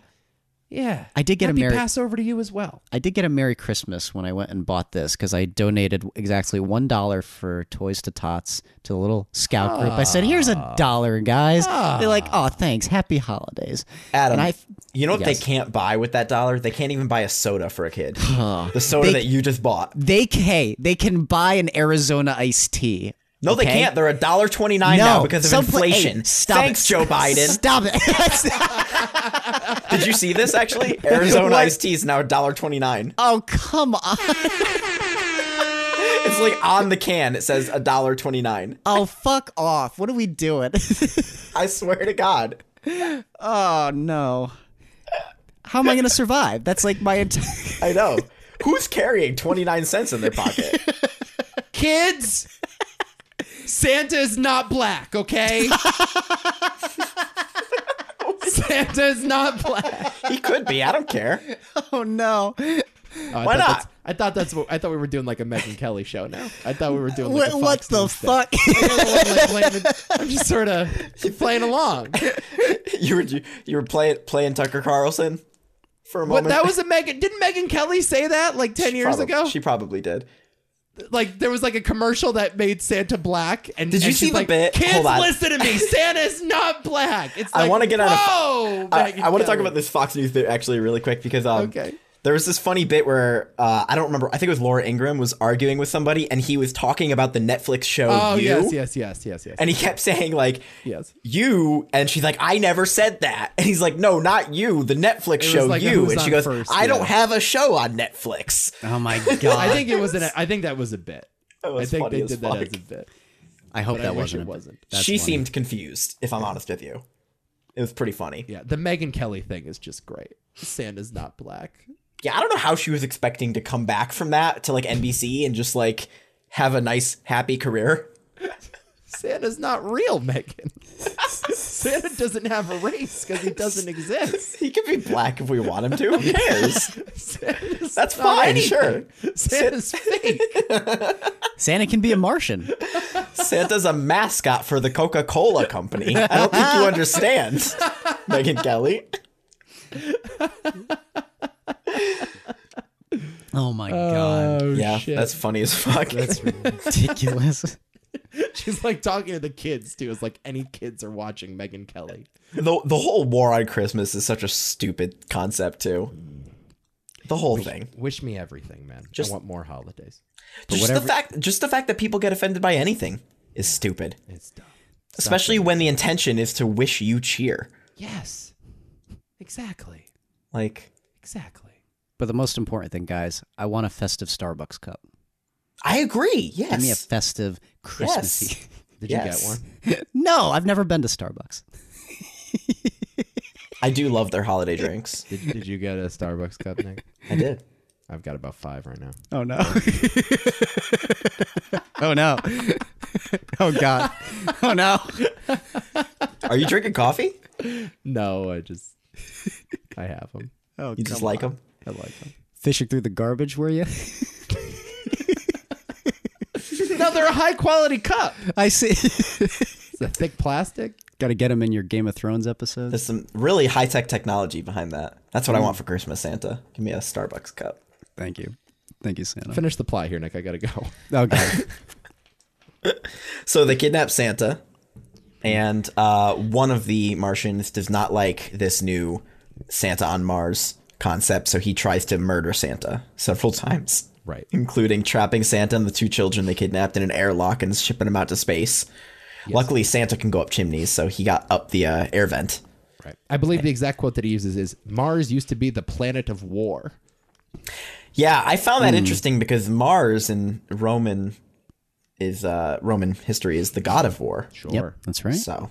Speaker 1: Yeah,
Speaker 2: I did get a
Speaker 1: happy
Speaker 2: Merry-
Speaker 1: Passover to you as well.
Speaker 2: I did get a Merry Christmas when I went and bought this because I donated exactly one dollar for Toys to Tots to the little scout group. I said, "Here's
Speaker 3: Ah.
Speaker 2: a dollar, guys." They're like, "Oh, thanks. Happy holidays."
Speaker 3: Adam,
Speaker 2: and I,
Speaker 3: you know what
Speaker 2: Yes.
Speaker 3: they can't buy with that dollar? They can't even buy a soda for a kid. the soda
Speaker 2: They-
Speaker 3: that you just bought.
Speaker 2: they can, hey, they can buy an Arizona iced tea.
Speaker 3: No, they
Speaker 2: okay?
Speaker 3: can't. They're a dollar twenty nine
Speaker 2: no,
Speaker 3: now because of
Speaker 2: some pla- hey,
Speaker 3: inflation.
Speaker 2: stop
Speaker 3: Thanks,
Speaker 2: it.
Speaker 3: Joe Biden.
Speaker 2: Stop it. That's-
Speaker 3: Did you see this actually? Arizona
Speaker 2: What?
Speaker 3: iced tea is now a dollar twenty nine.
Speaker 2: oh, come on.
Speaker 3: It's like on the can. It says a dollar twenty nine.
Speaker 2: Oh, fuck off. What are we doing?
Speaker 3: I swear to God.
Speaker 2: oh no. How am I going to survive? That's like my entire.
Speaker 3: I know. Who's carrying twenty nine cents in their pocket?
Speaker 1: Kids, Santa is not black. Okay. Santa is not black.
Speaker 3: he could be. I don't care.
Speaker 2: Oh no.
Speaker 1: Oh, I
Speaker 3: Why
Speaker 1: thought
Speaker 3: not?
Speaker 1: that's- I thought that's what I thought we were doing like a Meg and Kelly show now. I thought we were doing like
Speaker 2: What,
Speaker 1: a
Speaker 2: what
Speaker 1: Fox
Speaker 2: the
Speaker 1: News thing.
Speaker 2: fuck?
Speaker 1: I'm just sort of playing along.
Speaker 2: Oh,
Speaker 3: You were you, you were playing playing Tucker Carlson for a
Speaker 1: But
Speaker 3: moment.
Speaker 1: that was a Megan. Didn't Megan Kelly say that like ten years
Speaker 3: Probab-
Speaker 1: ago?
Speaker 3: She probably did.
Speaker 1: like there was like a commercial that made Santa black. And
Speaker 3: Did you
Speaker 1: and
Speaker 3: see
Speaker 1: she's
Speaker 3: the
Speaker 1: like,
Speaker 3: bit?
Speaker 1: Kids,
Speaker 3: Hold on.
Speaker 1: listen to me. Santa's not black. It's
Speaker 3: I
Speaker 1: like,
Speaker 3: wanna get out of-
Speaker 1: Whoa,
Speaker 3: I,
Speaker 1: Megyn
Speaker 3: want to talk
Speaker 1: Kelly.
Speaker 3: about this Fox News bit actually really quick because um,
Speaker 1: Okay.
Speaker 3: there was this funny bit where uh, I don't remember. I think it was Laura Ingram was arguing with somebody, and he was talking about the Netflix show.
Speaker 1: Oh
Speaker 3: you,
Speaker 1: yes, yes, yes, yes, yes.
Speaker 3: And he kept saying like,
Speaker 1: Yes.
Speaker 3: you," and she's like, "I never said that." And he's like, "No, not you. The Netflix
Speaker 1: was
Speaker 3: show,
Speaker 1: like a
Speaker 3: you."
Speaker 1: who's
Speaker 3: And she
Speaker 1: on
Speaker 3: goes,
Speaker 1: first,
Speaker 3: "I don't
Speaker 1: yeah.
Speaker 3: have a show on Netflix."
Speaker 2: Oh my god!
Speaker 1: I think it was an. I think that was a bit.
Speaker 3: That
Speaker 1: I
Speaker 3: was
Speaker 1: think
Speaker 3: funny
Speaker 1: they
Speaker 3: as
Speaker 1: did
Speaker 3: fuck.
Speaker 1: that as a bit.
Speaker 2: I hope
Speaker 1: But
Speaker 2: that
Speaker 1: I wish
Speaker 2: wasn't.
Speaker 1: it wasn't.
Speaker 3: she seemed confused. If I'm honest with you, it was pretty funny.
Speaker 1: Yeah, the Megan Kelly thing is just great. Santa's not black.
Speaker 3: yeah, I don't know how she was expecting to come back from that to like NBC and just like have a nice, happy career.
Speaker 1: Santa's not real, Megan. Santa doesn't have a race because he doesn't exist.
Speaker 3: He could be black if we want him to. Who cares?
Speaker 1: Santa's
Speaker 3: That's
Speaker 1: not
Speaker 3: fine,
Speaker 1: anything.
Speaker 3: sure.
Speaker 1: Santa's fake.
Speaker 2: Santa can be a Martian.
Speaker 3: Santa's a mascot for the Coca Cola company. I don't think you understand, Megan Kelly.
Speaker 2: Oh my god!
Speaker 3: yeah,
Speaker 1: shit.
Speaker 3: that's funny as fuck.
Speaker 2: Ridiculous.
Speaker 1: She's like talking to the kids too. It's like any kids are watching Megan Kelly.
Speaker 3: the, the whole war on Christmas is such a stupid concept, too. The whole thing.
Speaker 1: Wish me everything, man.
Speaker 3: Just-
Speaker 1: I want more holidays.
Speaker 3: Just the fact just the fact that people get offended by anything is stupid.
Speaker 1: It's dumb.
Speaker 3: Especially when the intention is to wish you cheer.
Speaker 1: Yes. Exactly.
Speaker 3: Like
Speaker 1: Exactly.
Speaker 2: But the most important thing, guys, I want a festive Starbucks cup.
Speaker 3: I agree. Yes.
Speaker 2: Give me a festive Christmassy.
Speaker 1: Did you
Speaker 3: Yes.
Speaker 1: get one?
Speaker 2: no, I've never been to Starbucks.
Speaker 3: I do love their holiday drinks.
Speaker 1: Did, did you get a Starbucks cup, Nick?
Speaker 3: I did.
Speaker 1: I've got about five right now.
Speaker 2: Oh no! Oh no. oh god. Oh no.
Speaker 3: Are you drinking coffee?
Speaker 1: No, I just I have them.
Speaker 2: Oh,
Speaker 3: You just like them?
Speaker 1: I like them.
Speaker 2: fishing through the garbage, were you?
Speaker 1: No, they're a high quality cup.
Speaker 2: I see.
Speaker 1: It's a thick plastic.
Speaker 2: Got to get them in your Game of Thrones episode.
Speaker 3: There's some really high tech technology behind that. That's what I want for Christmas, Santa. Give me a Starbucks cup.
Speaker 2: Thank you. Thank you, Santa.
Speaker 1: Finish the plot here, Nick. I gotta go.
Speaker 2: Oh god.
Speaker 3: So they kidnap Santa, and uh, one of the Martians does not like this new Santa on Mars concept, so he tries to murder Santa several times.
Speaker 1: Right.
Speaker 3: Including trapping Santa and the two children they kidnapped in an airlock and shipping them out to space. Luckily, Santa can go up chimneys, so he got up the uh, air vent.
Speaker 1: Right. I believe the exact quote that he uses is Mars used to be the planet of war.
Speaker 3: Yeah, I found that interesting because Mars in Roman is uh, Roman history is the god of war.
Speaker 1: Sure.
Speaker 2: yep, that's right.
Speaker 3: So,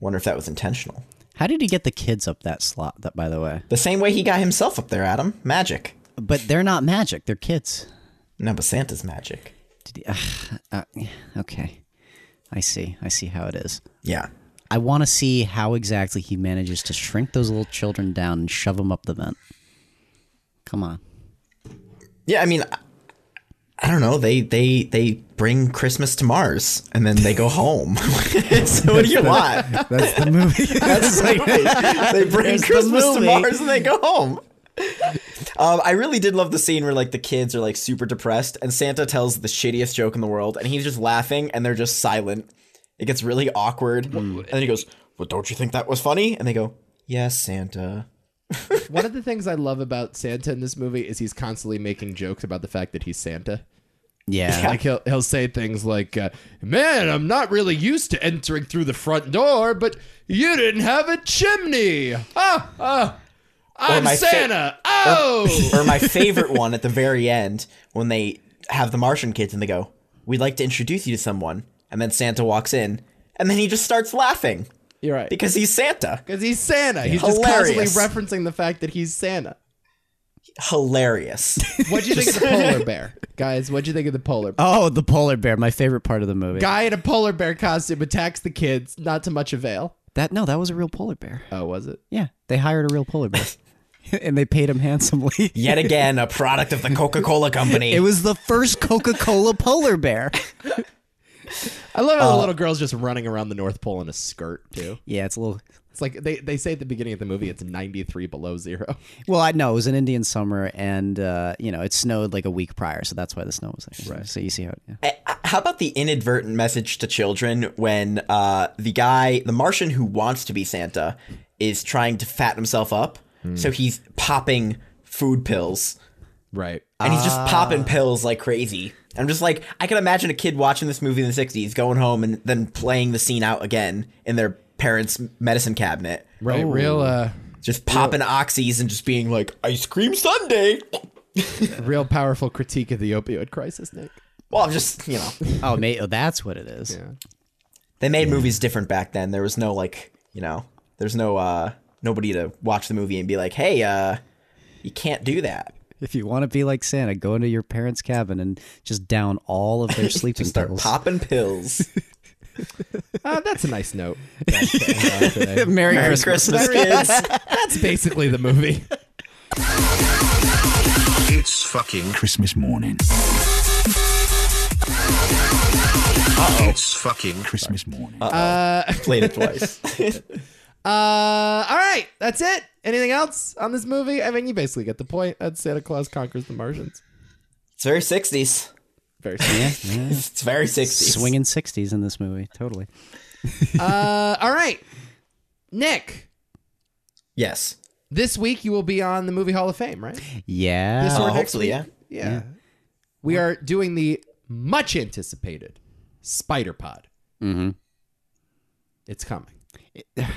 Speaker 3: wonder if that was intentional.
Speaker 2: How did he get the kids up that slot? That by the way,
Speaker 3: The same way he got himself up there, Adam. Magic.
Speaker 2: but they're not magic. They're kids.
Speaker 3: No, but Santa's magic.
Speaker 2: Did he, uh, okay, I see. I see how it is.
Speaker 3: Yeah.
Speaker 2: I want to see how exactly he manages to shrink those little children down and shove them up the vent. Come on.
Speaker 3: Yeah, I mean, I, I don't know. They they they bring Christmas to Mars and then they go home. so what do you want?
Speaker 2: That's the movie.
Speaker 3: That's like they, they bring
Speaker 2: the
Speaker 3: Christmas to
Speaker 2: movie.
Speaker 3: Mars and they go home. Um, I really did love the scene where like the kids are like super depressed and Santa tells the shittiest joke in the world and he's just laughing and they're just silent. It gets really awkward and then he goes, "Well, don't you think that was funny?" And they go, "Yes, Santa."
Speaker 1: One of the things I love about Santa in this movie is he's constantly making jokes about the fact that he's Santa.
Speaker 2: yeah.
Speaker 1: Like he'll he'll say things like, uh, "Man, I'm not really used to entering through the front door, but you didn't have a chimney." Ah, ah. I'm
Speaker 3: my fa-
Speaker 1: Santa. oh.
Speaker 3: or my favorite one at the very end when they have the Martian kids and they go, "We'd like to introduce you to someone," and then Santa walks in and then he just starts laughing
Speaker 1: You're right.
Speaker 3: because he's Santa.
Speaker 1: Because he's Santa. He's just
Speaker 3: Hilarious.
Speaker 1: constantly referencing the fact that he's Santa.
Speaker 3: Hilarious.
Speaker 1: What'd you think of the polar bear? Guys, what'd you think of the polar bear?
Speaker 2: Oh, the polar bear, my favorite part of the movie.
Speaker 1: Guy in a polar bear costume attacks the kids, not to much avail.
Speaker 2: That no, that was a real polar bear.
Speaker 1: Oh, was it?
Speaker 2: Yeah, they hired a real polar bear, and they paid him handsomely.
Speaker 3: Yet again, a product of the Coca Cola Company.
Speaker 2: It was the first Coca Cola polar bear.
Speaker 1: I love how the little girl's just running around the North Pole in a skirt, too.
Speaker 2: Yeah, it's a little.
Speaker 1: It's like they, they say at the beginning of the movie it's 93 below zero.
Speaker 2: Well, I know it was an Indian summer, and uh, you know it snowed like a week prior, so that's why the snow was there. Right. So you see how. Yeah.
Speaker 3: Eh, How about the inadvertent message to children when uh, the guy, the Martian who wants to be Santa, is trying to fat himself up?
Speaker 2: Hmm.
Speaker 3: So he's popping food pills.
Speaker 1: Right.
Speaker 3: And he's just popping pills like crazy. I'm just like, I can imagine a kid watching this movie in the 60s, going home and then playing the scene out again in their parents' medicine cabinet.
Speaker 1: Right. Real uh,
Speaker 3: Just popping oxys and just being like, ice cream sundae.
Speaker 1: real powerful critique of the opioid crisis, Nick.
Speaker 3: Well, I'm just, you know.
Speaker 2: Oh, mate, oh, that's what it is.
Speaker 3: They made movies different back then. There was no like, you know, there's no uh nobody to watch the movie and be like, "Hey, uh you can't do that."
Speaker 2: If you want to be like Santa, go into your parents' cabin and just down all of their sleeping
Speaker 3: Start
Speaker 2: pills.
Speaker 3: popping pills.
Speaker 1: Uh, that's a nice note. That's, uh, today.
Speaker 2: Merry,
Speaker 3: Merry
Speaker 2: Christmas.
Speaker 3: Christmas, kids.
Speaker 1: that's basically the movie.
Speaker 4: It's fucking Christmas morning. It's fucking Christmas morning.
Speaker 3: Played it twice.
Speaker 1: Uh, all right, that's it. Anything else on this movie? I mean, you basically get the point. That Santa Claus conquers the Martians.
Speaker 3: It's very 60s.
Speaker 1: Very.
Speaker 3: It's very 60s.
Speaker 2: Swinging 60s in this movie. Totally.
Speaker 1: uh, all right, Nick.
Speaker 3: Yes.
Speaker 1: This week you will be on the Movie Hall of Fame, right?
Speaker 2: Yeah.
Speaker 1: This
Speaker 3: Uh,
Speaker 1: or next
Speaker 3: hopefully,
Speaker 1: week?
Speaker 3: yeah.
Speaker 1: Yeah. We are doing the much anticipated Spider Pod.
Speaker 3: Mm-hmm.
Speaker 2: hmm
Speaker 1: It's coming.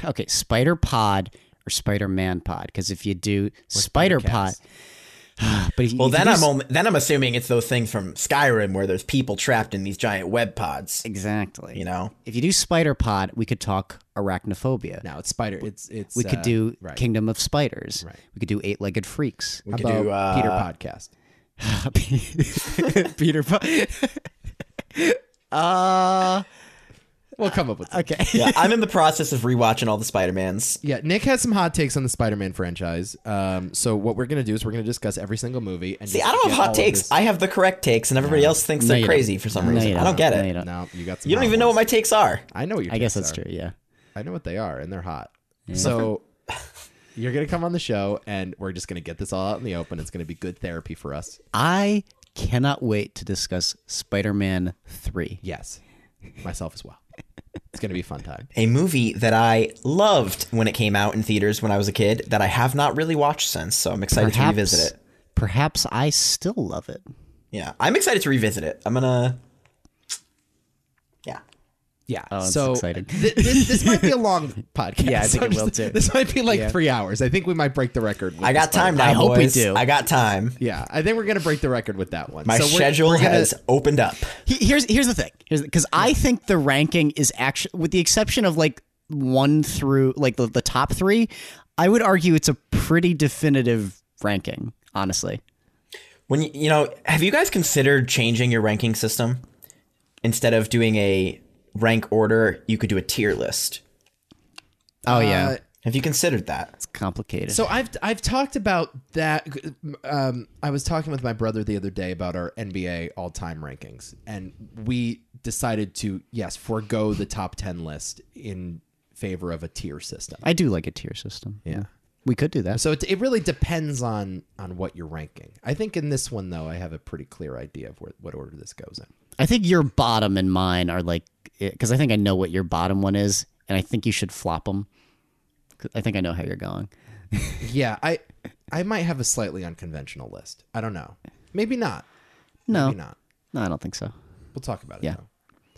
Speaker 2: Okay, Spider Pod or Spider Man Pod? Because if you do Spider Pod,
Speaker 1: Cast.
Speaker 2: but if you-
Speaker 3: Well,
Speaker 2: if you
Speaker 3: then
Speaker 2: do
Speaker 3: I'm
Speaker 2: s-
Speaker 3: only, then I'm assuming it's those things from Skyrim where there's people trapped in these giant web pods,
Speaker 2: exactly.
Speaker 3: you know.
Speaker 2: if you do Spider Pod, we could talk arachnophobia.
Speaker 1: Now it's Spider. It's it's.
Speaker 2: we could
Speaker 1: uh,
Speaker 2: do
Speaker 1: right.
Speaker 2: Kingdom of Spiders.
Speaker 1: Right.
Speaker 2: We could do Eight Legged Freaks.
Speaker 3: We could
Speaker 1: about
Speaker 3: do uh,
Speaker 1: Peter podcast.
Speaker 2: Peter Pan. Uh,
Speaker 1: We'll come up with something.
Speaker 2: okay.
Speaker 3: Yeah, I'm in the process of rewatching all the Spider Mans.
Speaker 1: Yeah, Nick has some hot takes on the Spider-Man franchise. Um, so what we're gonna do is we're gonna discuss every single movie. And
Speaker 3: See,
Speaker 1: just
Speaker 3: I don't
Speaker 1: get
Speaker 3: have
Speaker 1: all
Speaker 3: hot
Speaker 1: of
Speaker 3: takes.
Speaker 1: this-
Speaker 3: I have the correct takes, and everybody else thinks
Speaker 2: No,
Speaker 3: they're
Speaker 2: you don't.
Speaker 3: crazy for some
Speaker 2: No,
Speaker 3: reason.
Speaker 2: you
Speaker 3: I don't get
Speaker 2: No,
Speaker 3: it.
Speaker 2: you don't.
Speaker 1: no, you got some.
Speaker 3: You don't even know what my takes are.
Speaker 1: I know what your.
Speaker 2: I guess
Speaker 1: takes
Speaker 2: that's
Speaker 1: are.
Speaker 2: true. Yeah.
Speaker 1: I know what they are, and they're hot. So you're gonna come on the show, and we're just gonna get this all out in the open. It's gonna be good therapy for us.
Speaker 2: I cannot wait to discuss Spider-Man 3.
Speaker 1: Yes, myself as well. It's gonna be a fun time.
Speaker 3: A movie that I loved when it came out in theaters when I was a kid that I have not really watched since, so I'm excited to revisit it.
Speaker 2: Perhaps I still love it.
Speaker 3: Yeah, I'm excited to revisit it. I'm gonna. Yeah.
Speaker 1: Yeah.
Speaker 2: Oh, that's
Speaker 1: so
Speaker 2: exciting.
Speaker 1: th- this, this might be a long podcast.
Speaker 2: Yeah, I think
Speaker 1: I'm
Speaker 2: it will
Speaker 1: just-
Speaker 2: too.
Speaker 1: This might be like three hours. I think we might break the record. With
Speaker 3: I got
Speaker 1: this one.
Speaker 3: time now.
Speaker 2: I hope we
Speaker 3: boys.
Speaker 2: do.
Speaker 3: I got time.
Speaker 1: Yeah, I think we're gonna break the record with that one.
Speaker 3: My
Speaker 1: So we're-
Speaker 3: schedule
Speaker 1: we're gonna-
Speaker 3: has opened up.
Speaker 2: He- here's here's the thing. Here's because I think the ranking is actually, with the exception of like one through like the, the top three, I would argue it's a pretty definitive ranking. Honestly,
Speaker 3: When you, you know, have you guys considered changing your ranking system? Instead of doing a rank order, you could do a tier list.
Speaker 2: oh yeah,
Speaker 1: Uh,
Speaker 3: Have you considered that?
Speaker 2: it's complicated.
Speaker 1: So I've I've talked about that. Um, I was talking with my brother the other day about our NBA all time rankings, and we decided to yes forego the top ten list in favor of a tier system.
Speaker 2: I do like a tier system.
Speaker 1: Yeah.
Speaker 2: we could do that.
Speaker 1: So it, it really depends on on what you're ranking. I think in this one though, I have a pretty clear idea of where, what order this goes in.
Speaker 2: I think your bottom and mine are like because I think I know what your bottom one is, and I think you should flop them. I think I know how you're going.
Speaker 1: Yeah, I I might have a slightly unconventional list. I don't know. Maybe not.
Speaker 2: No,
Speaker 1: Maybe not.
Speaker 2: no, I don't think so.
Speaker 1: We'll talk about it.
Speaker 2: Yeah.
Speaker 1: though.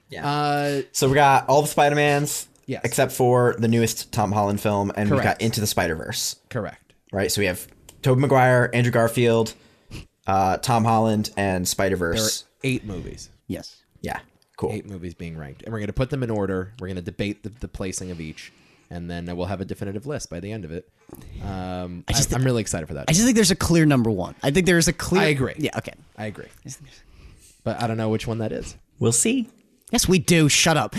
Speaker 3: Yeah.
Speaker 1: Uh,
Speaker 3: So we got all the Spider Mans,
Speaker 1: Yes.
Speaker 3: except for the newest Tom Holland film, and we've
Speaker 1: Correct.
Speaker 3: got Into the Spider Verse.
Speaker 1: correct.
Speaker 3: Right. So we have Tobey Maguire, Andrew Garfield, uh, Tom Holland, and Spider
Speaker 1: There are
Speaker 3: Verse.
Speaker 1: eight movies.
Speaker 2: Yes.
Speaker 3: Yeah. Cool.
Speaker 1: eight movies being ranked, and we're going to put them in order. We're going to debate the, the placing of each, and then uh, we'll have a definitive list by the end of it. Um, I
Speaker 2: just
Speaker 1: am really excited for that.
Speaker 2: I just think there's a clear number one. I think there's a clear.
Speaker 1: I agree.
Speaker 2: Yeah. Okay.
Speaker 1: I agree, but I don't know which one that is.
Speaker 3: We'll see.
Speaker 2: Yes, we do. Shut up.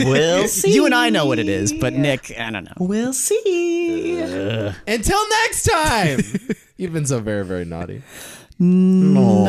Speaker 3: We'll see.
Speaker 2: you and I know what it is, but Nick, I don't know.
Speaker 3: We'll see.
Speaker 1: Until next time, you've been so very very naughty.
Speaker 2: No.